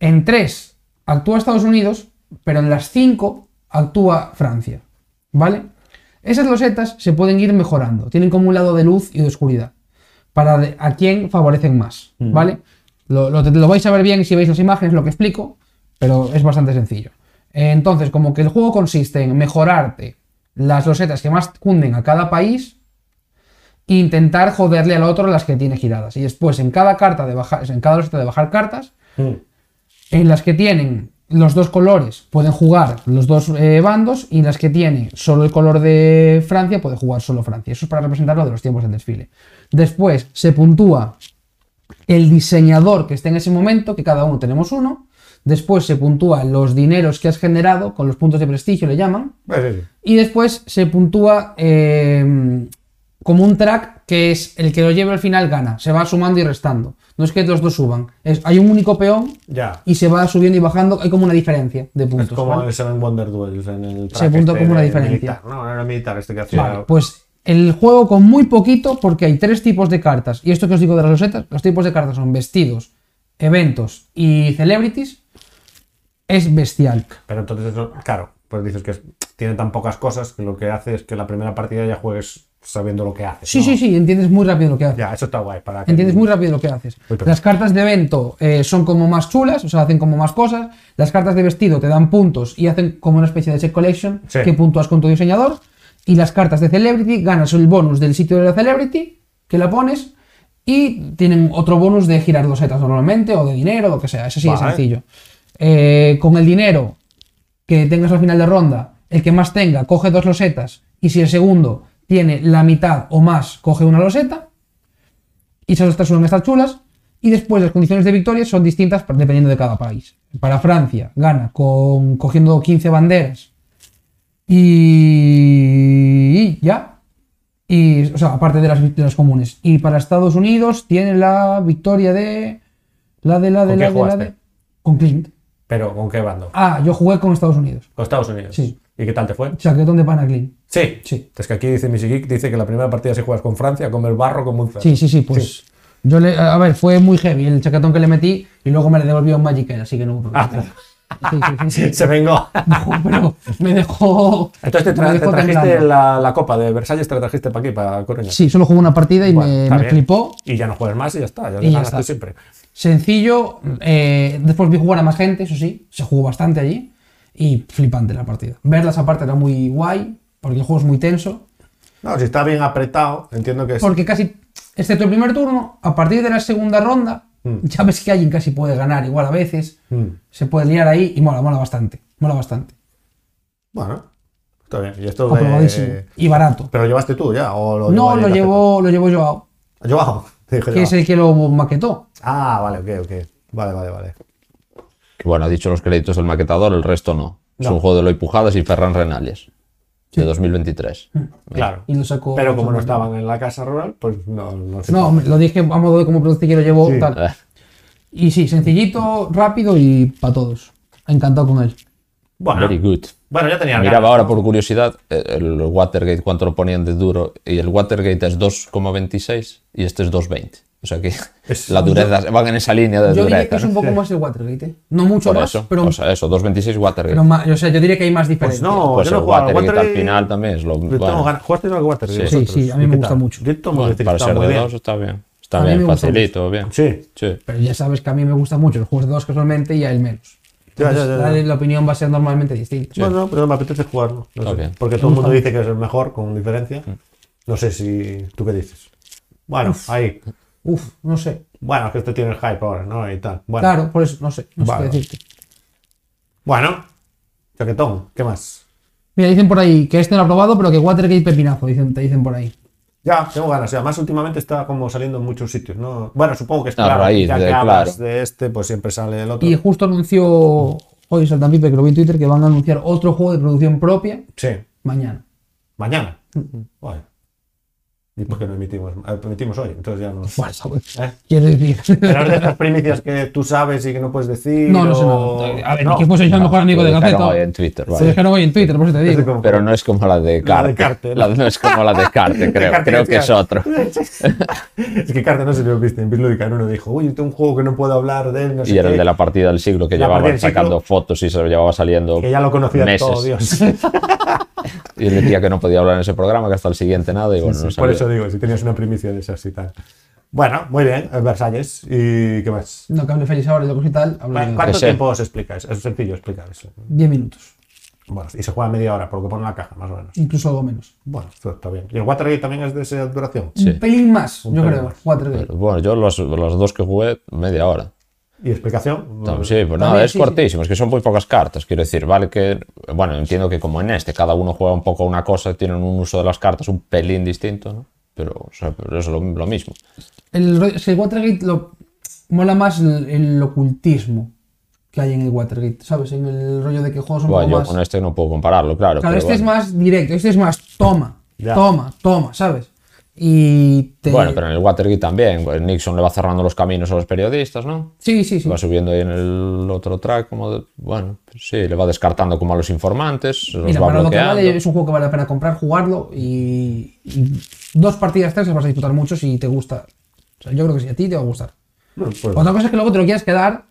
en 3 actúa Estados Unidos, pero en las 5 actúa Francia. ¿Vale? Esas losetas se pueden ir mejorando. Tienen como un lado de luz y de oscuridad. Para de- a quién favorecen más. ¿Vale? Lo, lo- lo vais a ver bien si veis las imágenes, lo que explico, pero es bastante sencillo. Eh, Entonces, como que el juego consiste en mejorarte las losetas que más cunden a cada país e intentar joderle al otro las que tiene giradas. Y después, en cada carta de bajar, en cada loseta de bajar cartas, en las que tienen los dos colores pueden jugar los dos eh, bandos y en las que tienen solo el color de Francia puede jugar solo Francia. Eso es para representar lo de los tiempos del desfile. Después se puntúa el diseñador que esté en ese momento, que cada uno tenemos uno. Después se puntúa los dineros que has generado, con los puntos de prestigio le llaman.
Pues sí, sí.
Y después se puntúa eh, como un track que es el que lo lleve al final gana. Se va sumando y restando. No es que los dos suban. Es- hay un único peón
Ya.
y se va subiendo y bajando. Hay como una diferencia de puntos.
Es como
¿vale?
el Seven Wonder Duels en el
Se apunta
este
como una diferencia.
militar. No, no era militar este que hacía.
Vale, pues el juego con muy poquito, porque hay tres tipos de cartas. Y esto que os digo de las losetas, los tipos de cartas son vestidos, eventos y celebrities. Es bestial.
Pero entonces eso, claro, pues dices que es- tiene tan pocas cosas que lo que hace es que la primera partida ya juegues sabiendo lo que haces.
Sí,
¿no?
sí, sí, entiendes muy rápido lo que haces.
Ya, eso está guay. Para que-
Entiendes muy rápido lo que haces.
perdón.
Las cartas de evento eh, son como más chulas, o sea, hacen como más cosas. Las cartas de vestido te dan puntos y hacen como una especie de check collection
Sí.
que puntúas con tu diseñador. y las cartas de Celebrity, ganas el bonus del sitio de la Celebrity, que la pones, y tienen otro bonus de girar dosetas normalmente, o de dinero, lo que sea. Eso sí es
Vale.
sencillo. Eh, con el dinero que tengas al final de ronda, el que más tenga coge dos losetas, y si el segundo tiene la mitad o más, coge una loseta, y esas otras suelen estar chulas. Y después las condiciones de victoria son distintas pa- dependiendo de cada país. Para Francia gana con cogiendo 15 banderas y, y ya. Y, o sea, aparte de las, vic- de las comunes. Y para Estados Unidos tiene la victoria de... La de la de
¿Con quién
la de la de...
jugaste?
Con Clint.
Pero ¿con qué bando?
Ah, yo jugué con Estados Unidos.
Con Estados Unidos.
Sí.
¿Y qué tal te fue?
Chaquetón de pan a Clint.
Sí.
Sí.
Es que aquí dice Misigeek, dice que la primera partida si juegas con Francia, comer barro con Munza.
Sí, sí, sí, pues... Yo le, a ver, fue muy heavy el chaquetón que le metí y luego me le devolvió un Magic Air, así que no hubo problema.
Ah.
Sí, sí, sí, sí.
Se vengó.
No, pero me dejó.
Entonces te, tra-
me
te
dejó
trajiste
temblando.
la, la copa de Versalles, te la trajiste para aquí, para Coruña.
Sí, solo jugué una partida y
Bueno,
me,
está
me
bien.
flipó.
Y ya no juegas más y ya está. Ya,
Y ya
ganas
está.
tú siempre.
Sencillo. eh, después vi jugar a más gente, eso sí. Se jugó bastante allí. Y flipante la partida. Verlas aparte era muy guay, porque el juego es muy tenso.
No, si está bien apretado, entiendo que es.
Porque casi, excepto el primer turno, a partir de la segunda ronda,
Mm.
ya ves que alguien casi puede ganar igual a veces. Se puede liar ahí y mola, mola bastante. Mola bastante.
Bueno, está bien. Y esto
Aprobadísimo.
de...
Y barato.
Pero lo llevaste tú ya, o lo
No, lo
llevó ahí la
llevó, lo llevó Joao,
gente? Llevado. Dije,
que es
llevado.
el que lo maquetó.
Ah, vale, ok, ok. Vale, vale, vale.
Bueno, ha dicho los créditos del maquetador, el resto no. Es un juego de Loy Pujadas y Ferran Renales. De 2023.
Claro.
Y lo sacó.
Pero como no estaban en la casa rural, pues no, no sé.
No, hombre, lo dije a modo de como producto que lo llevó.
Sí.
tal.
Eh,
Y sí, sencillito, rápido y para todos. Encantado con él.
Bueno,
Very good.
bueno, ya tenía
Miraba
ganas.
ahora por curiosidad eh, el Watergate, cuánto lo ponían de duro. Y el Watergate es 2,26 y este es 2,20. O sea que
Es-
la dureza van en esa línea de
Yo diría que
dureza.
es un
¿no?
poco más el Watergate. ¿eh? No mucho
Por
más,
eso,
pero,
o sea, eso, 2,26 Watergate.
pero más- o sea, yo diría que hay más diferencia.
Pues no,
pues
yo no
el
he jugado al
Watergate al
Watergate.
final también es lo
Yo tengo ganas. ¿Jugasteis al Watergate?
Sí.
vosotros?
Sí, sí, a mí
¿Y
me
qué
gusta
tal?
mucho.
Yo tengo que
Bueno,
decir que
para
está
ser
muy
de
bien.
dos está bien. Está
A mí me
bien,
gusta
facilito, bien.
Sí.
Sí.
Pero ya sabes que a mí me gustan mucho los juegos de dos casualmente y a él menos.
Ya, ya,
Entonces,
ya, ya.
La, la opinión va a ser normalmente distinta.
No, no, pero me apetece jugarlo. no
Está
sé,
bien.
porque todo el mundo dice que es el mejor, con diferencia. No sé si. ¿Tú qué dices? Bueno, ahí.
Uf, no sé.
Bueno, es que este tiene el hype ahora, ¿no? Y tal. Bueno,
Claro, por eso, no sé. No
Vale.
sé qué decirte.
bueno. Chaquetón, ¿qué más?
Mira, dicen por ahí que este no lo ha probado, pero que Watergate pepinazo, dicen, te dicen por ahí.
Ya, tengo ganas. y Además, últimamente está como saliendo en muchos sitios, ¿no? Bueno, supongo que es
A
claro.
raíz
ya
de-
que hablas
claro.
de este, pues siempre sale el otro.
Y justo anunció hoy Saltan Pipe, que lo vi en Twitter, que van a anunciar otro juego de producción propia
Sí.
mañana.
Mañana. Hoy. ¿Y por qué no emitimos? eh, emitimos hoy, entonces ya no.
Bueno, pues,
¿Eh?
quiero decir.
Pero es de estas primicias que tú sabes y que no puedes decir.
no, no sé
o-
nada. A ver,
No.
ni que fuese yo el mejor amigo de
Lo
Gaceta.
dejaron hoy en Twitter,
Se
vale.
dejaron hoy en Twitter, por eso te
Es
digo.
como-
Pero no es como la de
La de
Carte.
Carte,
La- no es como la de Carte, creo.
Carte,
creo que es
hostia.
otro.
Es que Carte no sé si lo viste, en Bislúdica uno dijo, uy, tengo un juego que no puedo hablar de él, no sé
Y era
qué,
el de la partida del siglo que
La
llevaba
partida del
sacando
siglo.
fotos y se lo llevaba saliendo.
que ya lo conocía
meses.
todo, Dios.
Y él decía que no podía hablar en ese programa, que hasta el siguiente nada. Y bueno, no
Por
sabía.
eso digo, si tenías una primicia de esas y tal. Bueno, muy bien, eh, Versalles, ¿y qué más?
No, que hable feliz ahora y luego y tal. hablo
Bueno,
yo.
¿Cuánto
Ese.
tiempo os explicáis? Es sencillo explicar eso.
10 minutos,
Bueno, y se juega media hora, por lo que pone en la caja, más o menos.
incluso algo menos.
Bueno, esto está bien. ¿Y el Watergate también es de esa duración?
Un pelín más, yo
pelín
creo.
más.
Watergate.
Pero bueno, yo los, los dos que jugué, media hora.
¿Y explicación?
No, sí, pues
También,
nada, es
sí,
cortísimo, es que son muy pocas cartas, quiero decir, vale que, bueno, entiendo que como en este, cada uno juega un poco una cosa, tienen un uso de las cartas un pelín distinto, ¿no? Pero, o sea, pero es lo, lo mismo.
El, ro- es que el Watergate lo, mola más el, el ocultismo que hay en el Watergate, ¿sabes? En el rollo de que juegos son un
Bueno,
poco
yo
más.
con este no puedo compararlo, claro.
Claro,
pero
este es
bueno.
más directo, este es más toma,
Ya.
toma, toma, ¿sabes? Y te...
Bueno, pero en el Watergate también, pues, Nixon le va cerrando los caminos a los periodistas, ¿no?
Sí, sí, sí.
Va subiendo ahí en el otro track, como de- bueno, sí, le va descartando como a los informantes, los
Mira,
va
para lo que
bloqueando.
vale, es un juego que vale la pena comprar, jugarlo y, y dos partidas, tres, las vas a disfrutar mucho si te gusta. O sea, yo creo que si a ti te va a gustar.
Bueno, pues,
Otra cosa es que luego te lo quieras quedar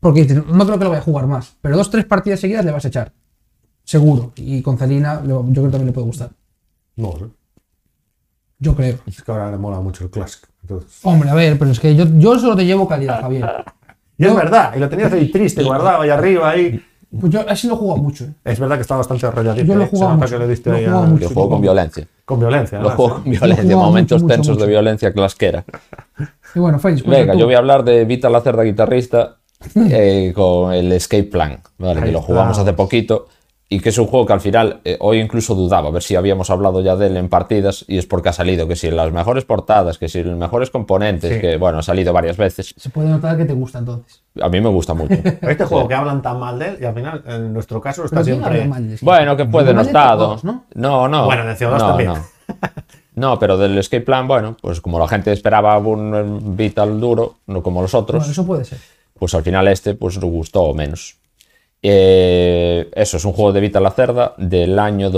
porque dices, no creo que lo vaya a jugar más, pero dos, tres partidas seguidas le vas a echar. Seguro. Y con Celina le va- yo creo que también le puede gustar.
no, ¿no?
Yo creo.
es que ahora le mola mucho el clásico. Entonces...
Hombre, a ver, pero es que yo, yo solo te llevo calidad, Javier.
Y es verdad, y lo tenías ahí triste, guardado ahí arriba, ahí.
Pues yo así lo he jugado mucho, ¿eh?
Es verdad que está bastante rayadito.
Yo lo
¿eh?
he
Se
jugado
nota
mucho.
que le diste
Lo he
ahí
jugado
a-
mucho.
Yo juego con violencia.
con violencia.
Lo
además,
juego
¿eh?
con violencia,
jugaba
momentos
mucho, mucho,
tensos de
mucho.
violencia clasquera.
Y bueno, Félix, cuenta
Venga,
tú.
yo voy a hablar de Vita Lacerda guitarrista eh, con el Escape Plan, ¿vale?
Ahí
que lo jugamos
está.
hace poquito y que es un juego que al final eh, hoy incluso dudaba a ver si habíamos hablado ya de él en partidas y es porque ha salido que si en las mejores portadas, que si en los mejores componentes,
Sí.
que bueno, ha salido varias veces.
Se puede notar que te gusta entonces.
A mí me gusta mucho.
Este juego que hablan tan mal de él, y al final, en nuestro caso, está
Pero ¿quién
siempre.
habla mal de esto?
bueno, que puede no
Normalmente
estado.
todos, ¿no?
No, no.
Bueno, de CO2
no,
también.
No. No, pero del Escape Plan, bueno, pues como la gente esperaba un eh, Vital duro, no como los otros.
Bueno, eso puede ser.
pues al final este pues nos gustó menos. Eh, eso es un juego de Vita la Cerda del año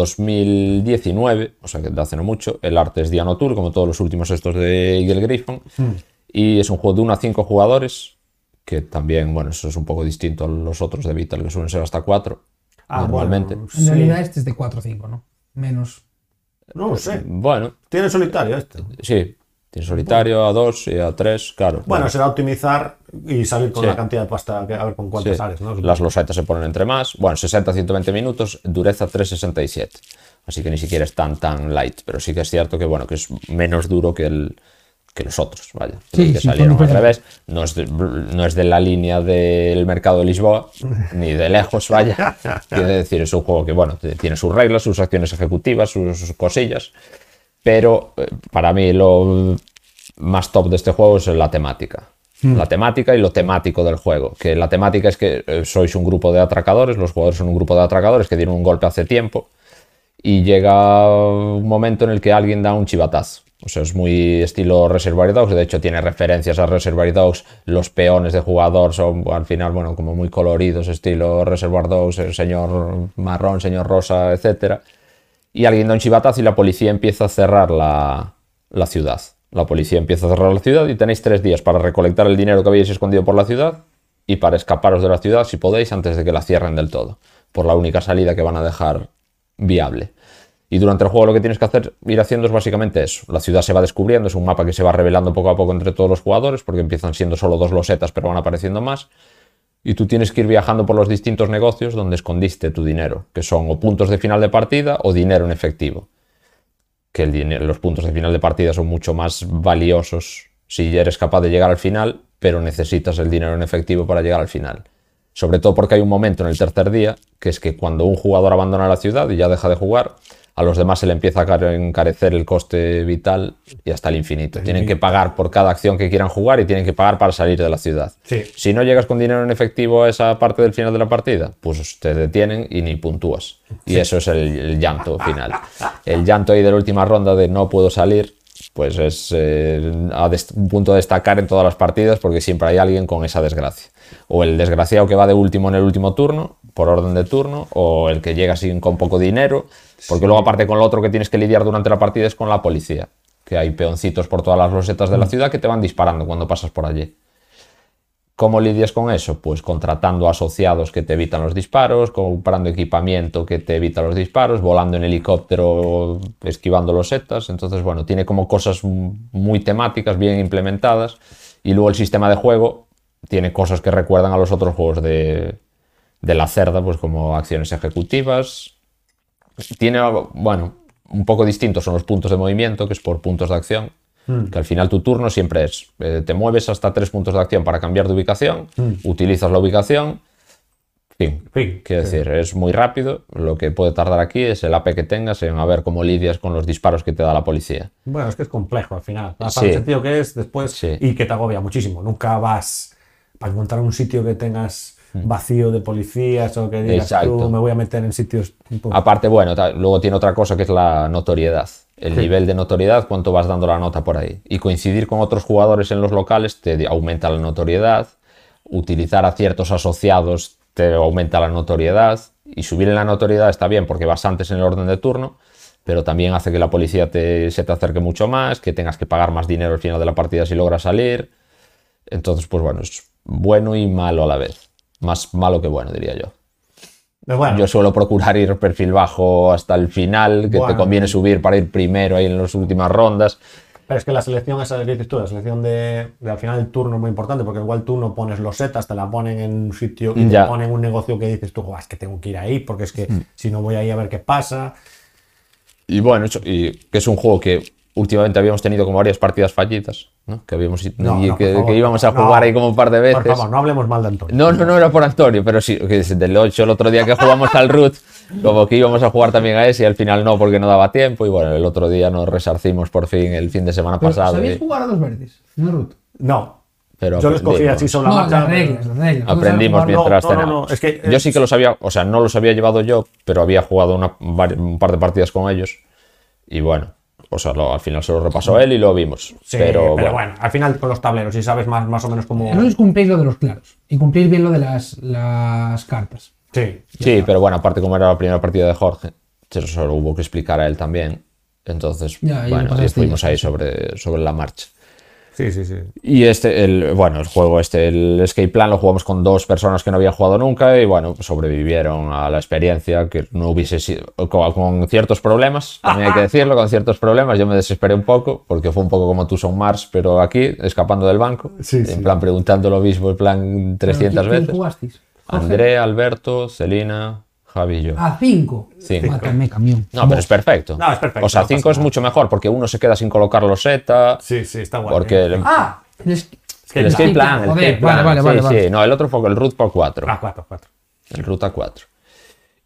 2019, o sea que de hace no mucho. El arte es Diano Tour, como todos los últimos estos de Eagle Griffon.
Hmm.
Y es un juego de 1 a 5 jugadores, que también, bueno, eso es un poco distinto a los otros de Vital, que suelen ser hasta 4
Ah,
normalmente.
bueno,
En
sí.
realidad este es de 4 o 5, ¿no? Menos.
No lo sé.
Bueno,
Tiene solitario este.
sí, tiene solitario a 2 y a 3, claro.
Bueno, será optimizar y salir con
Sí.
la cantidad de pasta, que, a ver con cuánto
Sí.
sales, ¿no?
Las losetas se ponen entre más. Bueno, 60-120 minutos, dureza 367. Así que ni siquiera es tan tan light, pero sí que es cierto que bueno, que es menos duro que el que los otros, vaya, que
Sí,
los que
sí, por
salieron al
un pelín.
revés, no es, de, no es de la línea del mercado de Lisboa, ni de lejos, vaya, quiere decir, es un juego que, bueno, tiene sus reglas, sus acciones ejecutivas, sus- sus cosillas, pero eh, para mí lo más top de este juego es la temática.
Hmm.
La temática y lo temático del juego. Que la temática es que eh, sois un grupo de atracadores, los jugadores son un grupo de atracadores que dieron un golpe hace tiempo y llega un momento en el que alguien da un chivatazo. O sea, es muy estilo Reservoir Dogs, de hecho tiene referencias a Reservoir Dogs, los peones de jugador son al final, bueno, como muy coloridos, estilo Reservoir Dogs, el señor marrón, señor rosa, etcétera y alguien da un chivatazo y la policía empieza a cerrar la, la ciudad. La policía empieza a cerrar la ciudad y tenéis tres días para recolectar el dinero que habéis escondido por la ciudad y para escaparos de la ciudad si podéis antes de que la cierren del todo, por la única salida que van a dejar viable. Y durante el juego lo que tienes que hacer, ir haciendo es básicamente eso. La ciudad se va descubriendo, es un mapa que se va revelando poco a poco entre todos los jugadores, porque empiezan siendo solo dos losetas, pero van apareciendo más. Y tú tienes que ir viajando por los distintos negocios donde escondiste tu dinero, que son o puntos de final de partida o dinero en efectivo. Que el dinero, los puntos de final de partida son mucho más valiosos si ya eres capaz de llegar al final, pero necesitas el dinero en efectivo para llegar al final. Sobre todo porque hay un momento en el tercer día, que es que cuando un jugador abandona la ciudad y ya deja de jugar, a los demás se le empieza a care- encarecer el coste vital y hasta el infinito. Tienen que pagar por cada acción que quieran jugar y tienen que pagar para salir de la ciudad.
Sí.
Si no llegas con dinero en efectivo a esa parte del final de la partida, pues te detienen y ni puntúas. Y eso es el, el llanto final. El llanto ahí de la última ronda de no puedo salir, pues es eh, a des- un punto a destacar en todas las partidas porque siempre hay alguien con esa desgracia. O el desgraciado que va de último en el último turno, por orden de turno, o el que llega sin, con poco dinero, porque luego aparte con lo otro que tienes que lidiar durante la partida es con la policía, que hay peoncitos por todas las rosetas de la ciudad que te van disparando cuando pasas por allí. ¿Cómo lidias con eso? Pues contratando asociados que te evitan los disparos, comprando equipamiento que te evita los disparos, volando en helicóptero, esquivando los setas. Entonces, bueno, tiene como cosas m- muy temáticas, bien implementadas. Y luego el sistema de juego tiene cosas que recuerdan a los otros juegos de, de la cerda, pues como acciones ejecutivas. Tiene, bueno, un poco distintos son los puntos de movimiento, que es por puntos de acción. Que al final tu turno siempre es, eh, te mueves hasta tres puntos de acción para cambiar de ubicación, utilizas la ubicación, fin.
Fin.
Quiero decir, es muy rápido, lo que puede tardar aquí es el AP que tengas en a ver cómo lidias con los disparos que te da la policía.
Bueno, es que es complejo al final. Para
Sí.
el sentido que es después
Sí.
y que te agobia muchísimo. Nunca vas para encontrar un sitio que tengas vacío de policías o que digas
Mm. Exacto.
tú me voy a meter en sitios un poco-
Aparte, bueno, ta- luego tiene otra cosa que es la notoriedad. El nivel de notoriedad, cuánto vas dando la nota por ahí. Y coincidir con otros jugadores en los locales te di- aumenta la notoriedad. Utilizar a ciertos asociados te aumenta la notoriedad. Y subir en la notoriedad está bien porque vas antes en el orden de turno, pero también hace que la policía te- se te acerque mucho más, que tengas que pagar más dinero al final de la partida si logras salir. Entonces, pues bueno, es bueno y malo a la vez. Más malo que bueno, diría yo.
Pero bueno,
Yo suelo procurar ir perfil bajo hasta el final, que
Bueno.
te conviene subir para ir primero ahí en las últimas rondas.
Pero es que la selección esa que dices tú, la selección de, de al final el turno es muy importante, porque igual tú no pones los setas, te la ponen en un sitio y
Ya. Mm.
te ponen un negocio que dices tú, "Buah, es que tengo que ir ahí, porque es que si no voy ahí a ver qué pasa.
Y bueno, eso- y que es un juego que últimamente habíamos tenido como varias partidas fallitas, ¿no? Que habíamos y
No, no, por
que,
favor,
que íbamos a
no.
jugar ahí como un par de veces.
Por favor, no hablemos mal de Antonio.
No, no, no era por Antonio, pero sí, que desde el 8 el otro día que jugamos al Root, como que íbamos a jugar también a ese y al final no porque no daba tiempo y bueno, el otro día nos resarcimos por fin el fin de semana
Pero,
pasado.
¿Sabéis
y-
jugar a los verdes? No, Ruth.
No.
Pero pues,
Yo los cogí
aprendimos.
así sobre la
No,
marcha.
las reglas, las reglas. No
Aprendimos
sabes
bien.
jugar-
mientras
no, no, no,
cenábamos.
es que,
yo
eh,
sí que los había, o sea, no los había llevado yo, pero había jugado una, var- un par de partidas con ellos. Y bueno, o sea, lo- al final se lo repasó él y lo vimos.
Sí,
pero,
pero,
bueno,
bueno. al final con los tableros, si sabes más, más o menos cómo.
Vosotros cumplís lo de los claros y cumplís bien lo de las, las cartas.
Sí.
Sí, pero bueno, aparte como era la primera partida de Jorge, se solo hubo que explicar a él también. Entonces,
Ya, ya lo
bueno, y
pasaste
fuimos
ya,
ahí sobre, sobre la marcha.
Sí, sí, sí.
Y este, el, bueno, el juego este, el escape plan, lo jugamos con dos personas que no habían jugado nunca y bueno, sobrevivieron a la experiencia que no hubiese sido, con, con ciertos problemas, también hay que decirlo, con ciertos problemas, yo me desesperé un poco, porque fue un poco como tú son Mars, pero aquí, escapando del banco, en plan preguntando lo mismo, en plan 300
¿Quién- quién
veces.
jugasteis? Jorge.
André, Alberto, Celina, Javi y yo.
A 5.
Cinco.
Mátame, camión.
No, pero es perfecto.
Ah, No, es perfecto,
O sea,
no
5
pasa
es
nada.
mucho mejor porque uno se queda sin colocar loseta.
Sí, sí, está guay.
Porque
¿eh?
el,
Ah, es-
Es que
el
el
escape plan, el
Joder,
escape plan.
vale, vale,
sí,
vale,
sí.
vale.
No, el otro fue el root por 4.
Ah, cuatro, cuatro.
El root a 4.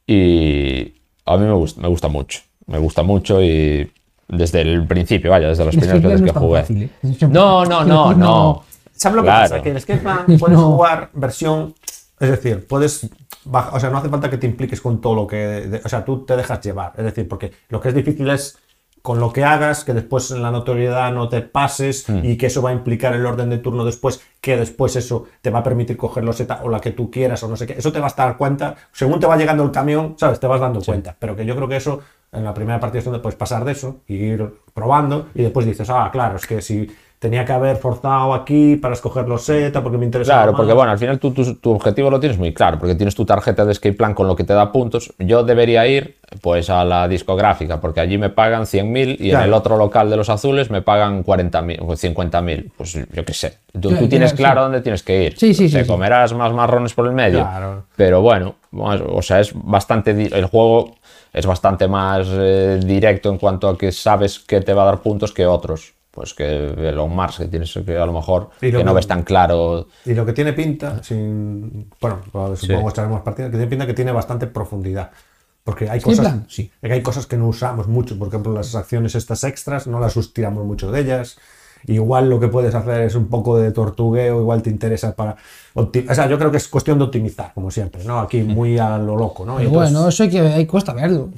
Y a mí me gusta, me gusta mucho. Me gusta mucho y desde el principio, vaya, desde las
es
primeras
que
veces
no
que
es tan
jugué.
fácil, ¿eh?
No, no, no, no.
¿Sabes lo que
Claro.
pasa? Que el escape plan puedes
No.
jugar versión. Es decir, puedes. baj- O sea, no hace falta que te impliques con todo lo que. de- o sea, tú te dejas llevar. Es decir, porque lo que es difícil es con lo que hagas, que después en la notoriedad no te pases y que eso va a implicar el orden de turno después, que después eso te va a permitir coger loseta o la que tú quieras o no sé qué. Eso te vas a dar cuenta. Según te va llegando el camión, ¿sabes? Te vas dando cuenta. Pero que yo creo que eso. En la primera partida es donde puedes pasar de eso y ir probando y después dices, ah, claro, es que si tenía que haber forzado aquí para escoger los Z porque me interesaba.
Claro,
más".
porque bueno, al final tú, tu, tu objetivo lo tienes muy claro, porque tienes tu tarjeta de escape plan con lo que te da puntos. Yo debería ir pues a la discográfica, porque allí me pagan 100.000 y
Claro.
en el otro local de los azules me pagan 40.000 o 50.000. Pues yo qué sé. Tú, tú
Claro,
tienes
claro,
claro
sí.
dónde tienes que ir.
Sí, sí,
Te
sí, sí.
comerás más marrones por el medio.
Claro.
Pero bueno, más- o sea, es bastante. di- El juego es bastante más eh, directo en cuanto a que sabes que te va a dar puntos que otros. Pues que Elon Mars, que tienes que a lo mejor
Y lo
que no
que-
ves tan claro
Y lo que tiene pinta, sin, bueno, supongo que echaremos partidas, que tiene pinta que tiene bastante profundidad. Porque hay cosas,
plan, sí.
que hay cosas que no usamos mucho, por ejemplo, las acciones estas extras, no las tiramos mucho de ellas. Igual lo que puedes hacer es un poco de tortugueo, igual te interesa para... opti- O sea, yo creo que es cuestión de optimizar, como siempre, ¿no? Aquí muy a lo loco, ¿no? Y
Pero
entonces-
bueno, eso hay que ahí cuesta verlo.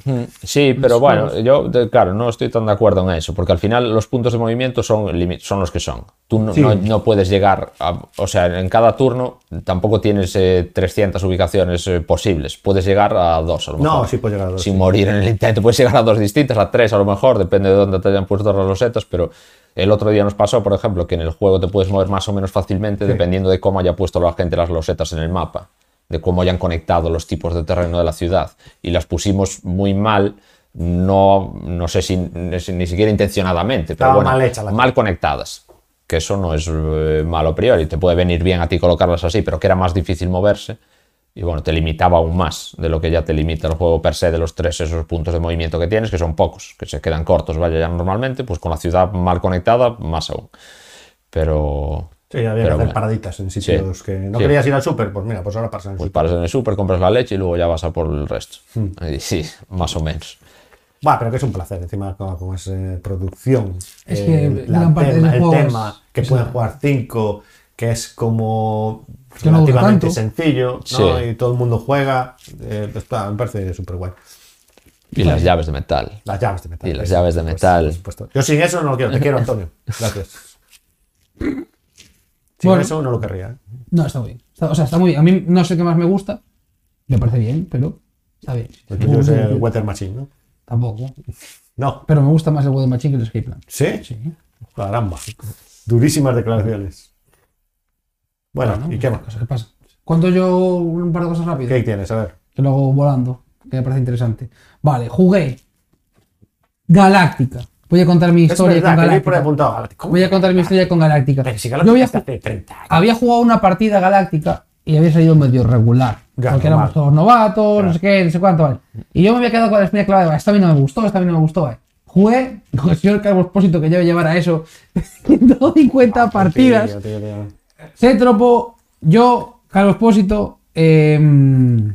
Sí, pero bueno, yo, de- claro, no estoy tan de acuerdo en eso, porque al final los puntos de movimiento son, limi- son los que son. Tú no, no- no puedes llegar, a- o sea, en cada turno tampoco tienes eh, 300 ubicaciones eh, posibles, puedes llegar a dos a lo
No,
mejor.
sí puedes llegar a dos,
Sin
sí.
morir en el intento, puedes llegar a dos distintas, a tres a lo mejor, depende de dónde te hayan puesto las losetas, pero el otro día nos pasó, por ejemplo, que en el juego te puedes mover más o menos fácilmente dependiendo de cómo haya puesto la gente las losetas en el mapa de cómo hayan conectado los tipos de terreno de la ciudad y las pusimos muy mal. No, no sé si ni si- ni siquiera intencionadamente, pero
Estaba
bueno,
mal hecha la
mal conectadas. Que eso no es eh, malo a priori, te puede venir bien a ti colocarlas así, pero que era más difícil moverse. Y bueno, te limitaba aún más de lo que ya te limita el juego per se de los tres esos puntos de movimiento que tienes, que son pocos, que se quedan cortos, vaya ya normalmente, pues con la ciudad mal conectada, más aún. Pero.
Sí, había que
pero
hacer
bueno.
paraditas en sitios que no
sí.
querías ir al súper, pues mira, pues ahora pasan el
Pues
súper.
paras en el súper, compras la leche y luego ya vas a por el resto. Y sí, más o menos.
Buah, pero que es un placer, encima con, con esa eh, producción.
Es que
el-
gran parte
tema-
del
el
juego es-
tema, que
es
pueden
una-
jugar cinco, que es como
Que no dura
relativamente
tanto.
sencillo, ¿no?
Sí.
Y todo el mundo juega. eh, pues, claro, me parece súper guay.
Y las llaves de metal.
Las llaves de metal.
Y las
eso,
llaves de
por
metal.
supuesto, por supuesto. Yo sin eso no lo quiero, te quiero, Antonio. Gracias. Sin
Bueno.
eso no lo querría. ¿eh?
No, está muy bien. Está- o sea, está muy bien. A mí no sé qué más me gusta. Me parece bien, pero está bien.
El tuyo es el Pues, Weather Machine, ¿no?
Tampoco.
No.
Pero me gusta más el Weather Machine que el Escape Plan.
¿Sí?
Sí.
Caramba. Durísimas declaraciones. Bueno, ¿y qué más?
Cosas que pasan. Cuento yo un par de cosas rápido.
¿Qué tienes? A ver.
que lo hago volando, que me parece interesante. Vale, jugué Galáctica. Voy a contar mi
Es
historia
verdad,
con
que leí
Galáctica.
por ahí apuntado Galáctica. ¿Cómo
Voy a contar mi
Galáctica?
historia con Galáctica.
Ah, Pero si
Yo
Galáctica
había,
está
ju-
hace 30 años.
había jugado una partida Galáctica y había salido medio regular.
Ya,
porque
normal.
éramos todos novatos, no sé qué, no sé cuánto, vale. Y yo me había quedado con la espina clavada de, "Vale, esta a mí no me gustó, esta a mí no me gustó, vale. Jugué con el señor Carlos Pósito que yo llevara eso
Ah,
150 partidas.
Tío, tío, tío.
Cétropo, yo, Carlos Pósito, eh,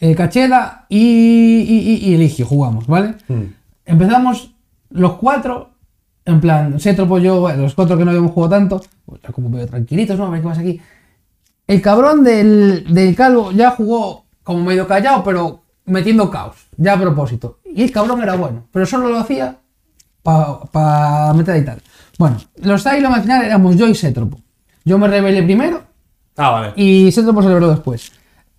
eh, Cacheda y, y, y- y Eligio jugamos, ¿vale?
Mm.
Empezamos los cuatro, en plan, Cétropo, yo, bueno, los cuatro que no habíamos jugado tanto, pues, ya como medio tranquilitos, ¿no? A ver qué pasa aquí. El cabrón del, del calvo ya jugó como medio callado, pero metiendo caos, ya a propósito. Y el cabrón era bueno, pero solo lo hacía para pa meter y tal. Bueno, los Asylum al final éramos yo y Setropo. Yo me rebelé primero
Ah, vale.
y Setropo se rebeló después.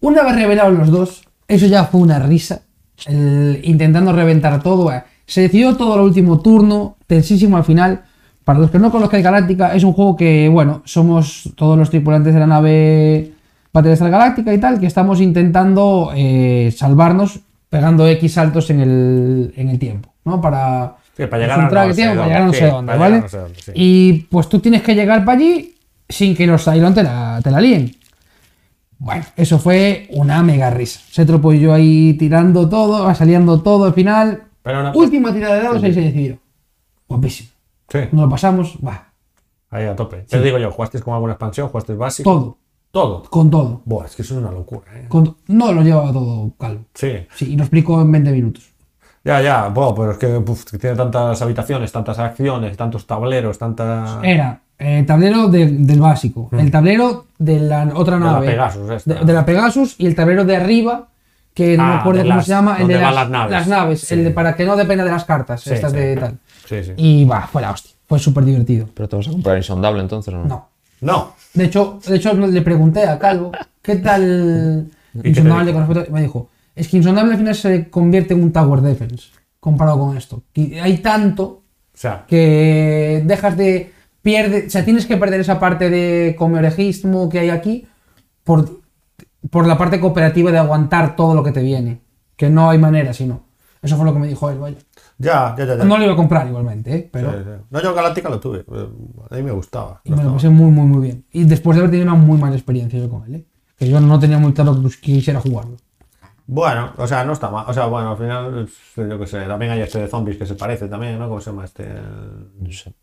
Una vez revelados los dos, eso ya fue una risa. el- intentando reventar todo. eh. Se decidió todo el último turno, tensísimo al final. Para los que no conozcan Galáctica, es un juego que, bueno, somos todos los tripulantes de la nave Battlestar Galáctica y tal, que estamos intentando eh, salvarnos pegando X saltos en el, en el tiempo, ¿no? Para,
Sí, para
es
llegar
un
a no
track
sé
tiempo, para
dónde,
llegar a no
sí,
sé dónde,
para
¿vale?
llegar a no sé dónde, sí.
Y pues tú tienes que llegar para allí sin que los Cylon te la, te la líen. Bueno, eso fue una mega risa. Se tropó yo ahí tirando todo, saliendo todo al final.
Pero una-
Última tirada de dados, ahí se decidió. Guapísimo.
Sí,
Nos lo pasamos, va,
ahí a tope. Te digo yo, ¿jugasteis con alguna expansión? ¿Jugasteis básico?
todo,
Todo.
con todo.
Buah, es que eso es una locura, ¿eh?
con- no lo llevaba todo calvo.
Sí.
Sí, y lo explicó en 20 minutos.
Ya, ya, bueno, pero es que, uf, que tiene tantas habitaciones, tantas acciones, tantos tableros, tantas...
Era el tablero de- del básico, el tablero de la otra
Mm. De la
nave.
Pegasus esta.
de, de la Pegasus y el tablero de arriba, que no
Ah,
me acuerdo
de
cómo
las-
se llama, el
donde
de
van
las,
las naves. Sí.
el de para que no dependa de las cartas,
Sí,
estas
sí.
de tal.
Sí, sí.
Y va, fue la hostia, fue súper divertido.
Pero te vas a comprar insondable entonces, ¿o ¿no?
No.
No.
De hecho, de hecho, le pregunté a Calvo, ¿qué tal
te
Insondable
dijo?
con respecto? Y me dijo, es que Insondable al final se convierte en un Tower Defense, comparado con esto. Y hay tanto
O sea,
que dejas de pierde, o sea, tienes que perder esa parte de comerejismo que hay aquí por, por la parte cooperativa de aguantar todo lo que te viene, que no hay manera sino. Eso fue lo que me dijo él, vaya.
ya, ya, ya. ya.
No lo iba a comprar igualmente, ¿eh? pero
Sí, sí. No, yo Galáctica lo tuve. eh, A mí me gustaba.
y me lo pasé muy muy muy bien. Y después de haber tenido una muy mala experiencia yo con él, ¿eh? que yo no tenía muy claro que pues, quisiera jugarlo.
Bueno, o sea, no está mal. O sea, bueno, al final, es- yo qué sé, también hay este de zombies que se parece también, ¿no? ¿Cómo se llama este? No sé.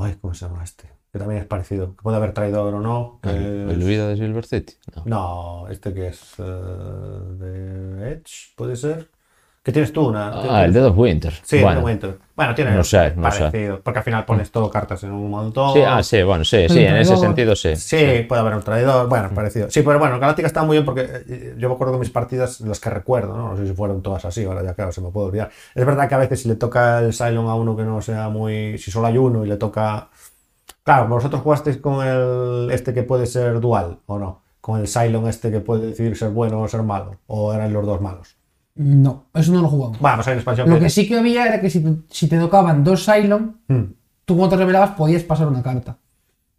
Ay, ¿cómo se llama este? Que también es parecido. Que puede haber traidor o no. que
¿El, el
es-
Huida de Silver City? No.
No, este que es eh, de Edge, puede ser. Que tienes tú una.
Ah, el Dead of Winter.
Sí,
bueno.
el momento. Bueno, tiene
No sé, no sé.
parecido. Porque al final pones todo cartas en un montón.
Sí, ah, sí, bueno, sí, sí, en ese
Pero-
sentido sí.
Sí, puede haber un traidor, bueno, parecido. Sí, pero bueno, Galáctica está muy bien porque eh, yo me acuerdo de mis partidas, las que recuerdo, ¿no? no sé si fueron todas así, ahora ya claro, se me puede olvidar. Es verdad que a veces si le toca el Cylon a uno que no sea muy... Si solo hay uno y le toca... Claro, vosotros jugasteis con el este que puede ser dual, ¿o no? Con el Cylon este que puede decidir ser bueno o ser malo, o eran los dos malos.
No, eso no lo jugamos.
Bueno, pues hay una expansión
Lo que sí que había era que si, te- si te tocaban dos Cylon,
Mm.
tú cuando te revelabas podías pasar una carta.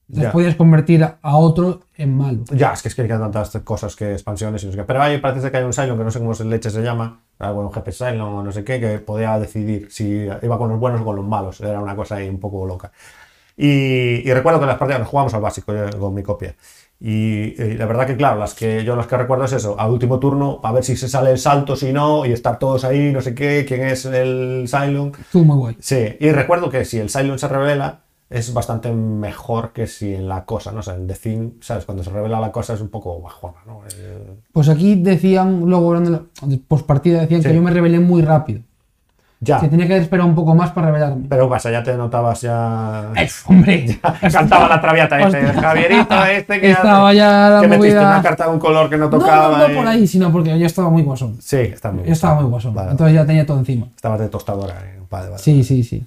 Entonces
Ya.
podías convertir a- a otro en malo.
Ya, es que es que hay tantas cosas que expansiones y no sé qué. Pero ahí parece ser que hay un Cylon que no sé cómo se leche se llama, algún jefe Cylon o no sé qué, que podía decidir si iba con los buenos o con los malos. Era una cosa ahí un poco loca. Y, y recuerdo que las partidas las jugamos al básico yo con mi copia. Y, y la verdad que, claro, las que yo las que recuerdo es eso, al último turno, a ver si se sale el salto, si no, y estar todos ahí, no sé qué, quién es el Cylon.
Estuvo muy guay.
Sí, y recuerdo que si el Cylon se revela, es bastante mejor que si en la cosa, ¿no? O sea, en The Thing, ¿sabes? Cuando se revela la cosa es un poco bajona, ¿no? Eh,
Pues aquí decían, luego post partida decían que yo me rebelé muy rápido.
ya,
Que tenía que esperar un poco más para rebelarme.
pero pasa, ya te notabas ya...
Eh, hombre,
Cantaba la traviata este,
Hostia.
Javierito este que...
Estaba ya la
que metiste
movida-
una carta de un color que no
no, no,
tocaba.
no
y-
por ahí, sino porque yo estaba muy guasón.
Sí, está muy
Yo estaba muy guasón.
Vale,
Entonces ya tenía todo encima.
Estabas de tostadora, eh. Vale, vale.
Sí, sí, sí.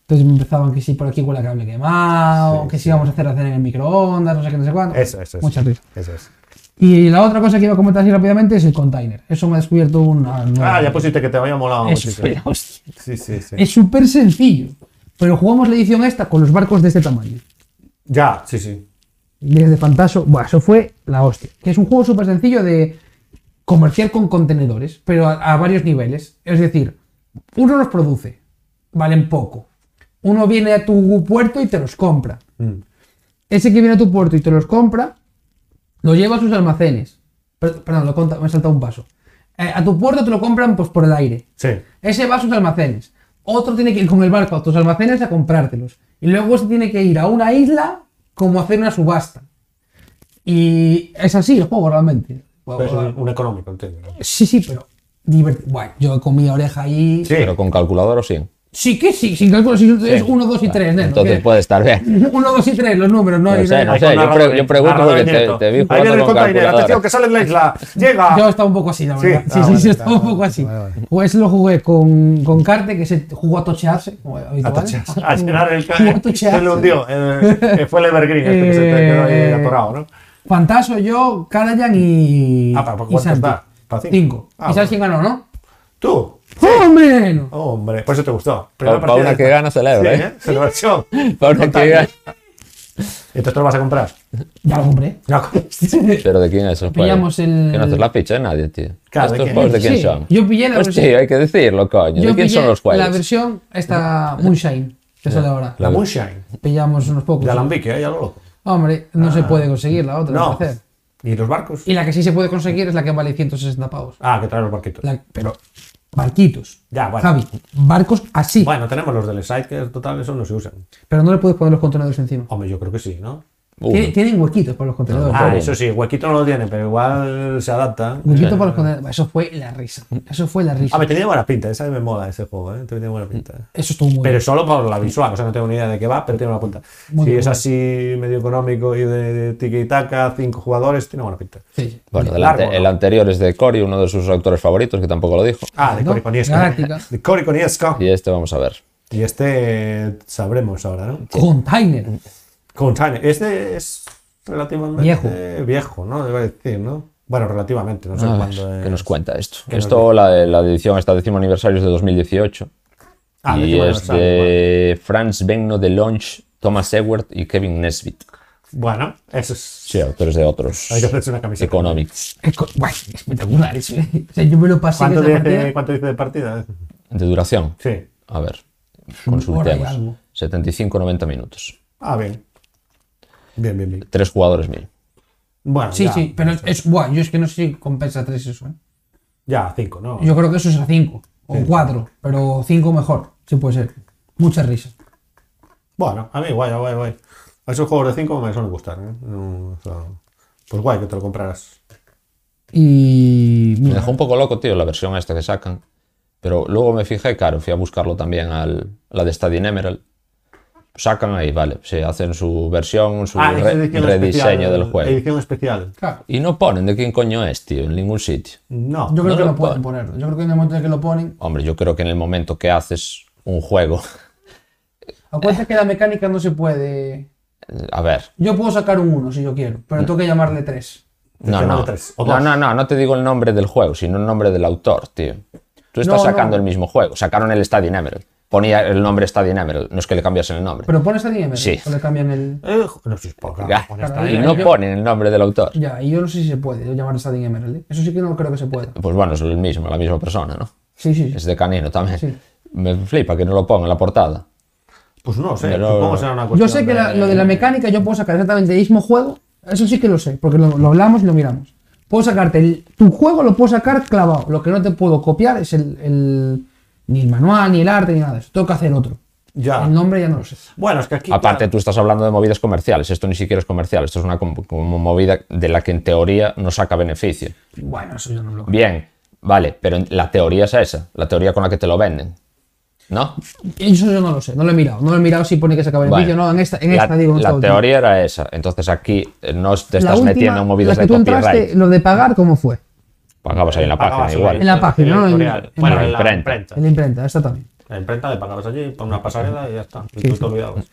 Entonces me empezaban que sí, por aquí huele a cable quemado,
Sí,
que si
sí.
íbamos a hacer la cena en el microondas, no sé qué, no sé cuándo.
Eso, eso, eso.
Muchas risas.
Eso es.
Y la otra cosa que iba a comentar así rápidamente es el container. Eso me ha descubierto una nueva-
Ah, ya pusiste que te había molado
Eso
muchísimo.
fue la hostia.
Sí, sí, sí.
Es súper sencillo. Pero jugamos la edición esta con los barcos de este tamaño.
Ya, sí, sí.
Desde Fantaso. Buah, eso fue la hostia. Que es un juego súper sencillo de comerciar con contenedores, pero a, a varios niveles. Es decir, uno los produce, valen poco. Uno viene a tu puerto y te los compra. Ese que viene a tu puerto y te los compra, lo lleva a sus almacenes. Per- Perdón, lo he conta- me he saltado un paso. Eh, a tu puerto te lo compran pues, por el aire.
Sí.
Ese va a sus almacenes. Otro tiene que ir con el barco a tus almacenes a comprártelos. Y luego se tiene que ir a una isla como a hacer una subasta. Y es así el juego realmente.
Pero es un, un económico, entiendo. ¿no?
Sí, sí, pero divertido. Bueno, yo con mi oreja ahí. Sí,
Sí.
Pero con calculador o sin.
que sí, sin cálculo, si es 1, 2 y 3, ¿no?
Entonces puede estar bien.
pues-
1, 2 y 3, los números, no,
No
hay-
sé, no
hay-
sé, yo, pre- yo pregunto
Narrador
porque
de
te,
nieto.
te vi
Ahí viene
jugando
el
con
container, atención
calculador.
que sale de la isla. Llega.
Yo estaba un poco así, la
Sí.
verdad. Sí, sí,
Ah,
sí,
vale,
estaba un poco así. Pues lo jugué con, con Carte, que se jugó a tochearse, como habitual.
A llenar el
Jugó a
cañón.
tochearse.
Se le hundió. eh, eh, fue el Evergreen este que se te quedó ahí
Eh,
atorado, ¿no?
Fantaso, yo, Karajan y.
Ah, ¿para cuánto
y Santi.
está? ¿Para cinco?
Cinco.
Ah,
¿Y sabes
bueno.
quién ganó, no? ¡Oh,
Tú.
¡Hombre! no!
Hombre, por eso te gustó.
Pa- pa' una que gana, celebra, ¿eh?
Celebración.
Pa' una que gana.
Entonces te lo vas a comprar.
Ya lo compré.
No,
Pero de quién es el juego.
Pillamos el-
Que no haces la ficha de nadie, tío.
Claro, ¿de
¿Estos
quién?
juegos de quién
Sí,
son?
yo pillé la
Hostia,
versión-
hay que decirlo, coño. ¿De quién son
pillé
los
La
juegos?
versión, esta Moonshine, que sale ahora.
la Moonshine.
Pillamos unos pocos.
De Alambique, ¿eh? Ya lo loco.
Hombre, no se puede conseguir la otra, al
No.
parecer.
¿Y los barcos?
Y la que sí se puede conseguir es la que vale 160 pavos.
Ah, que traen los barquitos.
La- pero barquitos.
Ya, bueno.
Javi, barcos así.
Bueno, tenemos los del site, que en total eso no se usan.
Pero no le puedes poner los contenedores encima.
Hombre, yo creo que sí, ¿no?
Uno.
Tiene- Tienen huequitos para los contenedores.
Ah, eso sí, huequito no lo tiene, pero igual se adapta.
Huequitos para los contenedores. Eso fue la risa. Eso fue la risa.
Ah, me tenía buena pinta, esa me mola ese juego, ¿eh? Tenía buena pinta.
Eso estuvo muy
Pero
bien.
solo por la visual, o sea, no tengo ni idea de qué va, pero tiene buena pinta.
Muy
si
bien,
es
muy
así medio económico y de, de tiki y taca, cinco jugadores, tiene buena pinta.
Sí.
Bueno,
de
del
largo,
ante-
¿no?
el anterior es de Cory, uno de sus autores favoritos, que tampoco lo dijo.
Ah, de
¿No?
Cory Konieska.
Galáctica.
De Cory Konieska.
Y este vamos a ver.
Y este eh, sabremos ahora, ¿no?
Container.
Con Tiny. Este es relativamente
Viejo.
viejo, ¿no? Debo decir, ¿no? Bueno, relativamente, no sé
A ver,
cuándo es.
¿Qué Ah, nos cuenta esto?
¿Qué nos
Esto, la, la edición, esta décimo aniversario es de 2018.
Ah,
y
décimo
es
aniversario,
de Franz Benno de Longe, Thomas Ewert y Kevin Nesbitt.
Bueno, eso es.
Sí, autores de otros.
Hay que hacerse una camiseta.
Economics.
Es co- guay, espectacular eso. ¿eh? O sea, yo me lo pasé en
¿Cuánto
esa
dice,
partida.
¿Cuánto dice de partida?
De duración.
Sí.
A ver,
Hora y algo.
consultemos. 75-90 minutos.
Ah, bien. Bien, bien, bien.
Tres jugadores mil.
Bueno,
Sí,
ya,
sí, pero es, es guay. Yo es que no sé si compensa 3 eso. ¿eh?
Ya, cinco, ¿no?
Yo creo que eso es a 5 o 4, pero 5 mejor, sí puede ser. Muchas risas.
Bueno, a mí, guay, guay, guay. A esos juegos de cinco me suelen gustar, ¿eh? No, o sea, pues guay que te lo compraras.
Y.
Me
mira,
dejó un poco loco, tío, la versión esta que sacan. Pero luego me fijé, claro, fui a buscarlo también al, la de Stadium Emerald. Sacan ahí, vale, se hacen su versión, su
Ah, esa
re-
edición
rediseño
especial,
del juego.
Edición especial.
claro,
Y no ponen de quién coño es, tío, en ningún sitio.
No.
yo creo
no
que
lo
lo pueden poner. Yo creo que en el momento en el que lo ponen.
Hombre, yo creo que en el momento que haces un juego,
Acuérdate que la mecánica no se puede.
a ver,
Yo puedo sacar un 1 si yo quiero, pero tengo que llamarle 3.
no,
Te
no.
llaman tres, o
No,
dos.
no, no, no te digo el nombre del juego, sino el nombre del autor, tío. Tú estás
No, no.
sacando el mismo juego, sacaron el Stadium Emerald. Ponía el nombre Stadium Emerald, no es que le cambiasen el nombre.
Pero pones a dinero
Sí.
o le cambian el.
Eh, jo- no sé, es por
Ya,
acá. con esta-
y
ahí,
no
yo-
ponen el nombre del autor.
Ya, y yo no sé si se puede llamar Stadium Emerald. ¿eh? Eso sí que no creo que se pueda.
Pues bueno, es el mismo, la misma persona, ¿no?
Sí, sí. sí.
Es de Canino también.
Sí.
Me flipa que no lo ponga en la portada.
Pues no sé,
Pero-
supongo será una
Yo
cuestión
sé que la- lo de la mecánica yo puedo sacar exactamente el mismo juego, eso sí que lo sé, porque lo, lo hablamos y lo miramos. Puedo sacarte el- tu juego, lo puedo sacar clavado. Lo que no te puedo copiar es el, el- ni el manual, ni el arte, ni nada de eso. Tengo que hacer otro.
Ya.
El nombre ya no lo sé.
Bueno, es que aquí.
Aparte,
claro,
tú estás hablando de movidas comerciales. Esto ni siquiera es comercial. Esto es una com- como movida de la que en teoría no saca beneficio.
Bueno, eso yo no lo
Bien, vale, pero en- la teoría es esa. La teoría con la que te lo venden. ¿No?
Eso yo no lo sé, no lo he mirado. No lo he mirado si pone que saca beneficio o
Bueno,
Pues no. En esta, en
la,
esta digo, en
la
esta última.
teoría era esa. Entonces aquí eh, no te
La
estás
última,
metiendo en movidas
la
de
que tú
copyright.
entraste, lo de pagar, ¿cómo fue?
Pagabas ahí en la
pagabas
página igual.
En la página, ¿no? En-
editorial.
en
bueno,
la
en la
imprenta.
imprenta.
En la imprenta, esta también.
La imprenta le pagabas allí por una pasarela y ya está. Y tú te olvidabas.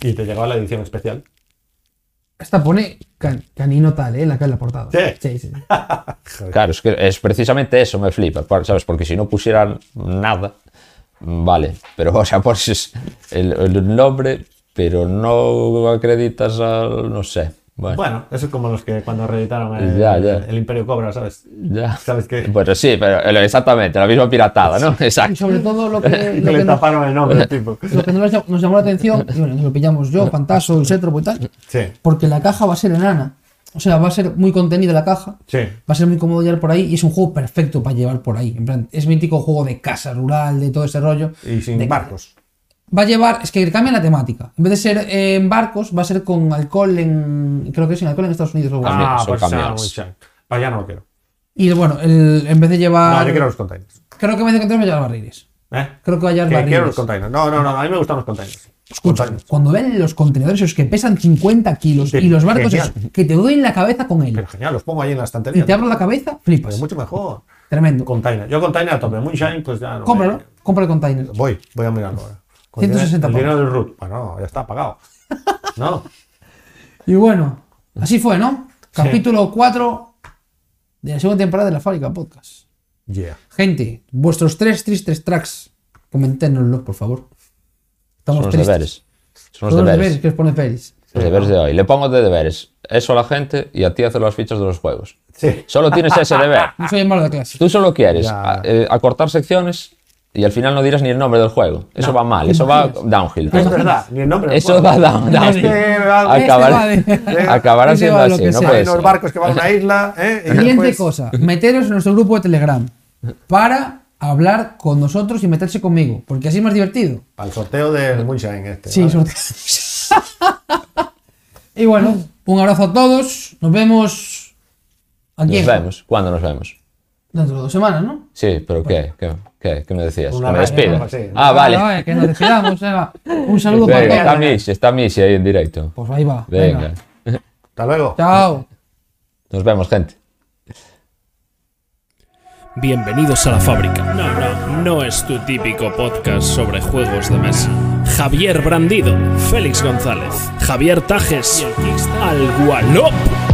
Y te llegaba la edición especial.
Esta pone can- canino tal, ¿eh? La que es la portada. sí.
Sí.
sí.
Claro, es que es precisamente eso me flipa, por- ¿sabes? Porque si no pusieran nada, vale, pero o sea, pues pones el, el nombre, pero no acreditas al, no sé, Bueno,
Bueno, eso es como los que cuando reeditaron el,
Ya, ya.
el Imperio Cobra, ¿sabes?
ya.
¿Sabes qué?
Bueno, sí, pero el- exactamente, la misma piratada, ¿no?
Y
Exacto.
sobre todo lo que,
Que
lo que
le
nos,
taparon el nombre, tipo.
lo que no nos llam- nos llamó la atención, y bueno, nos lo pillamos yo, Fantaso, el Cetro y tal,
Sí,
porque la caja va a ser enana. O sea, va a ser muy contenida la caja.
sí.
Va a ser muy cómodo llevar por ahí y es un juego perfecto para llevar por ahí. En plan, es mítico juego de casa rural, de todo ese rollo.
Y sin
De-
barcos.
Va a llevar, es que cambia la temática. En vez de ser eh, en barcos, va a ser con alcohol en. Creo que es en alcohol en Estados Unidos. o algo así.
mira,
Ah,
son
pues ah,
camiones.
muy chan. Para allá no lo quiero.
Y bueno, el- en vez de
No,
llevar.
yo quiero los containers.
Creo que en vez de contenedores va a llevar barriles.
¿Eh?
Creo que va a llevar
Que
barriles.
quiero los containers. No, no, no, a mí me gustan los containers.
Escucha,
Containers.
cuando ven los contenedores esos que pesan 50 kilos
Sí,
y los barcos
genial.
esos que te doy en la cabeza con él
Pero genial, los pongo ahí en la
y
estantería.
te abro la cabeza,
Pues
flipas.
mucho mejor.
Tremendo.
Container. Yo container a tope. Moonshine, pues ya no. me-
Cómpralo, compra el container.
Voy, voy a mirarlo ahora.
160
el
pavos.
dinero del root. Bueno, ya está pagado. No.
Y bueno, así fue, ¿no? Capítulo 4 de la segunda temporada de la Fábrica Podcast.
Yeah.
Gente, vuestros tres tristes tracks, comenténnoslo, por favor. Estamos
Son los
tristes.
deberes. Son los
Son los
deberes.
deberes que os pone Félix.
Los deberes de hoy. Le pongo de deberes. Eso a la gente y a ti hacer las fichas de los juegos.
Sí.
Solo tienes ese deber.
No soy el malo de clase.
Tú solo quieres
Ya.
a- eh, acortar secciones y al final no dirás ni el nombre del juego. Eso va mal, eso va downhill.
Es verdad, ni el nombre.
Eso va down, downhill.
Este va-
Este
Acabar-
va de-
acabará
este
siendo
va lo
así,
que
no
sea.
puede
Hay unos
ser.
barcos que van a una isla, ¿eh? Y
Siguiente
después-
cosa, meteros en nuestro grupo de Telegram para hablar con nosotros y meterse conmigo, porque así es más divertido.
Para el sorteo del Moonshine este.
Sí,
¿vale?
sorteo. y bueno, un abrazo a todos. Nos vemos aquí
Nos vemos. ¿Cuándo nos vemos?
dentro de dos semanas, ¿no?
Sí, pero ¿qué? ¿Qué, qué, qué me decías?
Una
¿Me
radio,
despido?
algo así.
Ah, vale.
que nos despidamos. venga. Un saludo para
Venga, está
todos.
Michi, está Michi ahí en directo.
Pues ahí va.
Venga.
venga.
Hasta luego.
Chao.
Nos vemos, gente.
Bienvenidos a la fábrica. No, no, no es tu típico podcast sobre juegos de mesa. Javier Brandido, Félix González, Javier Tajes, Al Gualop